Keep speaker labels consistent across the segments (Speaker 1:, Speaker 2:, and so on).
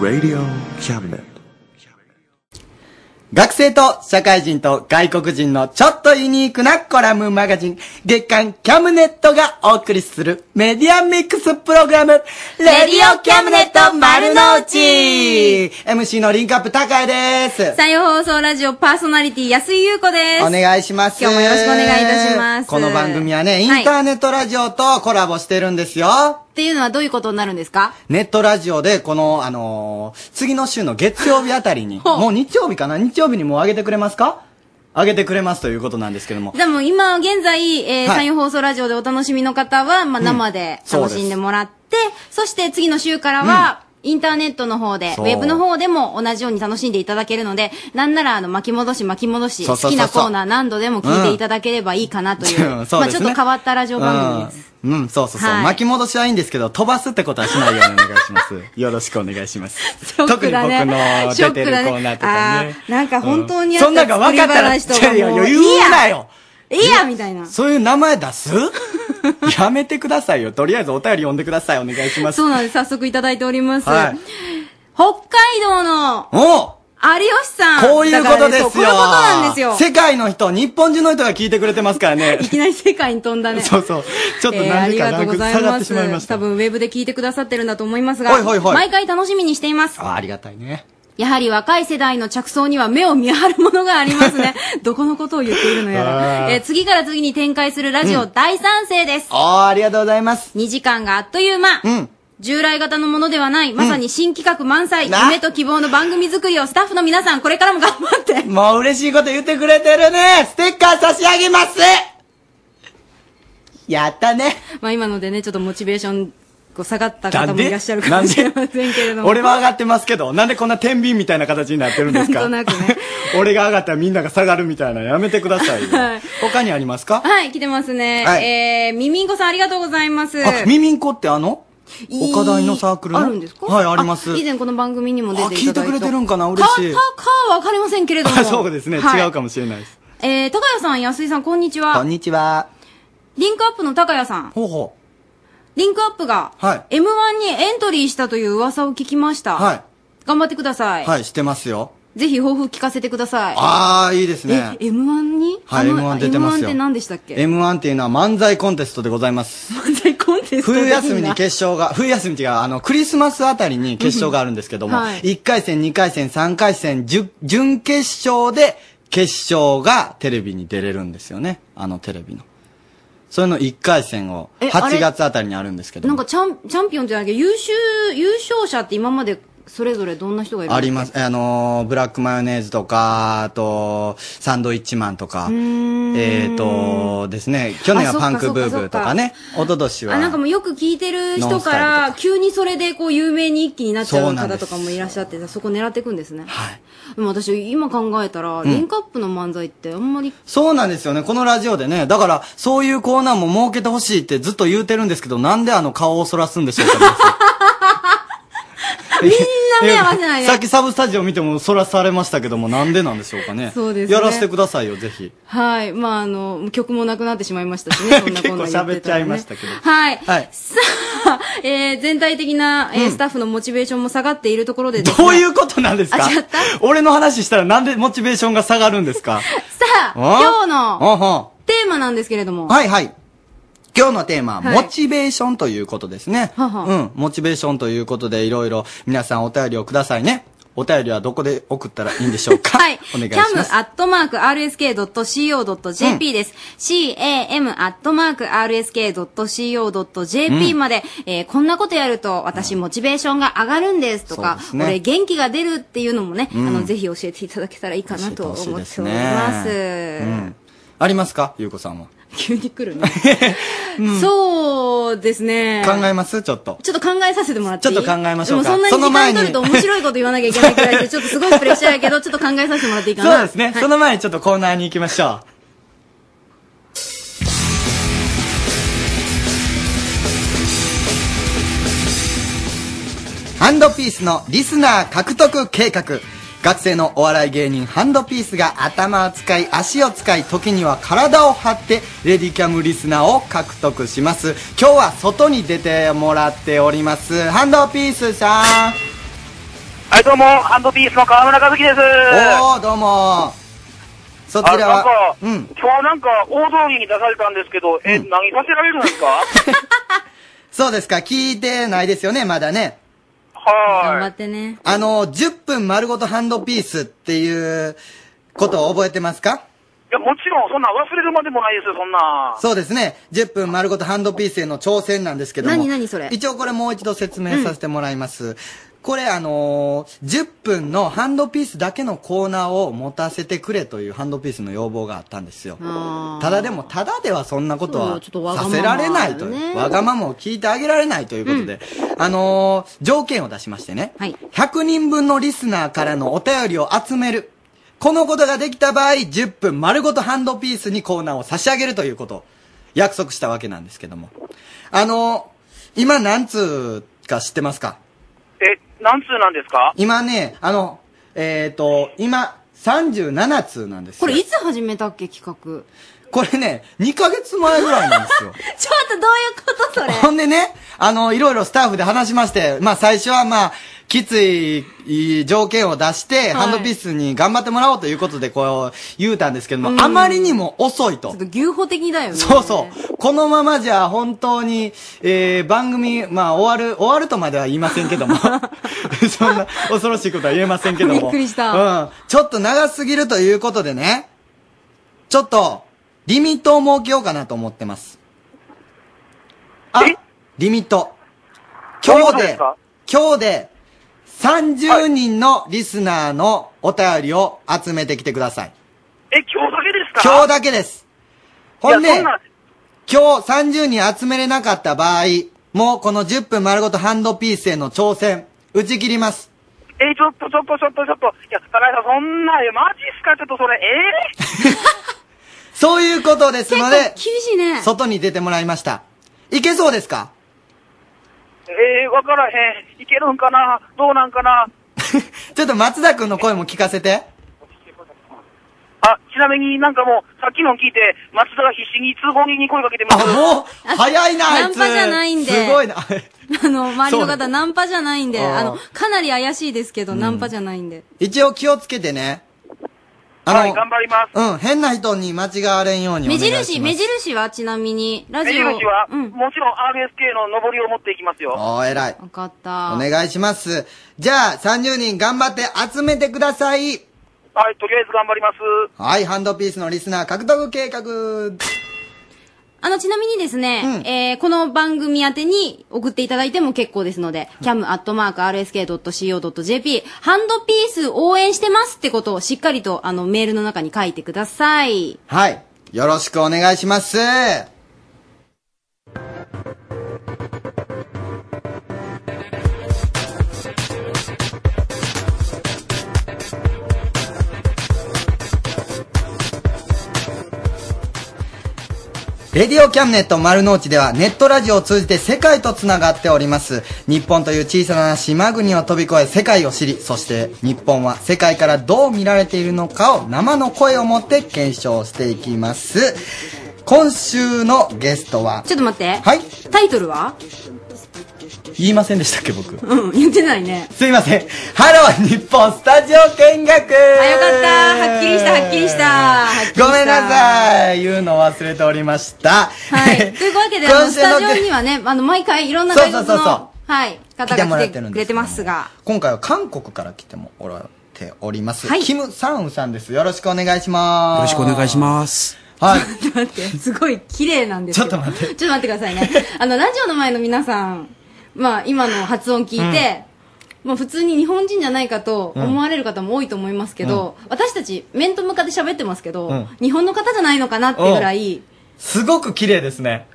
Speaker 1: Radio Cabinet.
Speaker 2: 学生と社会人と外国人のちょっとユニークなコラムマガジン、月刊キャムネットがお送りするメディアミックスプログラム、レディオキャムネット丸の内 !MC のリンクアップ高井です
Speaker 3: 山陽放送ラジオパーソナリティ安井優子です。
Speaker 2: お願いします。
Speaker 3: 今日もよろしくお願いいたします
Speaker 2: この番組はね、イ
Speaker 3: はい
Speaker 2: ンターネットラジオとコラボしてるんですよ。
Speaker 3: っていうのはどういうことになるんですか
Speaker 2: ネットラジオで、この、あのー次の週の月曜日あたりに、
Speaker 3: ほう
Speaker 2: もう日曜日かな日曜日にもう上げてくれますか上げてくれますということなんですけども。
Speaker 3: でも今現在、えー
Speaker 2: はい
Speaker 3: 山陽放送ラジオでお楽しみの方は、まあ、
Speaker 2: うん
Speaker 3: 生で
Speaker 2: そう
Speaker 3: 楽
Speaker 2: です
Speaker 3: しんでもらって、そして次の週からは、インターネットの方で、ウ
Speaker 2: そう
Speaker 3: ェブの方でも同じように楽しんでいただけるので、なんならあの巻き戻し巻き戻し、
Speaker 2: そう
Speaker 3: 好
Speaker 2: そうそう
Speaker 3: き
Speaker 2: そう
Speaker 3: なコーナー何度でも聞いていただければいいかなという、
Speaker 2: うん そう
Speaker 3: まあ
Speaker 2: です
Speaker 3: ち
Speaker 2: ね
Speaker 3: ょっと変わったラジオ番組です。
Speaker 2: うん、うんそうそうそう、
Speaker 3: はい
Speaker 2: 巻き戻しはいいんですけど、飛ばすってことはしないようにお願いし ます。よろしくお願いします。特に僕の
Speaker 3: シ
Speaker 2: 出
Speaker 3: ョッ
Speaker 2: て
Speaker 3: ク
Speaker 2: る
Speaker 3: だ
Speaker 2: コーナーとかね
Speaker 3: あ。ーなんか本当に
Speaker 2: う
Speaker 3: あ
Speaker 2: んそ
Speaker 3: った
Speaker 2: んなんが分かったら、
Speaker 3: 作り話とか
Speaker 2: いやい
Speaker 3: も
Speaker 2: や
Speaker 3: う
Speaker 2: 言
Speaker 3: いいうや
Speaker 2: なよ
Speaker 3: いいやみたいな。
Speaker 2: そういう名前出す やめてくださいよ。とりあえずお便り読んでください。お願いします。
Speaker 3: そうなんです。早速いただいております。
Speaker 2: はい
Speaker 3: 北海道の
Speaker 2: お
Speaker 3: 有吉さん。
Speaker 2: こういうことですよ。
Speaker 3: だからそうこういうことなんですよ。
Speaker 2: 世界の人、日本中の人が聞いてくれてますからね。
Speaker 3: いきなり世界に飛んだね。
Speaker 2: そうそう。ちょっと
Speaker 3: えーあ
Speaker 2: 何
Speaker 3: り
Speaker 2: か
Speaker 3: が
Speaker 2: ラ
Speaker 3: とう
Speaker 2: ン
Speaker 3: ご
Speaker 2: ク
Speaker 3: ざ
Speaker 2: 下
Speaker 3: い
Speaker 2: がっ
Speaker 3: ま。
Speaker 2: てしまいますした
Speaker 3: 多。分ウェブで聞いてくださってるんだと思いますが、
Speaker 2: はいはいはい
Speaker 3: 毎回楽しみにしています。
Speaker 2: あありがたいね。
Speaker 3: やはり若い世代の着想には目を見張るものがあります ね。どこのことを言っているのや
Speaker 2: あ
Speaker 3: ら。
Speaker 2: ー
Speaker 3: えー次から次に展開するラジオ大賛成です。
Speaker 2: ああ、ありがとうございます。
Speaker 3: 2時間があっという間。
Speaker 2: うん。
Speaker 3: 従来型のものではない、まさに新企画満載、
Speaker 2: な
Speaker 3: 夢と希望の番組作りをスタッフの皆さん、これからも頑張って。
Speaker 2: もう嬉しいこと言ってくれてるねステッカー差し上げますやったね
Speaker 3: まあ今のでね、ちょっとモチベーション、こう下がった
Speaker 2: な
Speaker 3: 方
Speaker 2: ん
Speaker 3: も
Speaker 2: で
Speaker 3: いらっしゃるかもしれませんけれども。
Speaker 2: 俺は上がってますけど、なんでこんな天秤みたいな形になってるんですか
Speaker 3: なんとなくね
Speaker 2: 俺が上がったらみんなが下がるみたいなのやめてくださいよ。
Speaker 3: はい
Speaker 2: 他にありますか
Speaker 3: はい、来てますね。
Speaker 2: はい
Speaker 3: えー、みみんこさんありがとうございます。
Speaker 2: あ、ミミンコってあの
Speaker 3: いい
Speaker 2: 岡大のサークルの
Speaker 3: あるんですか
Speaker 2: はい、あります。
Speaker 3: 以前この番組にも出ていただいた。
Speaker 2: あ聞いてくれてるんかな嬉しい
Speaker 3: か、か、かはわかりませんけれども。
Speaker 2: あ、そうですね。違うか
Speaker 3: も。
Speaker 2: もしれないです。
Speaker 3: えー、高谷さん、安井さん、こんにち
Speaker 2: こ
Speaker 3: は
Speaker 2: ん。にちは。
Speaker 3: リンクアップの高谷さん。
Speaker 2: ほうほ
Speaker 3: リンクアップが、
Speaker 2: は
Speaker 3: M1 にエントリーしたという噂を聞きました。
Speaker 2: う。は
Speaker 3: 頑張ってくださ
Speaker 2: い。
Speaker 3: い。
Speaker 2: はい、してますよ。
Speaker 3: ぜひ抱負聞かせてください。
Speaker 2: あー、いいです
Speaker 3: え、
Speaker 2: ね。
Speaker 3: M1 に
Speaker 2: はい、
Speaker 3: あの
Speaker 2: M1 出てますよ。
Speaker 3: M1 って何でしたっけ
Speaker 2: M1 っていうのは漫才コンテストでございます。
Speaker 3: 漫才コンテストでいい
Speaker 2: 冬
Speaker 3: な
Speaker 2: 休みに決勝が、冬休みっていうか、あの、クリスマスあたりに決勝があるんですけども、
Speaker 3: はい
Speaker 2: 1回戦、2回戦、3回戦、準準決勝で、決勝がテレビに出れるんですよね。あのテレビの。そういうの1回戦を、
Speaker 3: えあれ
Speaker 2: 8月あたりにあるんですけど
Speaker 3: な
Speaker 2: も
Speaker 3: んかチャンチャンピオンじゃないけど、優秀、優勝者って今までそれぞれどんな人がいる。
Speaker 2: ありますす。あのーブラックマヨネーズとか、あと、サンドイッチマンとか、
Speaker 3: ーん
Speaker 2: えっ、とですね、去年は
Speaker 3: あそっ
Speaker 2: パ
Speaker 3: か
Speaker 2: ンクブーブーとかね、一昨年は。
Speaker 3: あ、なんかもうよく聞いてる
Speaker 2: ノン
Speaker 3: 人
Speaker 2: スタ
Speaker 3: か
Speaker 2: イルと
Speaker 3: ら、急にそれでこう有名に一気になっちゃ
Speaker 2: そう
Speaker 3: う
Speaker 2: なんで
Speaker 3: 方
Speaker 2: す
Speaker 3: とかもいらっしゃってさ、そこ狙っていくんですね。
Speaker 2: はい。
Speaker 3: でも私今考えたら、リンクアップの漫才ってあんまり、
Speaker 2: そうなんですよね。このラジオでね。だから、そういうコーナーも設けてほしいってずっと言うてるんですけど、なんであの顔をそらすんでしょうか、みん
Speaker 3: みんな目合わせないね
Speaker 2: さっきサブスタジオ見てもそらされましたけども、なんでなんでしょうかね。
Speaker 3: そうですね
Speaker 2: やらせてくださいよ、ぜひ。
Speaker 3: はい。まあ、あの、曲もなくなってしまいましたしね、 そんなこんな言てたらね
Speaker 2: 結構喋っちゃいましたけど
Speaker 3: はい。
Speaker 2: はい
Speaker 3: さあ、えー、全体的な、えースタッフのモチベーションも下がっているところでですね
Speaker 2: どういうことなんですか
Speaker 3: あ違った
Speaker 2: 俺の話したらなんでモチベーションが下がるんですか
Speaker 3: さあ、 今日の
Speaker 2: の
Speaker 3: テーマなんですけれども。
Speaker 2: はいはい。今日のテーマは、
Speaker 3: はい
Speaker 2: モチベーションということですね。
Speaker 3: はは
Speaker 2: うん、モチベーションということで、いろいろ皆さんお便りをくださいね。お便りはどこで送ったらいいんでしょうか
Speaker 3: はい。
Speaker 2: お願いします。
Speaker 3: cam.rsk.co.jp です。cam.rsk.co.jp まで、えーこんなことやると私モチベーションが上がるんですとか
Speaker 2: そうで、す
Speaker 3: こ
Speaker 2: ね
Speaker 3: れ元気が出るっていうのもね、あの、ぜひ教えていただけたらいいかなと思っております。
Speaker 2: うん。ありますかゆうこさんは。
Speaker 3: 急に来るね。 そうですね。
Speaker 2: 考えますちょっと。
Speaker 3: ちょっと考えさせてもらっていい
Speaker 2: ちょっと考えましょうか
Speaker 3: でもそ
Speaker 2: そ
Speaker 3: ん
Speaker 2: の
Speaker 3: な
Speaker 2: 前
Speaker 3: に時間
Speaker 2: に
Speaker 3: 取ると面白いこと言わなきゃいけないくらいで、ちょっとすごいプレッシャーやけど、ちょっと考えさせてもらっていいかな。
Speaker 2: そうですね。その前にちょっとコーナーに行きましょう。ハンドピースのリスナー獲得計画。学生のお笑い芸人ハンドピースが頭を使い足を使い時には体を張ってレディキャムリスナーを獲得します今日は外に出てもらっておりますハンドピースさん
Speaker 1: はい、どうも、ハンドピースの河村和樹です。
Speaker 2: おー、どうもそ
Speaker 1: あ
Speaker 2: ち
Speaker 1: れ
Speaker 2: ら
Speaker 1: なん
Speaker 2: は
Speaker 1: か、、
Speaker 2: うん。
Speaker 1: 今日なんか大通りに出されたんですけど、え、何させられる んですか
Speaker 2: そうですか、聞いてないですよね、まだね。
Speaker 1: は
Speaker 3: 頑
Speaker 1: ー
Speaker 3: 張
Speaker 1: い。
Speaker 3: ってね。
Speaker 2: あの、10分丸ごとハンドピースっていうことを覚えてますか
Speaker 1: いや、もちろん、そんなん忘れるまでもないですよ、そんなん。
Speaker 2: そうですね。10分丸ごとハンドピースへの挑戦なんですけども。
Speaker 3: 何何それ
Speaker 2: 一応これもう一度説明させてもらいます。これあのー10分のハンドピースだけのコーナーを持たせてくれというハンドピースの要望があったんですよ。た
Speaker 3: た
Speaker 2: だでも、ただではそんなこと
Speaker 3: そう
Speaker 2: は
Speaker 3: ちょっとわが
Speaker 2: さ
Speaker 3: まま
Speaker 2: せられないと
Speaker 3: だ
Speaker 2: い
Speaker 3: よ
Speaker 2: う。
Speaker 3: ね
Speaker 2: わがままを聞いてあげられないということで、あのー条件を出しましてね、
Speaker 3: はい
Speaker 2: 100人分のリスナーからのお便りを集める。このことができた場合、10分丸ごとハンドピースにコーナーを差し上げるということを約束したわけなんですけども。あのー今何通か知ってますか
Speaker 1: え、何通なんですか
Speaker 2: 今ね、あの、えっ、と、今、37通なんですよ。
Speaker 3: これいつ始めたっけ企画。
Speaker 2: これね、2ヶ月前ぐらいなんです よ。
Speaker 3: ちょっとどういうことそれ。
Speaker 2: ほんでね、あの、いろいろスタッフで話しまして、まあ最初はまあ、きついいい条件を出して、
Speaker 3: い
Speaker 2: ハンドピースに頑張ってもらおうということで、こう、言うたんですけども、
Speaker 3: うん
Speaker 2: あまりにも遅い
Speaker 3: ちょ
Speaker 2: と
Speaker 3: っ。と牛歩的だよね。
Speaker 2: そうそう。このままじゃ、本当に、えー、番組、まあ、終わる、終わるとまでは言いませんけど も。そんな、恐ろしいことは言えませんけども。
Speaker 3: びっくりした
Speaker 2: うん。ちょっと長すぎるということでね、ちょっと、リミットを設けようかなと思ってます。あ
Speaker 1: え、
Speaker 2: リミット。
Speaker 1: どういう
Speaker 2: 今
Speaker 1: こ
Speaker 2: 日
Speaker 1: とです
Speaker 2: で
Speaker 1: か、
Speaker 2: 今日で、30人のリスナーのお便りを集めてきてください。
Speaker 1: え、今日だけですか
Speaker 2: 今日だけです。ほん
Speaker 1: いや、
Speaker 2: で
Speaker 1: そん、な、
Speaker 2: 今日30人集めれなかった場合、もうこの10分丸ごとハンドピースへの挑戦、打ち切ります。
Speaker 1: え、ちょっと、ちょっと、ちょっと、ちょっと、いや、高井さん、そんな、え、マジっすかちょっとそれ、えー、
Speaker 2: そういうことです
Speaker 3: 結
Speaker 2: の
Speaker 3: 構
Speaker 2: で
Speaker 3: 厳、しいね。
Speaker 2: 外に出てもらいました。いけそうですか
Speaker 1: えー、わからへん。いけるんかなどうなんかな
Speaker 2: ちょっと松田くんの声も聞かせて。
Speaker 1: あ、ちなみになんかもう、さっきの聞いて、松田が必死に通行人に声かけてま
Speaker 2: あ、
Speaker 1: す。
Speaker 2: もう、早いな、あ
Speaker 3: ナ
Speaker 2: い
Speaker 3: ン
Speaker 2: つ。
Speaker 3: パじゃないんです
Speaker 2: ごいな。
Speaker 3: あの、周りの
Speaker 2: そ
Speaker 3: 方、
Speaker 2: う
Speaker 3: ナンパじゃないんで、
Speaker 2: あー
Speaker 3: あの、かなり怪しいですけど、ナンパじゃないんで。
Speaker 2: 一応気をつけてね。
Speaker 1: はい、頑張ります。
Speaker 2: うん、変な人に間違われんようにお願
Speaker 3: 目
Speaker 2: いします。
Speaker 3: 印、目印はちなみに、ラ
Speaker 1: 目
Speaker 3: ジオ。
Speaker 1: 印は、
Speaker 3: うん。
Speaker 1: もちろん RSK の上りを持っていきますよ。
Speaker 2: おー、偉い。
Speaker 3: わかった。
Speaker 2: お願いします。じゃあ、30人頑張って集めてください。
Speaker 1: はい、とりあえず頑張ります。
Speaker 2: はい、ハンドピースのリスナー獲得計画。
Speaker 3: あの、ちなみにですね、
Speaker 2: うん
Speaker 3: えー、この番組宛てに送っていただいても結構ですので、cam.rsk.co.jp、ハンドピース応援してますってことをしっかりと、あの、メールの中に書いてください。
Speaker 2: はい、よろしくお願いします。レディオキャムネット丸の内ではネットラジオを通じて世界とつながっております。日本という小さな島国を飛び越え世界を知り、そして日本は世界からどう見られているのかを生の声をもって検証していきます。今週のゲストは、
Speaker 3: ちょっと待って。
Speaker 2: はい
Speaker 3: タイトルは
Speaker 2: 言いませんでしたっけ僕。
Speaker 3: うん、言ってない ね。
Speaker 2: すいません。ハロー日本スタジオ見学あ
Speaker 3: あよかったはっきりしたはっきりしたはっきりした
Speaker 2: ごめんなさい言うの忘れておりました。
Speaker 3: はい。というわ けで、あの、スタジオに
Speaker 2: は
Speaker 3: はね、あの、毎回いろんな
Speaker 2: そうそ
Speaker 3: 外
Speaker 2: う
Speaker 3: 国
Speaker 2: そうそう
Speaker 3: の、はい、方が来てくれてますが。
Speaker 2: 今回は韓国から来てもおらております、
Speaker 3: はい
Speaker 2: キム・サンウさんです。よろしくお願いします。
Speaker 4: よろしくお願いします。
Speaker 2: す。はい。
Speaker 3: ちょっと待って、すごい綺麗なんですけ
Speaker 2: ちょ
Speaker 3: ど
Speaker 2: っと待って
Speaker 3: ちょっと待ってくださいね。 あの、ラジオの前の皆さん、まあ、今の発音聞いて、まあ、普通に日本人じゃないかと思われる方も多いと思いますけど、私たち、面と向かって喋ってますけど、
Speaker 2: うん
Speaker 3: 日本の方じゃないのかなってぐらい、
Speaker 2: すごく綺麗ですね。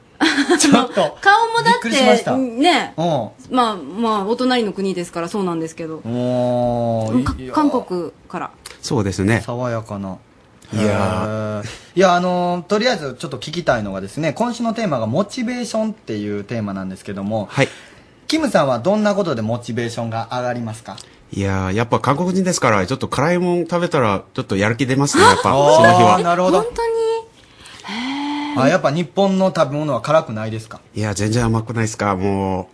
Speaker 2: ちょっと。
Speaker 3: 顔も
Speaker 2: び
Speaker 3: だ
Speaker 2: っくりしまし。
Speaker 3: ったて、
Speaker 2: うん。
Speaker 3: ね、まあ、まあ、お隣の国ですからそうなんですけど、
Speaker 2: も
Speaker 3: か
Speaker 2: う、いや
Speaker 3: 韓国から。
Speaker 4: そうですね。
Speaker 2: 爽やかな。
Speaker 4: いや
Speaker 2: へーいや、あのーとりあえずちょっと聞きたいのがですね、今週のテーマがモチベーションっていうテーマなんですけども、
Speaker 4: はい。
Speaker 2: キムさんはどんなことでモチベーションが上がりますか
Speaker 4: いやー、やっぱ韓国人ですから、ちょっと辛いもん食べたら、ちょっとやる気出ますね、やっぱ、その日
Speaker 2: あー
Speaker 4: は。
Speaker 2: なるほど
Speaker 3: 本当に
Speaker 2: あ、やっぱ日本の食べ物は辛くないですか
Speaker 4: いや、全然甘くないですか、も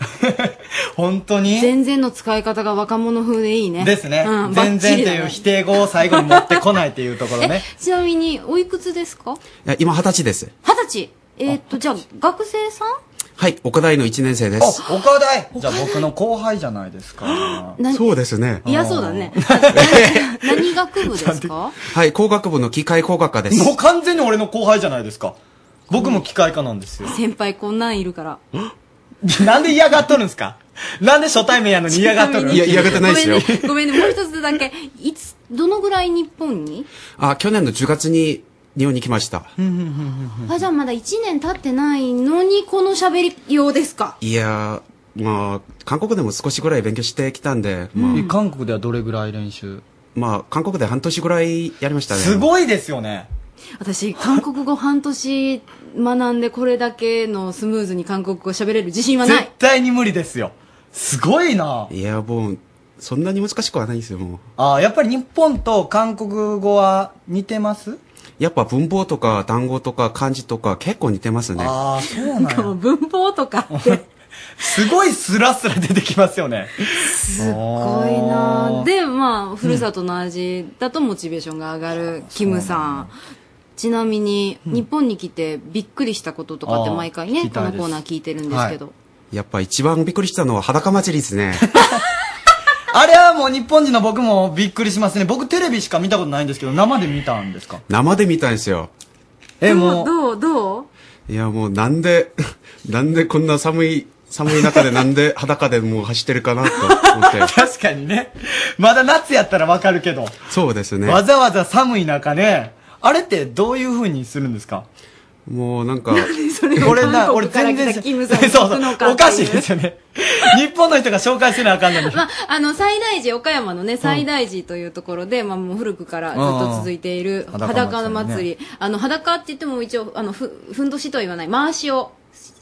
Speaker 2: 本当に
Speaker 3: 全然の使い方が若者風でいいね。
Speaker 2: ですね
Speaker 3: う。ん、
Speaker 2: 全然と
Speaker 3: バ
Speaker 2: いう
Speaker 3: ッチ
Speaker 2: 否定語を最後に持ってこないっていうところ
Speaker 3: リだね
Speaker 2: ね。
Speaker 3: え、ちなみに、おいくつですか
Speaker 4: や今二十歳です。
Speaker 3: 二十歳。えーっと、じゃあ、学生さん
Speaker 4: はい、岡大の1年生です。
Speaker 2: 岡大じゃあ僕の後輩じゃないですか。
Speaker 3: な
Speaker 4: そうですね。
Speaker 3: いや、そうだね。 何学部ですか
Speaker 4: はい、工学部の機械工学科です。
Speaker 2: もう完全に俺の後輩じゃないですか。僕も機械科なんですよ。
Speaker 3: 先輩こんなんいるから。
Speaker 2: なんで嫌がっとるんですかなんで初対面やのに嫌がっとる
Speaker 4: いや嫌がってないですよ
Speaker 3: ごめんね、ごめんね、もう一つだけ。いつ、どのぐらい日本に
Speaker 4: あ、去年の10月に日本に来ました。
Speaker 3: あ、じゃあまだ1年経ってないのに、この喋りようですか。
Speaker 4: いやー、まあ、韓国でも少しぐらい勉強してきたんで、まあ、
Speaker 2: 韓国ではどれぐらい練習
Speaker 4: まあ、韓国で半年ぐらいやりましたね。
Speaker 2: すごいですよね。
Speaker 3: 私、韓国語半年学んでこれだけのスムーズに韓国語喋れる自信はない
Speaker 2: 絶。対に無理ですよ。すごいな。
Speaker 4: いや、もう、そんなに難しくはないんですよ、もう。
Speaker 2: ああ、やっぱり日本と韓国語は似てます
Speaker 4: やっぱ文法とか単語とか漢字とか結構似てますね。
Speaker 2: ああ、そうなんや。
Speaker 3: 文法とかって。
Speaker 2: すごいスラスラ出てきますよね。す
Speaker 3: すごいなあで、まあ、ふるさとの味だとモチベーションが上がる、キムさん。ちなみに、日本に来てびっくりしたこととかって
Speaker 2: あー
Speaker 3: 毎回
Speaker 2: 聞
Speaker 3: ね、
Speaker 2: き
Speaker 3: こ
Speaker 2: たい
Speaker 3: の
Speaker 2: です
Speaker 3: コーナー聞いてるんですけど。
Speaker 4: やっぱ一番びっくりしたのは裸祭りですね。
Speaker 2: あれはもう日本人の僕もびっくりしますね。僕テレビしか見たことないんですけど、生で見たんですか
Speaker 4: 生で見たんですよ。
Speaker 2: え、
Speaker 3: ど
Speaker 2: も
Speaker 3: う、
Speaker 2: う、
Speaker 3: どう、どう
Speaker 4: いや、もうなんで、 なんでこんな寒い、寒い中でなんで裸でもう走ってるかなと 思って。
Speaker 2: 確かにね。まだ夏やったらわかるけど、
Speaker 4: そうですね。
Speaker 2: わざわざ寒い中ね、あれってどういう風にするんですか
Speaker 4: もうな んか、
Speaker 3: それ
Speaker 2: 俺な、
Speaker 3: 韓
Speaker 2: 俺
Speaker 3: 国から
Speaker 2: 全
Speaker 3: 来
Speaker 2: 然
Speaker 3: た
Speaker 2: し、
Speaker 3: キム さん に
Speaker 2: そう
Speaker 3: 聞く
Speaker 2: そ
Speaker 3: のかっていう
Speaker 2: う、おかしいですよ ね。日本の人が紹介してなあかんのに。
Speaker 3: まあ、あの、最大寺、岡山のね、最大寺というところで、まあ、もう古くからずっと続いている
Speaker 2: うん
Speaker 3: 裸
Speaker 2: 裸
Speaker 3: の
Speaker 2: 祭
Speaker 3: 祭
Speaker 2: り
Speaker 3: り。あの、裸って言っても一応、あの、ふ、ふんどしとは言わない、回しを、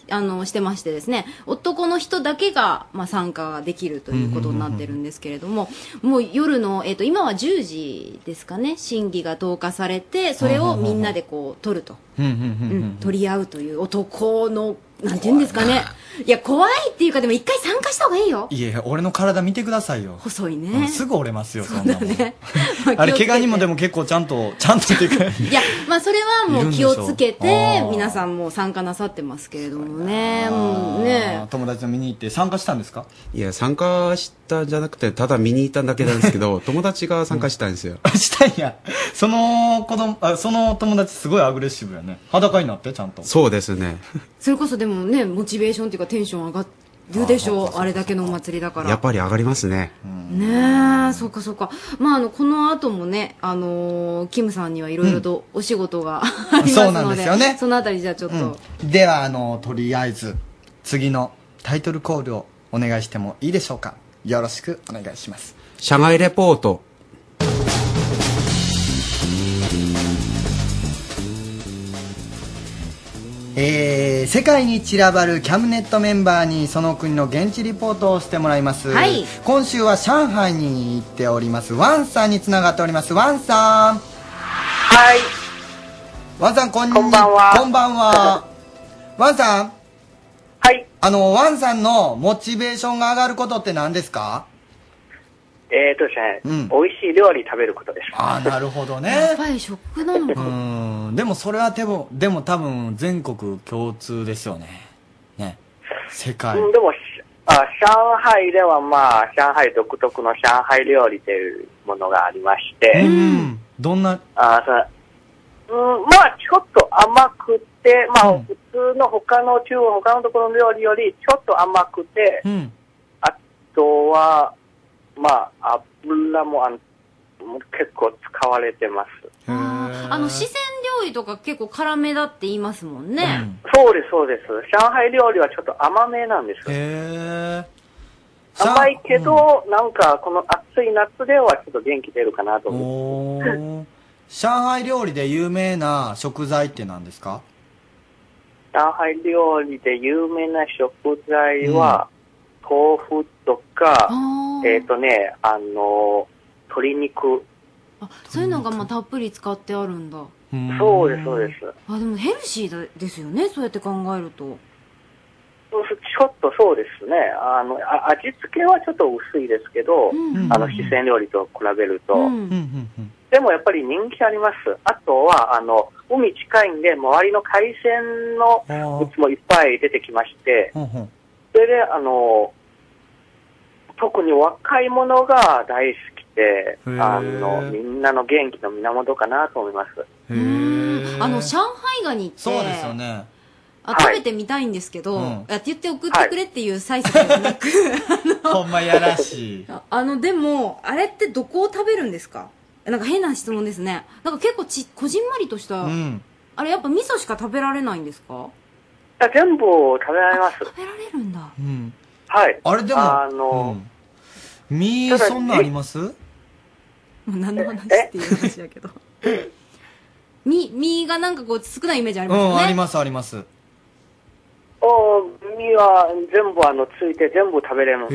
Speaker 3: あの、してましてですね、男の人だけが、まあ、参加できるということになってるんですけれども、もう夜の、えっ、と、今は10時ですかね、審議が投下されて、それをみんなでこう、取ると。
Speaker 2: うんうんうん
Speaker 3: うん、取り合うという男の、なんて言うんですかね。いや、怖いっていうか、でも一回参加した方がいいよ。
Speaker 2: いや、俺の体見てくださいよ。
Speaker 3: 細い
Speaker 2: うん
Speaker 3: ね。
Speaker 2: すぐ折れますよ、そんなもん。
Speaker 3: ま
Speaker 2: あれ、怪我にもで
Speaker 3: も。
Speaker 2: も結構ちゃんと、ちゃんとっていうか、
Speaker 3: いや、まあそれはもう気をつけ
Speaker 2: いるんで
Speaker 3: て
Speaker 2: しょうあ、ー
Speaker 3: 皆さんも参加なさってますけれどもね、
Speaker 2: あ
Speaker 3: もう
Speaker 2: ー
Speaker 3: ね。
Speaker 2: 友達の見に行って参加したんですか
Speaker 4: いや、参加したんじゃなくて、ただ見に行っただけなんです けど、友達が参加したんですよ。
Speaker 2: あしたんや。その子供、あ、その友達すごいアグレッシブやね。裸になって、ちゃんと。
Speaker 4: そうですね。
Speaker 3: それこそでもね、モチベーションっていうかテンション上がるでしょう、あれだけのお祭りだから。
Speaker 4: やっぱり上がりますね。
Speaker 3: ねえ、そうかそうか。まあ、あの、この後もね、あのーキムさんにはいろいろとお仕 事がありますので、
Speaker 2: そうなんですよね
Speaker 3: そのあたりじゃあちょっと、
Speaker 2: うん、では、あの、とりあえず、次のタイトルコールをお願いしてもいいでしょうか。よろしくお願いします。
Speaker 4: 社外レポート。
Speaker 2: えー、世界に散らばるキャムネットメンバーにその国の現地リポートをしてもらいます、
Speaker 3: はい
Speaker 2: 今週は上海に行っておりますワンさんにつながっておりますワンさん
Speaker 5: はい。
Speaker 2: ワンさんこんに
Speaker 5: こんばんは
Speaker 2: こんばんはワンさん
Speaker 5: はい。
Speaker 2: あのワンさんのモチベーションが上がることって何ですか
Speaker 5: えー、とです
Speaker 2: う
Speaker 5: ね、
Speaker 2: ん
Speaker 5: 美味しい料理食べることです。
Speaker 2: ああなるほど
Speaker 3: やっ
Speaker 2: ね
Speaker 3: ぱりショックなの
Speaker 2: う
Speaker 3: か。
Speaker 2: ーんでもそれはでもでも多分全国共通ですよねね世界
Speaker 5: うん、でも、しあ上海ではまあ、上海独特の上海料理というものがありまして、
Speaker 2: うんどんな
Speaker 5: あさうん、まあ、ちょっと甘くて、まあ、
Speaker 2: うん
Speaker 5: 普通の他の中国、他のところの料理よりちょっと甘くて、
Speaker 2: うん
Speaker 5: あとは、まあ、油もあん結構使われてます。
Speaker 3: あーあの、四川料理とか結構辛めだって言いますもんね。
Speaker 2: うん
Speaker 5: そうです、そうです。上海料理はちょっと甘めなんですよ。
Speaker 2: へえ
Speaker 5: 甘いけど、なんかこの暑い夏ではちょっと元気出るかなと
Speaker 2: うん
Speaker 5: 思う。
Speaker 2: おー上海料理で有名な食材って何ですか
Speaker 5: 上海料理で有名な食材は、豆腐とか、
Speaker 3: あー
Speaker 5: えっ、とね、あの、鶏肉。
Speaker 3: あそういうのがまあたっぷり使ってあるんだ
Speaker 5: そうです、そうです。
Speaker 3: あでもヘルシーだですよねそうやって考えると
Speaker 5: そうちちょっとそうですねあのあ味付けはちょっと薄いですけど、
Speaker 3: うん
Speaker 5: あの四川料理と比べると、
Speaker 3: うん
Speaker 5: でもやっぱり人気ありますあとはあの海近いんで周りの海鮮の
Speaker 2: あ
Speaker 5: グッズもいっぱい出てきまして
Speaker 2: ーほんほん
Speaker 5: それであの特に若い者が大好きで
Speaker 4: へー
Speaker 5: あのみんなの元気の源かなと思い ます
Speaker 4: へ
Speaker 3: うんあの上
Speaker 4: ャ
Speaker 3: 海ガニって
Speaker 2: そうですよね。
Speaker 3: あ
Speaker 5: はい
Speaker 3: 食べてみたいんですけど、
Speaker 2: うん
Speaker 3: あって言って送ってくれっていう催促じゃなく、
Speaker 2: ほんまやらしい。
Speaker 3: ああのでもあれってどこを食べるんですかなんか変な質問ですねなんか結構ちこじんまりとした、
Speaker 2: うん。
Speaker 3: あれやっぱ味噌しか食べられないんですか
Speaker 5: あ全部を食べられます
Speaker 3: 食べられるんだ
Speaker 2: うん。
Speaker 5: はい
Speaker 2: あれで
Speaker 5: あ
Speaker 2: も
Speaker 5: の、
Speaker 2: うん。み
Speaker 5: ただ
Speaker 2: そんなんあります
Speaker 3: もう 何の話っていう話だけどみ身がなんかこう少ないイメージあり
Speaker 2: う
Speaker 3: ます
Speaker 2: ん、あり
Speaker 3: よね、
Speaker 2: ますあります。
Speaker 5: お身は全部あのついて全部食べれる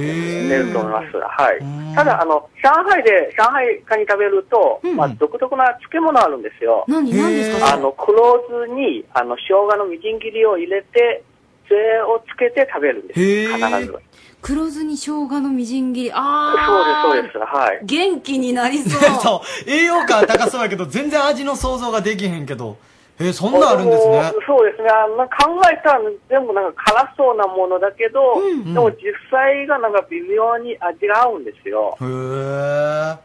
Speaker 5: れると思います。はい
Speaker 2: うん。
Speaker 5: ただあの上海で上海カニ食べると、
Speaker 3: うん
Speaker 5: まあ独特な漬物あるんですよ。
Speaker 3: 何何ですか
Speaker 5: あ
Speaker 3: それ
Speaker 5: の黒酢にあの生姜のみじん切りを入れてそれをつけて食べるんです。
Speaker 2: へ
Speaker 5: 必
Speaker 2: ー
Speaker 5: ず。
Speaker 3: 黒酢に生姜のみじん切りああ
Speaker 5: そうですそうです。はい。
Speaker 3: 元気になりそう
Speaker 2: そう。栄養価は高そうやけど、全然味の想像ができへんけど。えー、そんなんあるんですね。
Speaker 5: そうですね。あの考えたら全部なんか辛そうなものだけど、
Speaker 3: うん
Speaker 5: でも実際がなんか微妙に味が合うんですよ。
Speaker 2: へー。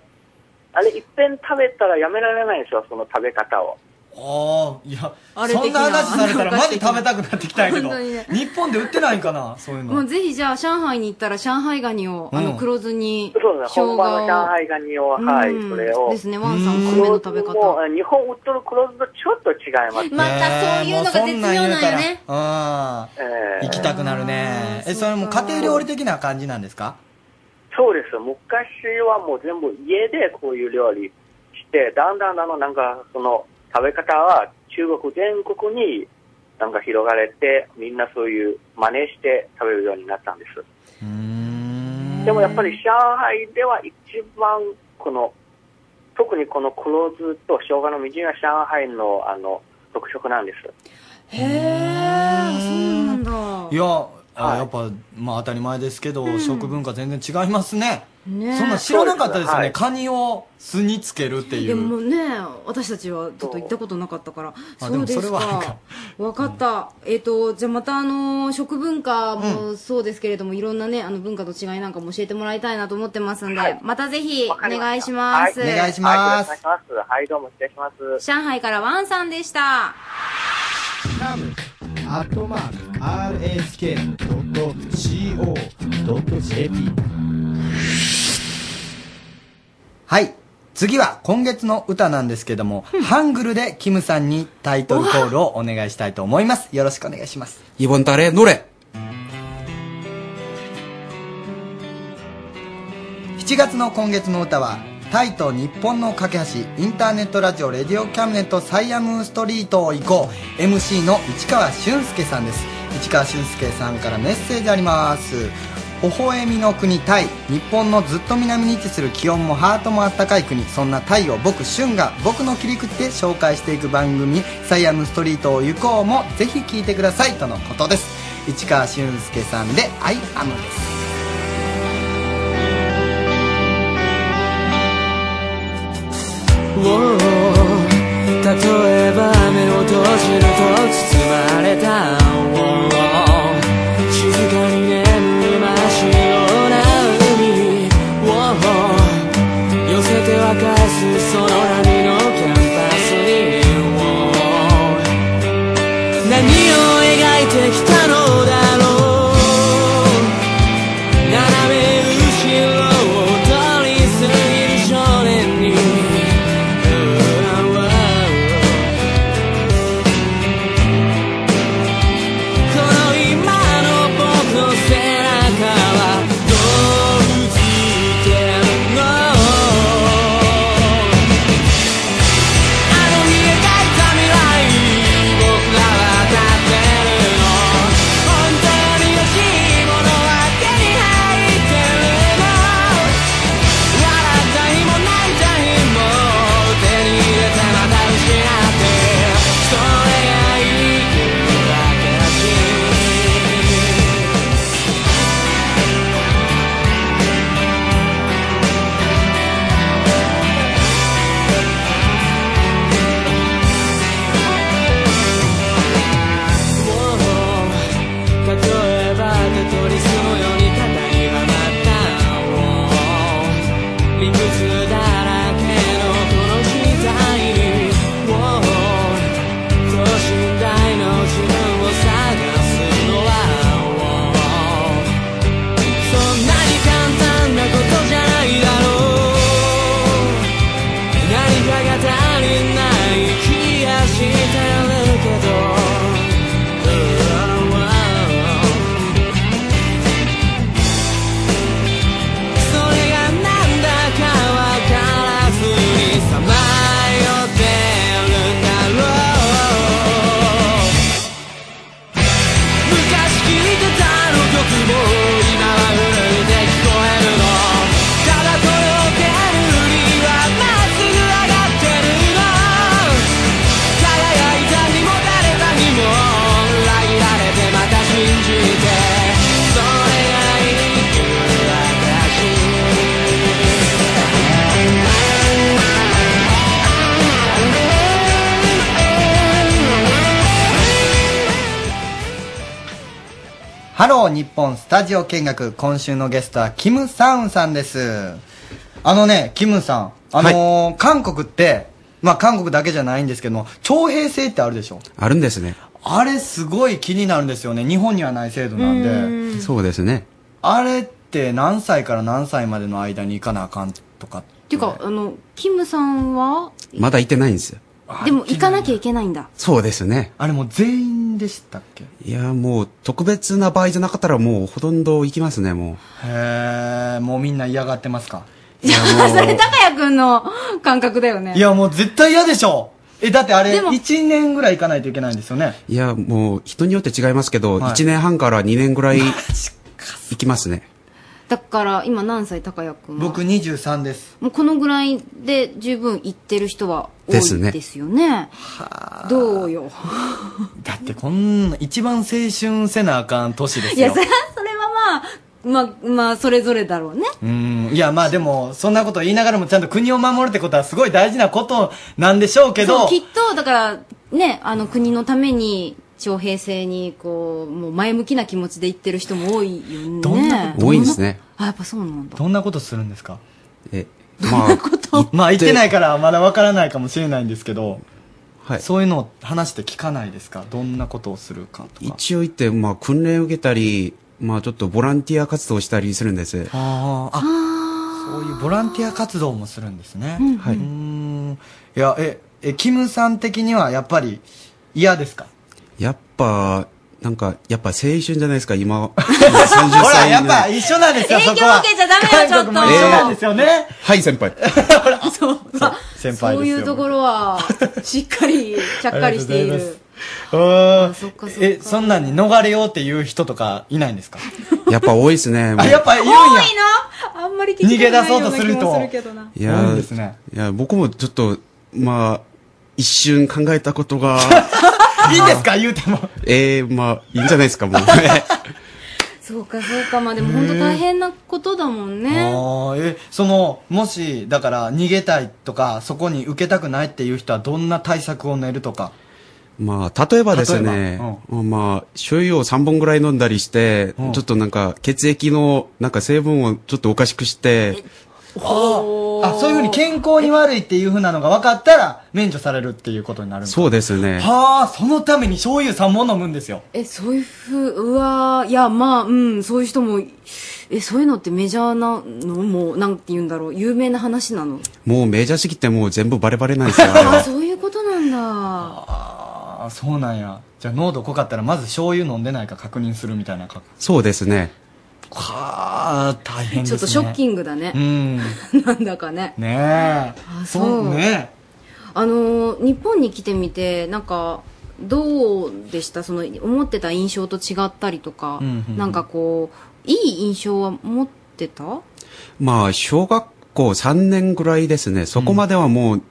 Speaker 5: あれ、一遍食べたらやめられないんですよ、その食べ方を。
Speaker 2: ああ、いや、
Speaker 3: あれ
Speaker 2: そんな
Speaker 3: 的な
Speaker 2: 話されたら
Speaker 3: なん
Speaker 2: マ
Speaker 3: か
Speaker 2: ジ食べたくなってきたんやけど
Speaker 3: 本当にね、
Speaker 2: 日本で売ってないんかな、そういう
Speaker 3: もう
Speaker 2: の。
Speaker 3: ぜひじゃあ上海に行ったら上海ガニを、あ
Speaker 2: う
Speaker 3: の
Speaker 2: ん
Speaker 3: 黒酢に
Speaker 5: そうですね、
Speaker 3: 生姜
Speaker 5: 本
Speaker 3: を
Speaker 5: 場の上海ガニを、はい、
Speaker 3: うん
Speaker 5: それを。
Speaker 3: ですねワンさんおすすめ
Speaker 5: 黒
Speaker 3: の食べ
Speaker 5: 酢も
Speaker 3: 方
Speaker 5: あ日本売ってる黒酢とちょっと違います。
Speaker 3: またそういうのが絶妙なんよね
Speaker 2: ああ、
Speaker 5: え
Speaker 2: 行き
Speaker 5: ー、
Speaker 2: たくなるね。
Speaker 3: あー
Speaker 2: え、それも
Speaker 3: そ
Speaker 2: 家
Speaker 3: うか
Speaker 2: 庭料理的な感じなんですか
Speaker 5: そうです。昔はもう全部家でこういう料理して、だんだんあの、なんか、その、食べ方は中国全国になんか広がれて、みんなそういう真似して食べるようになったんです。
Speaker 2: うーん。
Speaker 5: でもやっぱり上海では一番この特にこの黒酢と生姜のみじんは上海のあの特色なんです。
Speaker 3: へえそうなんだ
Speaker 2: いや、あ
Speaker 5: はい
Speaker 2: やっぱ、まあ当たり前ですけど、
Speaker 3: ん
Speaker 2: 食文化全然違いますね。
Speaker 3: ね
Speaker 2: そんなん知らなかったですよ
Speaker 5: そう
Speaker 2: ね。
Speaker 5: ですねはい
Speaker 2: カニを酢につけるってい
Speaker 3: でも
Speaker 2: う。
Speaker 3: ね私たちはちょっと行ったことなかったから
Speaker 2: あ
Speaker 3: そうです
Speaker 2: でもそれはあるか
Speaker 3: か分かった、えっ、とじゃあまたあのー食文化もそうですけれども、いろんなねあの文化の違いなんかも教えてもらいたいなと思ってますんで、
Speaker 5: はい
Speaker 3: またぜひお
Speaker 5: わかり
Speaker 3: 願い
Speaker 5: ま
Speaker 3: し
Speaker 5: した
Speaker 3: ます、
Speaker 5: はい
Speaker 2: お願いします
Speaker 5: はい、よろしくお願いします。はい、どうも失礼します。
Speaker 3: 上海からワンさんでした
Speaker 6: ラムアットマーク RSK.CO.JP
Speaker 2: はい。次は今月の歌なんですけども、ハングルでキムさんにタイトルコールをお願いしたいと思います。よろしくお願いします。
Speaker 4: イボンタレ、乗れ
Speaker 2: 7月の今月の歌はタイと日本の架け橋インターネットラジオレディオキャムネットサイアムストリートを行こう MC の市川俊介さんです市川俊介さんからメッセージあります微笑みの国タイ日本のずっと南に位置する気温もハートもあったかい国そんなタイを僕俊が僕の切り口で紹介していく番組「サイアムストリートを行こう」もぜひ聞いてくださいとのことです市川俊介さんで「アイアム」です
Speaker 7: 例えば目を閉じると包まれた Oh 静かに眠りましような海 Oh 寄せて沸かすその波のキャンパスに Oh 何を描いてきたのだろう斜め後ろを通り過ぎる少年に
Speaker 2: ハロー日本スタジオ見学、今週のゲストはキム・サウンさんです。あのね、キムさん、あのー韓国って、まあ韓国だけじゃないんですけども、徴兵制ってあるでしょ
Speaker 4: あるんですね。
Speaker 2: あれすごい気になるんですよね。日本にはない制度なんで。
Speaker 4: そうですね。
Speaker 2: あれって何歳から何歳までの間に行かなあかんとか。
Speaker 3: ていうか、あの、キムさんは、
Speaker 4: まだ行ってないんですよ。
Speaker 3: でも行かなきゃいけないんだ。
Speaker 4: そうですね。
Speaker 2: あれもう全員でしたっけ
Speaker 4: いや、もう特別な場合じゃなかったらもうほとんど行きますね、も
Speaker 2: へえ、もうみんな嫌がってますか
Speaker 3: それ、高谷くんの感覚だよね。
Speaker 2: いや、もう絶対嫌でしょえ、だってあれ、
Speaker 3: でも
Speaker 2: 1年ぐらい行かないといけないんですよね。
Speaker 4: う。いや、もう人によって違いますけど、
Speaker 2: はい
Speaker 4: 1年半から2年 ぐらい行きますね。
Speaker 3: だから、今何歳高谷くんは
Speaker 2: 僕23です。
Speaker 3: もうこのぐらいで十分行ってる人は多
Speaker 4: です
Speaker 3: い
Speaker 4: ね
Speaker 3: ですよね。どうよ。
Speaker 2: だってこんな、一番青春せなあかん年です
Speaker 3: いや、
Speaker 2: よ
Speaker 3: そ。れはそれはまあ、まあ、まあ、それぞれだろうね。
Speaker 2: うん。いや、まあでも、そんなこと言いながらもちゃんと国を守るってことはすごい大事なことなんでしょうけ
Speaker 3: そ
Speaker 2: ど
Speaker 3: う、き、っと、だから、ね、あの、国のために、徴兵制に、こう、もう前向きな気持ちで行ってる人も多いよね。
Speaker 2: どんな
Speaker 4: 多いんですね。
Speaker 3: あ、やっぱそうなんだ。
Speaker 2: どんなことするんですか
Speaker 4: え、まあ、
Speaker 2: まあ言ってないからまだわからないかもしれないんですけど、
Speaker 4: はい
Speaker 2: そういうのを話して聞かないですかどんなことをするかとか。
Speaker 4: 一応行って、まあ訓練受けたり、まあちょっとボランティア活動したりするんです。
Speaker 2: あーあ、そういうボランティア活動もするんですね。
Speaker 4: はいう
Speaker 2: ーん。いや、え、え、キムさん的にはやっぱり嫌ですか
Speaker 4: やっぱ、なんか、やっぱ青春じゃないですか、今。30歳
Speaker 2: ほら、やっぱ一緒なんですよ、そ
Speaker 3: 影
Speaker 2: こ
Speaker 3: 響
Speaker 2: は
Speaker 3: 受。けちゃダメよ、ちょっと。
Speaker 2: 韓国も一緒なんですよね。
Speaker 4: はい、先 輩。
Speaker 2: 先輩ですよ。
Speaker 3: そういうところは、しっかり、ちゃっかりして い
Speaker 2: ありがとうございます
Speaker 3: る。
Speaker 2: うーん
Speaker 3: そっかそっか
Speaker 2: え、そんなんに逃れようっていう人とかいないんですか
Speaker 4: やっぱ多いで すね。も
Speaker 2: あ、
Speaker 4: う
Speaker 2: やっぱいるんや。
Speaker 3: 多いなあんまり聞きたくないような気もするけどな。
Speaker 4: いや
Speaker 2: 多いですね
Speaker 4: いや、僕もちょっと、まあ、一瞬考えたことが、
Speaker 2: いいんですか言うても。
Speaker 4: ええまあ、いいんじゃないです か、もう。
Speaker 3: そうかそうか、まあでも本当大変なことだもんね。
Speaker 2: あーえそのもしだから逃げたいとかそこに受けたくないっていう人はどんな対策を練るとか
Speaker 4: まあ、例えばです
Speaker 2: 例え
Speaker 4: ね
Speaker 2: ば、
Speaker 4: まあ、醤油を3本ぐらい飲んだりして、
Speaker 2: うん
Speaker 4: ちょっとなんか、血液の、なんか成分をちょっとおかしくして、
Speaker 2: あそういうふうに健康に悪いっていうふうなのが分かったら免除されるっていうことになるんだ
Speaker 4: そうですね。
Speaker 2: はあそのために醤油3本飲むんですよ
Speaker 3: え、そういうふう、うわーいや、まあ、うん、そういう人も、え、そういうのってメジャーなのもう、なんて言うんだろう、有名な話なの。
Speaker 4: もうメジャーすぎてもう全部バレバレなんですよ、あれ
Speaker 3: あ、
Speaker 4: は
Speaker 3: そういうことなんだ。
Speaker 2: あそうなんやじゃあ濃度濃かったらまず醤油飲んでないか確認するみたいなか
Speaker 4: そうですね。
Speaker 2: はあ大変で
Speaker 3: ち
Speaker 2: すね
Speaker 3: ょっとショッキ
Speaker 2: ン
Speaker 3: ングだね
Speaker 2: う。ん
Speaker 3: なんだかね。
Speaker 2: ねえ
Speaker 3: あそう
Speaker 2: ね
Speaker 3: あのー、日本に来てみて、なんか、どうでしたその、思ってた印象と違ったりとか、
Speaker 2: うんうんうん
Speaker 3: なんかこう、いい印象は持ってた
Speaker 4: まあ、小学校3年ぐらいですね。そこまではもう、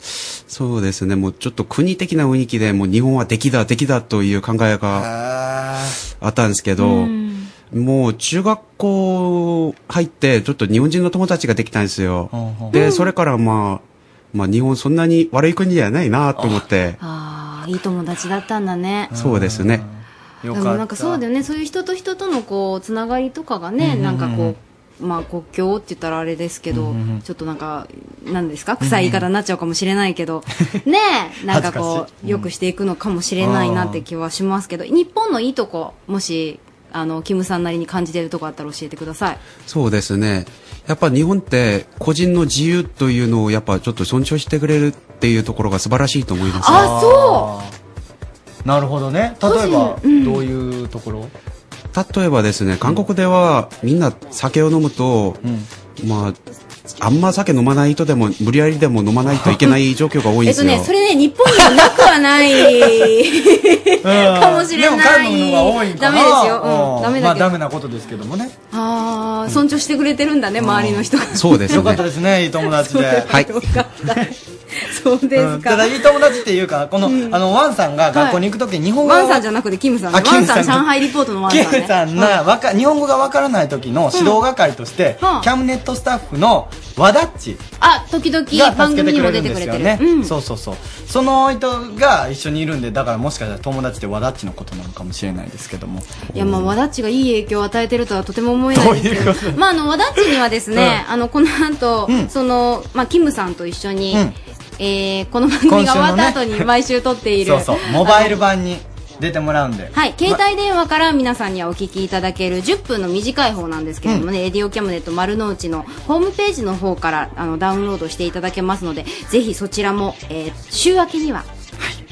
Speaker 4: そうですね。もうちょっと国的な雰囲気で、もう日本は敵だ、敵だという考えが
Speaker 2: あ
Speaker 4: あったんですけど、もう中学校入って、ちょっと日本人の友達ができたんですよ。
Speaker 2: ほうほう
Speaker 4: で、それからまあ、まあ日本そんなに悪い国じゃないなと思って、
Speaker 3: ああ、いい友達だったんだね。
Speaker 4: そうですね。
Speaker 2: よ
Speaker 3: で
Speaker 2: かっ
Speaker 3: も
Speaker 2: た
Speaker 3: なんかそうだよね、そういう人と人とのこう、つながりとかがね、
Speaker 2: うんうんうん
Speaker 3: なんかこう、まあ国境って言ったらあれですけど、
Speaker 2: うんうんうん
Speaker 3: ちょっとなんか、なんですか臭い言い方になっちゃうかもしれないけど、 ねえ、なんかこ
Speaker 2: 恥ずかし
Speaker 3: う、
Speaker 2: い
Speaker 3: よくしていくのかもしれないなって気はしますけど、日本のいいとこ、もし、あの、キムさんなりに感じてるとこあったら教えてください。
Speaker 4: そうですね。やっぱ日本って個人の自由というのをやっぱちょっと尊重してくれるっていうところが素晴らしいと思います。
Speaker 3: あ、そう
Speaker 2: なるほどね例えばどういうとこ ろ、
Speaker 4: 例えばですね、韓国ではみんな酒を飲むと、まあ、あんま酒飲まない人でも、無理やりでも飲まないといけない状況が多
Speaker 3: う
Speaker 4: いん
Speaker 3: え
Speaker 4: で
Speaker 3: っと
Speaker 4: すよ。
Speaker 3: ね、それね、日本にはなくはない かもしれ
Speaker 2: でも
Speaker 3: な
Speaker 2: 韓
Speaker 3: い。
Speaker 2: 国の方が多いんか
Speaker 3: ダ
Speaker 2: な
Speaker 3: メですよ。うん、
Speaker 2: あー
Speaker 3: ダメ
Speaker 2: ま
Speaker 3: だ
Speaker 2: あ
Speaker 3: けど。
Speaker 2: ダメなことですけどもね
Speaker 3: ああ、尊重してくれてるんだね、周り の人が。
Speaker 4: そうです
Speaker 2: よかった
Speaker 4: ね。
Speaker 2: ですねいい友 達で
Speaker 4: はい。
Speaker 3: そうで
Speaker 2: う
Speaker 3: す
Speaker 2: ん、た
Speaker 3: か。
Speaker 2: だいい友達っていうかこの、あのワンさんが学校に行くときに日本語
Speaker 3: ワンさんじ
Speaker 2: ゃ
Speaker 3: ゃなくて、キムさんね。
Speaker 2: あキ
Speaker 3: ワ
Speaker 2: ム
Speaker 3: ン
Speaker 2: さん
Speaker 3: さん、上海リポートのワン
Speaker 2: キ
Speaker 3: さん
Speaker 2: ム
Speaker 3: ね。
Speaker 2: さんがわか日本語がわからない時の指導係として、
Speaker 3: うん
Speaker 2: キャムネットスタッフの和田っち
Speaker 3: あ、時
Speaker 2: が
Speaker 3: 々番
Speaker 2: 助けて
Speaker 3: 組に
Speaker 2: く
Speaker 3: も
Speaker 2: れる
Speaker 3: 出
Speaker 2: んで
Speaker 3: てく
Speaker 2: す
Speaker 3: れ
Speaker 2: よ
Speaker 3: てる。
Speaker 2: ね、
Speaker 3: うん。
Speaker 2: そうそうそうその人が一緒にいるんでだからもしかしたら友達って和田っちのことなのかもしれないですけども
Speaker 3: いや、まあ、和田っちがいい影響を与えてるとはとても思えないですけ
Speaker 2: どう
Speaker 3: ど
Speaker 2: いうこと、
Speaker 3: まあ、あの、和田っちにはですね、あの、この後、
Speaker 2: うん
Speaker 3: その、まあ、キムさんと一緒に、
Speaker 2: うん
Speaker 3: えーこの番組が終わった後
Speaker 2: 今週の
Speaker 3: に
Speaker 2: ね
Speaker 3: 毎週撮っている。
Speaker 2: そうそうモバイル版に出てもらうんで
Speaker 3: はい、携帯電話から皆さんにはお聞きいただける10分の短い方なんですけれどもね、エディオキャムネット丸の内のホームページの方からあのダウンロードしていただけますので、ぜひそちらも、えー週明けには、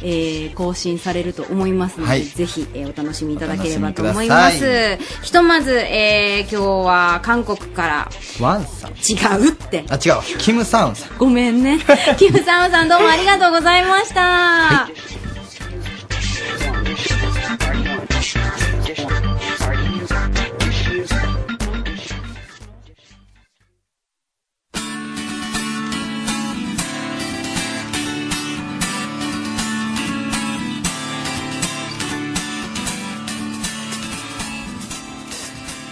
Speaker 3: えー更新されると思いますので、
Speaker 2: はい
Speaker 3: ぜひ、えーお楽しみいただけれ
Speaker 2: お
Speaker 3: ば
Speaker 2: 楽し
Speaker 3: と
Speaker 2: みくださ
Speaker 3: 思
Speaker 2: い
Speaker 3: います。ひとまず、えー今日は韓国から
Speaker 2: ワンさん
Speaker 3: 違うって。
Speaker 2: あ違うわキム・サウンさん
Speaker 3: ごめ んね。キムサムさんどうもありがとうございました。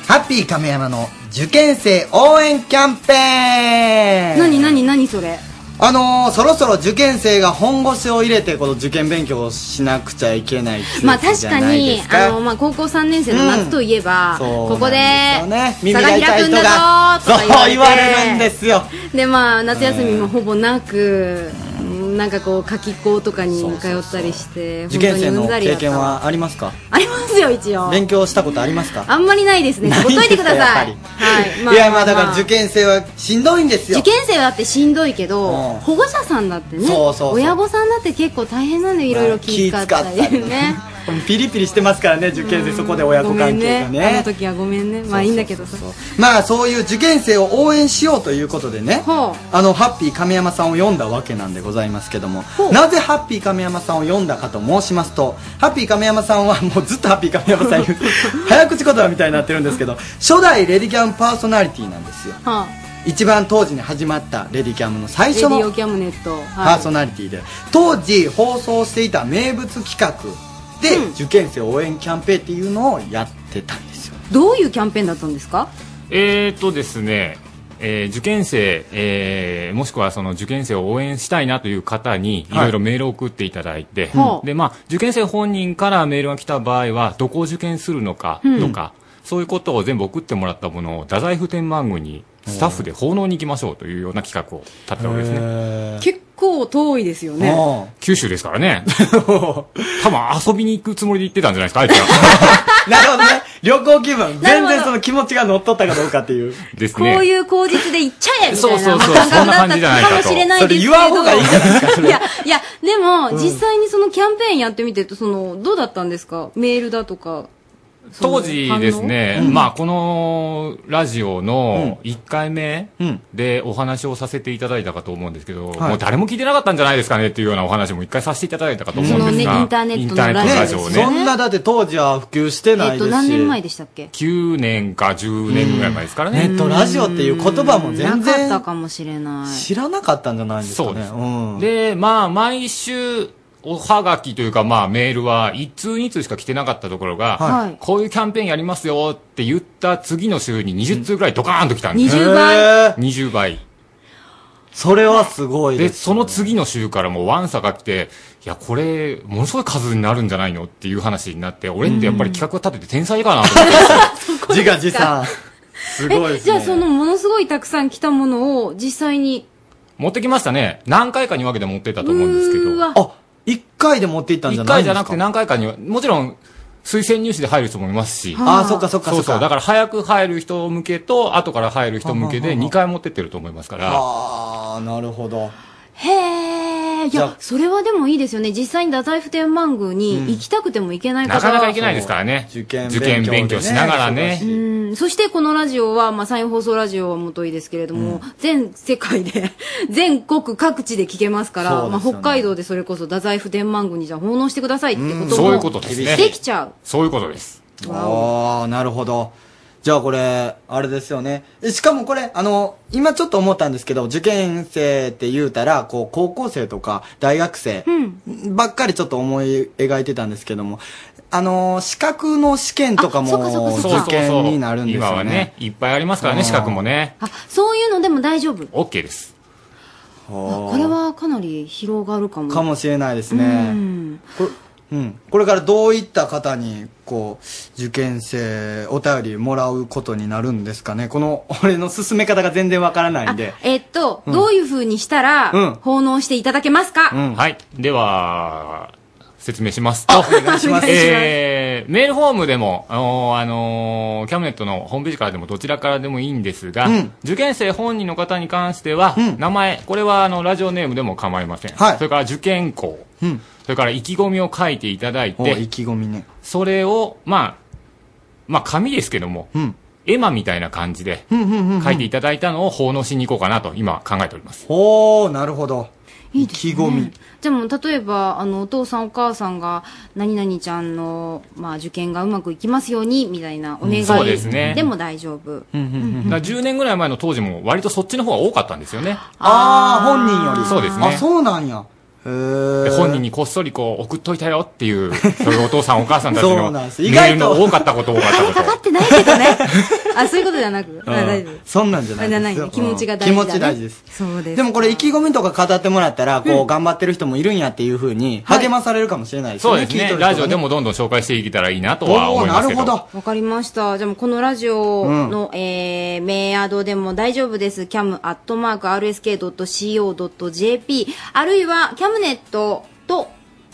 Speaker 2: ハッピー亀山の受験生応援キャンペーン
Speaker 3: なになになにそれ。
Speaker 2: あのー、そろそろ受験生が本腰を入れてこの受験勉強をしなくちゃいけない季
Speaker 3: まあ
Speaker 2: 節
Speaker 3: 確
Speaker 2: じゃ
Speaker 3: か
Speaker 2: ないで
Speaker 3: に
Speaker 2: すか
Speaker 3: あの、まあ、高校3年生の夏といえば、ここで
Speaker 2: そうなんですよね、
Speaker 3: 差
Speaker 2: 耳が
Speaker 3: が
Speaker 2: 痛い
Speaker 3: 開くん
Speaker 2: 人
Speaker 3: だ
Speaker 2: が
Speaker 3: ぞとか
Speaker 2: そう
Speaker 3: 言
Speaker 2: 言
Speaker 3: わ
Speaker 2: わ
Speaker 3: れて
Speaker 2: れるんですよ
Speaker 3: でまあ夏休みもほぼなく、なんかこう夏期校とかに通ったりして
Speaker 2: 受験生の経
Speaker 3: 本当にうんざりだ
Speaker 2: 験
Speaker 3: ったわ
Speaker 2: はありますか
Speaker 3: ありますよ 一応
Speaker 2: 勉強したことありますか
Speaker 3: あんまりないですね
Speaker 2: ないん
Speaker 3: ほ
Speaker 2: で
Speaker 3: っ
Speaker 2: す
Speaker 3: と
Speaker 2: か
Speaker 3: いてください
Speaker 2: やっ
Speaker 3: はい
Speaker 2: いやまあだから受験生はしんどいんですよ
Speaker 3: 受験生はだってしんどいけど、
Speaker 2: うん
Speaker 3: 保護者さんだってね
Speaker 2: そうそうそう
Speaker 3: 親御さんだって結構大変なんでいろいろ気遣ったりね
Speaker 2: ピリピリしてますからね受験生そこで親子
Speaker 3: ごめ
Speaker 2: 関
Speaker 3: ん
Speaker 2: 係
Speaker 3: ね
Speaker 2: が
Speaker 3: あの
Speaker 2: ね
Speaker 3: 時はごめんねまあいいんだけどさ
Speaker 2: そうまあそういう受験生を応援しようということでね
Speaker 3: ほう
Speaker 2: あのハッピー亀山さんを読んだわけなんでございますけども
Speaker 3: ほう
Speaker 2: なぜハッピー亀山さんを読んだかと申しますとハッピー亀山さんはもうずっとハッピー亀山さ ん言う早口言葉みたいになってるんですけど初代レディキャンパーソナリティなんですよ
Speaker 3: はあ
Speaker 2: 一番当時に始まったレディキャムの最
Speaker 3: レデ
Speaker 2: 初
Speaker 3: ィオ
Speaker 2: の
Speaker 3: キャムネット、はい
Speaker 2: パーソナリティで、当時放送していた名物企画で、
Speaker 3: うん
Speaker 2: 受験生応援キャンペーンっていうのをやってたんですよ
Speaker 3: どういうキャンペーンだったんですか
Speaker 8: えーとですね、えー受験生、えーもしくはその受験生を応援したいなという方にい
Speaker 2: はい
Speaker 8: ろいろメールを送っていただいて、
Speaker 3: はあ
Speaker 8: でまあ、受験生本人からメールが来た場合はどこを受験するのかとか、そういうことを全部送ってもらったものを太宰府天満宮にスタッフで奉納に行きましょうというような企画を立てたわけですね。
Speaker 3: 結構遠いですよね
Speaker 2: も
Speaker 8: 九州ですから ね。多分遊びに行くつもりで行ってたんじゃないですか、あいつら。
Speaker 2: う なるほどね旅行気分
Speaker 3: なる
Speaker 2: 全
Speaker 3: ほど
Speaker 2: 然その気持ちが乗っ取ったかどうかっていう
Speaker 8: です
Speaker 3: こう
Speaker 8: ね。
Speaker 3: いう口実で行っちゃえみたい
Speaker 8: そ
Speaker 3: な
Speaker 8: うそうそう
Speaker 3: 感覚
Speaker 8: そんな感じじゃないかと
Speaker 3: だったかもしれないですけ
Speaker 2: そ
Speaker 3: ど
Speaker 2: れ言わん方がいいんじゃないですか
Speaker 3: いやいやでも、実際にそのキャンペーンやってみてそのどうだったんですかメールだとかその
Speaker 8: 当時ですね、まあ、このラジオの1回目
Speaker 2: うん
Speaker 8: でお話をさせていただいたかと思うんですけど、
Speaker 2: い
Speaker 8: もう誰も聞いてなかったんじゃないですかねっていうようなお話も1回させていただいたかと思うんです
Speaker 3: その
Speaker 8: が、
Speaker 3: ねインターネットの
Speaker 8: インターネットラジオを
Speaker 2: そ
Speaker 8: ね、
Speaker 2: んなだって当時は普及して
Speaker 3: 反応
Speaker 2: ない
Speaker 3: え
Speaker 2: です
Speaker 3: っと
Speaker 2: し、
Speaker 3: 何年前でしたっけ
Speaker 8: 9年か10年ぐらい前ですから
Speaker 2: ネ
Speaker 8: ね。
Speaker 2: ットラジオっていう言葉も
Speaker 3: な
Speaker 2: 全
Speaker 3: かった
Speaker 2: 然
Speaker 3: かもしれない
Speaker 2: 知らなかったんじゃないんですかね
Speaker 8: そうです
Speaker 2: ん、
Speaker 8: で、まあ、毎週、おはがきというか、まあ、メールは、1通2通しか来てなかったところが、
Speaker 3: はい
Speaker 8: こういうキャンペーンやりますよって言った次の週に20通ぐらいドカーンと来たんです、
Speaker 3: 20
Speaker 2: へ
Speaker 3: 倍
Speaker 2: ー
Speaker 8: 20倍。
Speaker 2: それはすごい
Speaker 8: で、
Speaker 2: です
Speaker 8: その次の週からもうワンサが来て、いや、これ、ものすごい数になるんじゃないのっていう話になって、俺ってやっぱり企画を立てて天才かなと思って、
Speaker 2: 自画自 賛すごいです、ね、
Speaker 3: えじゃあそのものすごいたくさん来たものを実際に
Speaker 8: 持ってきましたね。何回かに分けて持ってったと思うんですけ
Speaker 3: うーわ
Speaker 8: ど、
Speaker 2: あ一回で持っていったんじゃ
Speaker 8: 一
Speaker 2: ない
Speaker 8: 回
Speaker 2: ん
Speaker 8: じ
Speaker 2: で
Speaker 8: ゃ
Speaker 2: すか
Speaker 8: なくて何回かには、もちろん、推薦入試で入る人もいますし、
Speaker 2: ああそっかそっか
Speaker 8: そ
Speaker 2: そうっか
Speaker 8: そう。だから早く入る人向けと、後から入る人向け
Speaker 2: は
Speaker 8: で
Speaker 2: はは
Speaker 8: 2回持ってってると思いますから、
Speaker 2: ああなるほど
Speaker 3: へえ、い
Speaker 2: じゃあ
Speaker 3: や、それはでもいいですよね。実際に太宰府天満宮に行きたくても行けない
Speaker 8: な
Speaker 3: 方が、
Speaker 8: かなかいけないですからね。
Speaker 2: 受験勉強
Speaker 8: 受
Speaker 2: でね
Speaker 8: 験勉強しながらね
Speaker 2: 忙。しい
Speaker 3: うん、そしてこのラジオは、まあ、山陰放送ラジオはもといですけれども、全世界で、 全国各地で聞けますから、
Speaker 2: そうです
Speaker 3: ま
Speaker 2: よ
Speaker 3: あ、
Speaker 2: ね
Speaker 3: 北海道でそれこそ太宰府天満宮にじゃあ奉納してくださいってことも、
Speaker 8: そういうことですね。
Speaker 3: できちゃう。
Speaker 8: そういうことです。
Speaker 2: ああなるほどじゃあこれ、あれですよね。えしかもこれ、あの、今ちょっと思ったんですけど、受験生って言うたら、こう、高校生とか大学生ばっかりちょっと思い描いてたんですけども、あの、資格の試験とかも受験になるんです
Speaker 8: 今
Speaker 2: よ
Speaker 8: はね
Speaker 2: ね。、
Speaker 8: いっぱいありますからね、資格もね。
Speaker 3: あ、そういうのでも大丈夫。
Speaker 8: OK です。
Speaker 3: これはかなり広がるかも。
Speaker 2: かもしれないですね
Speaker 3: う。ん
Speaker 2: これうん、これからどういった方にこう受験生お便りもらうことになるんですかねこの俺の進め方が全然わからないんで
Speaker 3: えっと、
Speaker 2: うん
Speaker 3: どういう風にしたら、
Speaker 8: うん
Speaker 3: 奉納していただけますか、
Speaker 8: はい。では、説明しますと。お
Speaker 2: 願いします
Speaker 8: えー、メールフォームでも、あのーあのーキャムネットのホームページからでもどちらからでもいいんですが、
Speaker 9: うん
Speaker 8: 受験生本人の方に関しては、名前、これはあの、ラジオネームでも構いません。それから受験校、
Speaker 2: うん
Speaker 8: それから意気込みを書いていただい
Speaker 2: お
Speaker 8: て、
Speaker 2: 意気込みね
Speaker 8: それを、まあ、まあ、紙ですけども、
Speaker 2: うん
Speaker 8: 絵馬みたいな感じで、書いていただいたのを奉納しに行こうかなと、今考えております。
Speaker 2: おー、なるほど。
Speaker 3: 意
Speaker 2: 気込み。
Speaker 3: じゃあもう、例えば、あの、お父さんお母さんが、何々ちゃんの、まあ、受験がうまくいきますように、みたいなお願
Speaker 8: う
Speaker 3: い
Speaker 8: んそうですね
Speaker 3: でも大丈
Speaker 8: だ
Speaker 3: 夫。
Speaker 8: から10年ぐらい前の当時も割とそっちの方が多かったんですよね。
Speaker 2: ああ本人より
Speaker 8: そうですね
Speaker 2: あそうなんやへ
Speaker 8: で
Speaker 2: え
Speaker 8: 本人にこっそりこう送っといたよって いう、そういうお父さんお母さんたち
Speaker 2: そ
Speaker 8: の
Speaker 2: うなん
Speaker 8: メ
Speaker 2: です意外
Speaker 8: ー
Speaker 2: と
Speaker 8: ルの多かったこと多かったこと。
Speaker 3: あ、そういうことじゃなく、あ大丈夫。
Speaker 2: そんなんじゃないですよ
Speaker 3: あじゃないね気持ちが大
Speaker 2: 気持
Speaker 3: 事だね
Speaker 2: ち大事です
Speaker 3: そうです。
Speaker 2: でもこれ意気込みとか語ってもらったらこう頑張ってる人もいるんやっていうふうに励まされるかもしれ ないですよ
Speaker 8: そう
Speaker 2: ね
Speaker 8: です
Speaker 2: 聞いと
Speaker 8: ね。
Speaker 2: る人が
Speaker 8: ラジオでもどんどん紹介していけたらいいなとは思いますけど。
Speaker 2: ど。
Speaker 3: わかりました。じゃあもうこのラジオの、えー、メアドでも大丈夫です。cam.rsk.co.jp あるいは camnet と、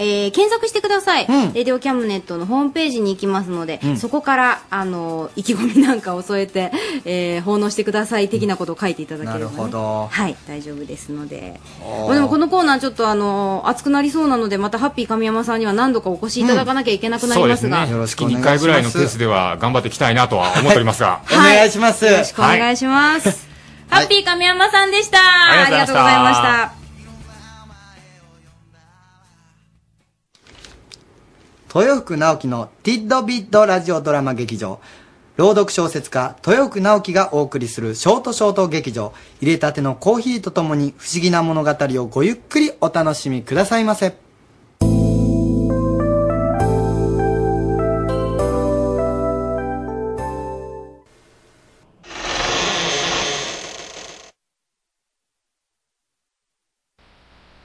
Speaker 3: えー、検索してください。レディオキャムネットのホームページに行きますので、
Speaker 10: うん
Speaker 3: そこから、あの、意気込みなんかを添えて、えー、奉納してください的なことを書いていただければ、ね。
Speaker 2: なるほど
Speaker 3: はい、大丈夫ですので。
Speaker 2: はあ
Speaker 3: まあでもこのコーナーちょっとあの、熱くなりそうなので、またハッピー神山さんには何度かお越しいただかなきゃいけなくなり
Speaker 8: そうで
Speaker 3: ますすが。
Speaker 8: ね。月に1回ぐらいのペースでは頑張っていきたいなとは思っております が。
Speaker 2: お願いしますよろ
Speaker 3: よろしくお願い します。ハッピー神山さんでした。ありがとうございました。
Speaker 2: 豊福直樹のティッドビッドラジオドラマ劇場朗読小説家豊福直樹がお送りするショートショート劇場入れたてのコーヒーとともに不思議な物語をごゆっくりお楽しみくださいませ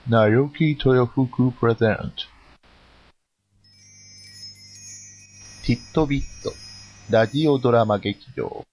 Speaker 11: Naoki Toyofuku present ティットビットラジオドラマ劇場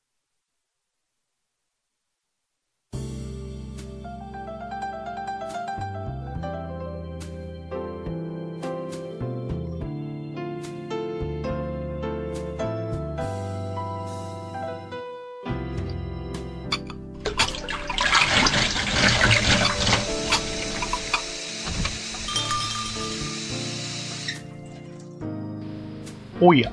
Speaker 11: おや、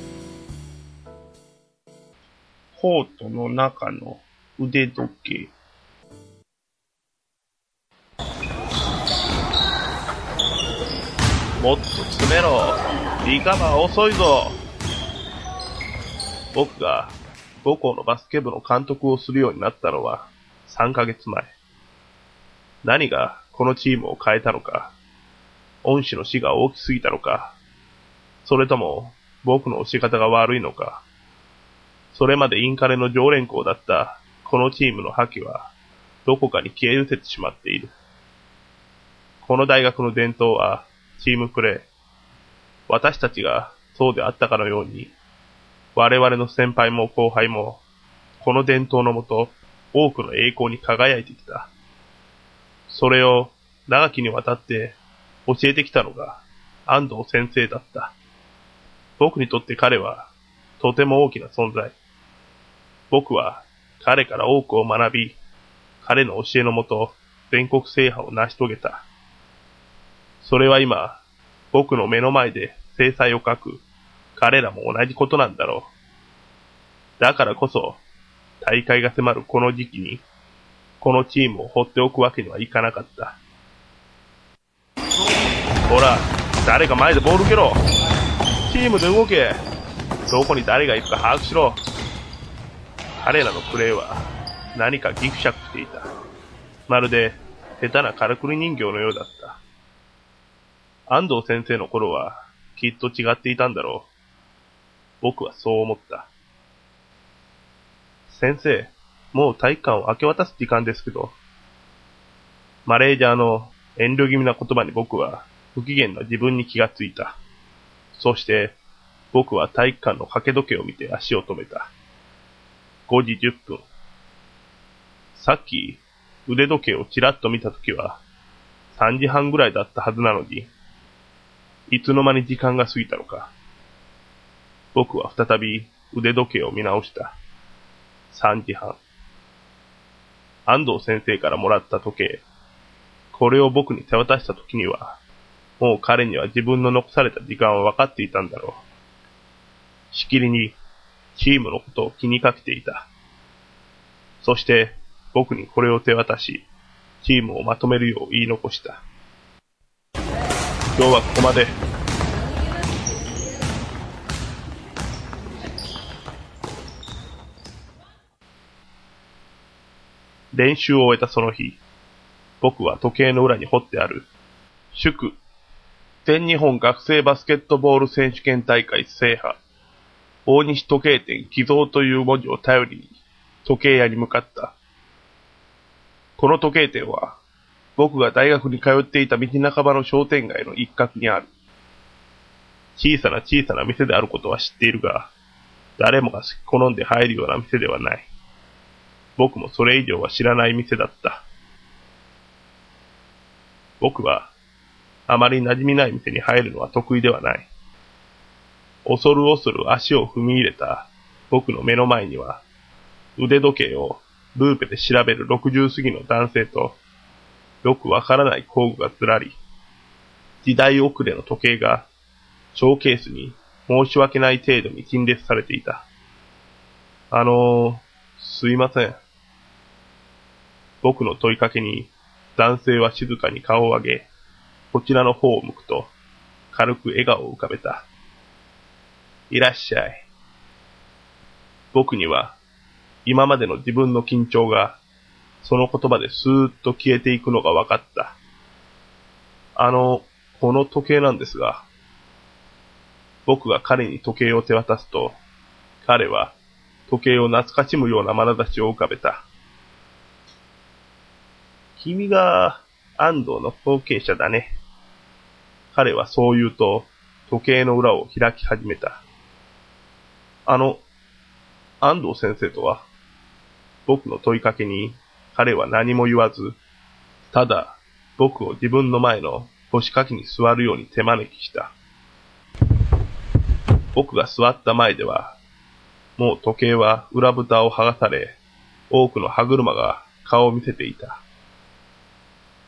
Speaker 11: コートの中の腕時計。
Speaker 12: もっと詰めろ。リカバー遅いぞ。僕が母校のバスケ部の監督をするようになったのは3ヶ月前。何がこのチームを変えたのか、恩師の死が大きすぎたのか、それとも僕の教え方が悪いのか、それまでインカレの常連校だったこのチームの覇気はどこかに消え失せてしまっている。この大学の伝統はチームプレー。私たちがそうであったかのように、我々の先輩も後輩も、この伝統のもと、多くの栄光に輝いてきた。それを長きにわたって教えてきたのが安藤先生だった。僕にとって彼はとても大きな存在。僕は彼から多くを学び、彼の教えのもと、全国制覇を成し遂げた。それは今、僕の目の前で制裁を書く、彼らも同じことなんだろう。だからこそ、大会が迫るこの時期に、このチームを放っておくわけにはいかなかった。ほら、誰か前でボール蹴ろチームで動けどこに誰が行くか把握しろ彼らのプレーは何かギクシャクしていた。まるで下手なからくり人形のようだった。安藤先生の頃はきっと違っていたんだろう。僕はそう思った。先生、もう体育館を明け渡す時間ですけど。マネージャーの遠慮気味な言葉に僕は不機嫌な自分に気がついた。そして僕は体育館の掛け時計を見て足を止めた。5時10分。さっき腕時計をちらっと見たときは3時半ぐらいだったはずなのに、いつの間に時間が過ぎたのか。僕は再び腕時計を見直した。3時半。安藤先生からもらった時計。これを僕に手渡した時には、もう彼には自分の残された時間は分かっていたんだろう。しきりに、チームのことを気にかけていた。そして、僕にこれを手渡し、チームをまとめるよう言い残した。今日はここまで。練習を終えたその日、僕は時計の裏に彫ってある、祝、全日本学生バスケットボール選手権大会制覇、大西時計店寄贈という文字を頼りに、時計屋に向かった。この時計店は、僕が大学に通っていた道半ばの商店街の一角にある。小さな小さな店であることは知っているが、誰もが好き好んで入るような店ではない。僕もそれ以上は知らない店だった。僕は、あまり馴染みない店に入るのは得意ではない。恐る恐る足を踏み入れた僕の目の前には、腕時計をルーペで調べる60過ぎの男性と、よくわからない工具がずらり、時代遅れの時計が、ショーケースに申し訳ない程度に陳列されていた。あのー、すいません。僕の問いかけに、男性は静かに顔を上げ、こちらの方を向くと、軽く笑顔を浮かべた。いらっしゃい。僕には、今までの自分の緊張が、その言葉でスーッと消えていくのが分かった。あの、この時計なんですが、僕が彼に時計を手渡すと、彼は時計を懐かしむような眼差しを浮かべた。君が安藤の後継者だね。彼はそう言うと、時計の裏を開き始めた。あの、安藤先生とは、僕の問いかけに彼は何も言わず、ただ僕を自分の前の腰掛けに座るように手招きした。僕が座った前では、もう時計は裏蓋を剥がされ、多くの歯車が顔を見せていた。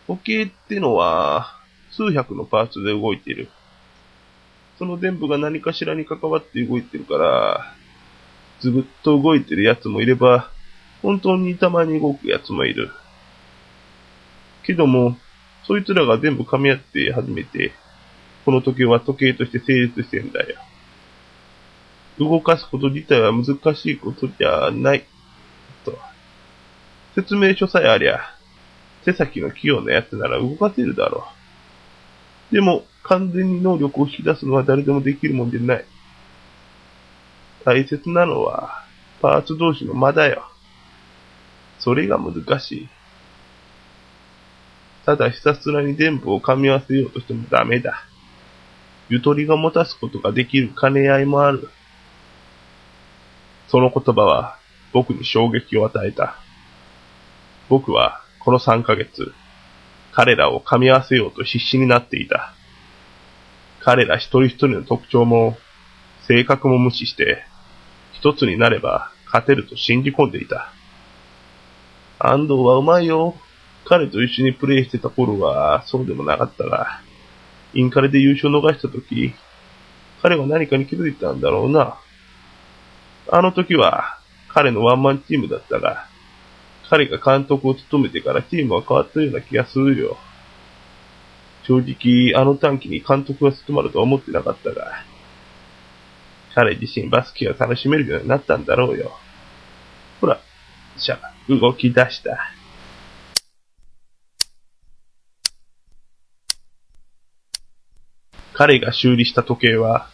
Speaker 12: 時計ってのは、数百のパーツで動いている。その全部が何かしらに関わって動いてるから、ずぶっと動いてるやつもいれば、本当にたまに動くやつもいる。けども、そいつらが全部噛み合って始めて、この時計は時計として成立してんだよ。動かすこと自体は難しいことじゃない。と。説明書さえありゃ、手先の器用なやつなら動かせるだろう。でも、完全に能力を引き出すのは誰でもできるもんじゃない。大切なのは、パーツ同士の間だよ。それが難しい。ただひたすらに全部を噛み合わせようとしてもダメだ。ゆとりが持たすことができる兼ね合いもある。その言葉は僕に衝撃を与えた。僕はこの3ヶ月、彼らを噛み合わせようと必死になっていた。彼ら一人一人の特徴も性格も無視して、一つになれば勝てると信じ込んでいた。安藤はうまいよ。彼と一緒にプレイしてた頃は、そうでもなかったが、インカレで優勝を逃した時、彼が何かに気づいたんだろうな。あの時は、彼のワンマンチームだったが、彼が監督を務めてからチームは変わったような気がするよ。正直、あの短期に監督が務まるとは思ってなかったが、彼自身バスケを楽しめるようになったんだろうよ。ほら、シャー、動き出した。彼が修理した時計は、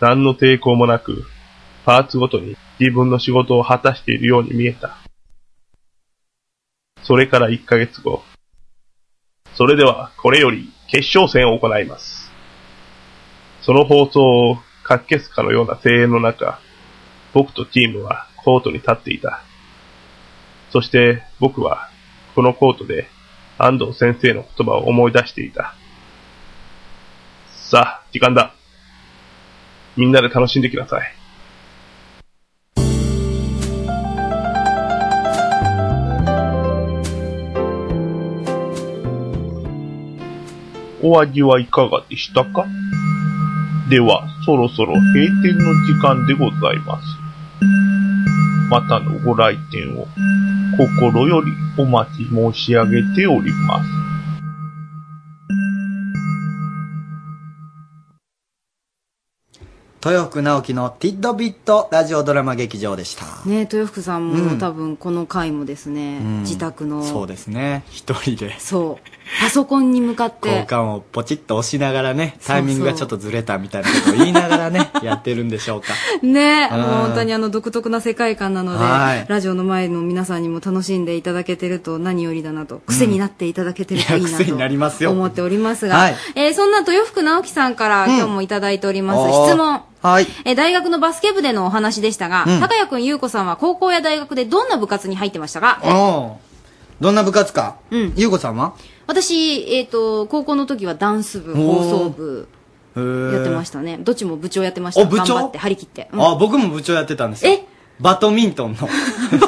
Speaker 12: 何の抵抗もなく、パーツごとに自分の仕事を果たしているように見えた。それから1ヶ月後。それでは、これより決勝戦を行います。その放送をかっけすかのような声援の中、僕とチームはコートに立っていた。そして僕は、このコートで安藤先生の言葉を思い出していた。さあ、時間だ。みんなで楽しんできなさい。
Speaker 11: お味はいかがでしたかでは、そろそろ閉店の時間でございます。またのご来店を心よりお待ち申し上げております。
Speaker 2: 豊福直樹のティッドビットラジオドラマ劇場でした。
Speaker 3: ね豊福さん
Speaker 2: う
Speaker 3: も
Speaker 2: ん
Speaker 3: 多分この回もですね、
Speaker 2: うん
Speaker 3: 自宅の
Speaker 2: そうですね。一人で。
Speaker 3: そうパソコンに向かっ
Speaker 2: 交
Speaker 3: て
Speaker 2: 換をポチッと押しながらね、
Speaker 3: そうそう
Speaker 2: タイミングがちょっとずれたみたいなことを言いながら ね、やってるんでしょうか。
Speaker 3: ね
Speaker 2: うん
Speaker 3: もう本当にあの独特な世界観なの
Speaker 2: はい
Speaker 3: でラジオの前の皆さんにも楽しんでいただけてると何よりだなと癖になっていただけてるといいなと、
Speaker 2: 癖になりますよ。
Speaker 3: 思っておりますが、
Speaker 2: はい
Speaker 3: えーそんな豊福直樹さんから今日もいただいております、
Speaker 2: おー
Speaker 3: 質問
Speaker 2: はい。
Speaker 3: えー大学のバスケ部でのお話でしたが、
Speaker 2: うん
Speaker 3: 高谷くん優子さんは高校や大学でどんな部活に入ってましたか
Speaker 2: おーどんな部活か。うん。ゆうこさんは
Speaker 3: 私、えっ、と、高校の時はダンス部、
Speaker 2: おー
Speaker 3: 放送部や
Speaker 2: や
Speaker 3: ってましたね。どっちも部長やってました。
Speaker 2: お部長
Speaker 3: 頑張って、張り切って。うん
Speaker 2: あ、僕も部長やってたんですよ。
Speaker 3: え
Speaker 2: バドミン トンの。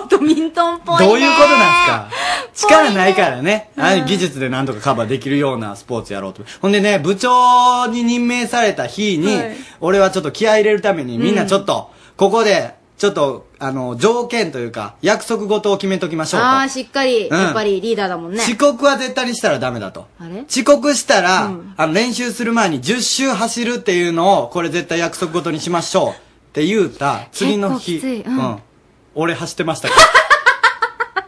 Speaker 3: ドミントンっぽいね。
Speaker 2: どういうことなんですか力ないからね。あの技術でなんとかカバーできるようなスポーツやろうと。ほんでね、部長に任命された日に、
Speaker 9: はい
Speaker 2: 俺はちょっと気合い入れるために、みんなちょっと、ここで、ちょっと、あの、条件というか、約束事を決めときましょうと。
Speaker 3: ああー、しっかり、
Speaker 2: うん
Speaker 3: やっぱりリーダーだもんね。
Speaker 2: 遅刻は絶対にしたらダメだと。
Speaker 3: あれ
Speaker 2: 遅刻したら、あの、練習する前に10周走るっていうのを、これ絶対約束事にしましょうって言うた、次の日。
Speaker 3: 結構きついうん
Speaker 2: 俺走ってましたか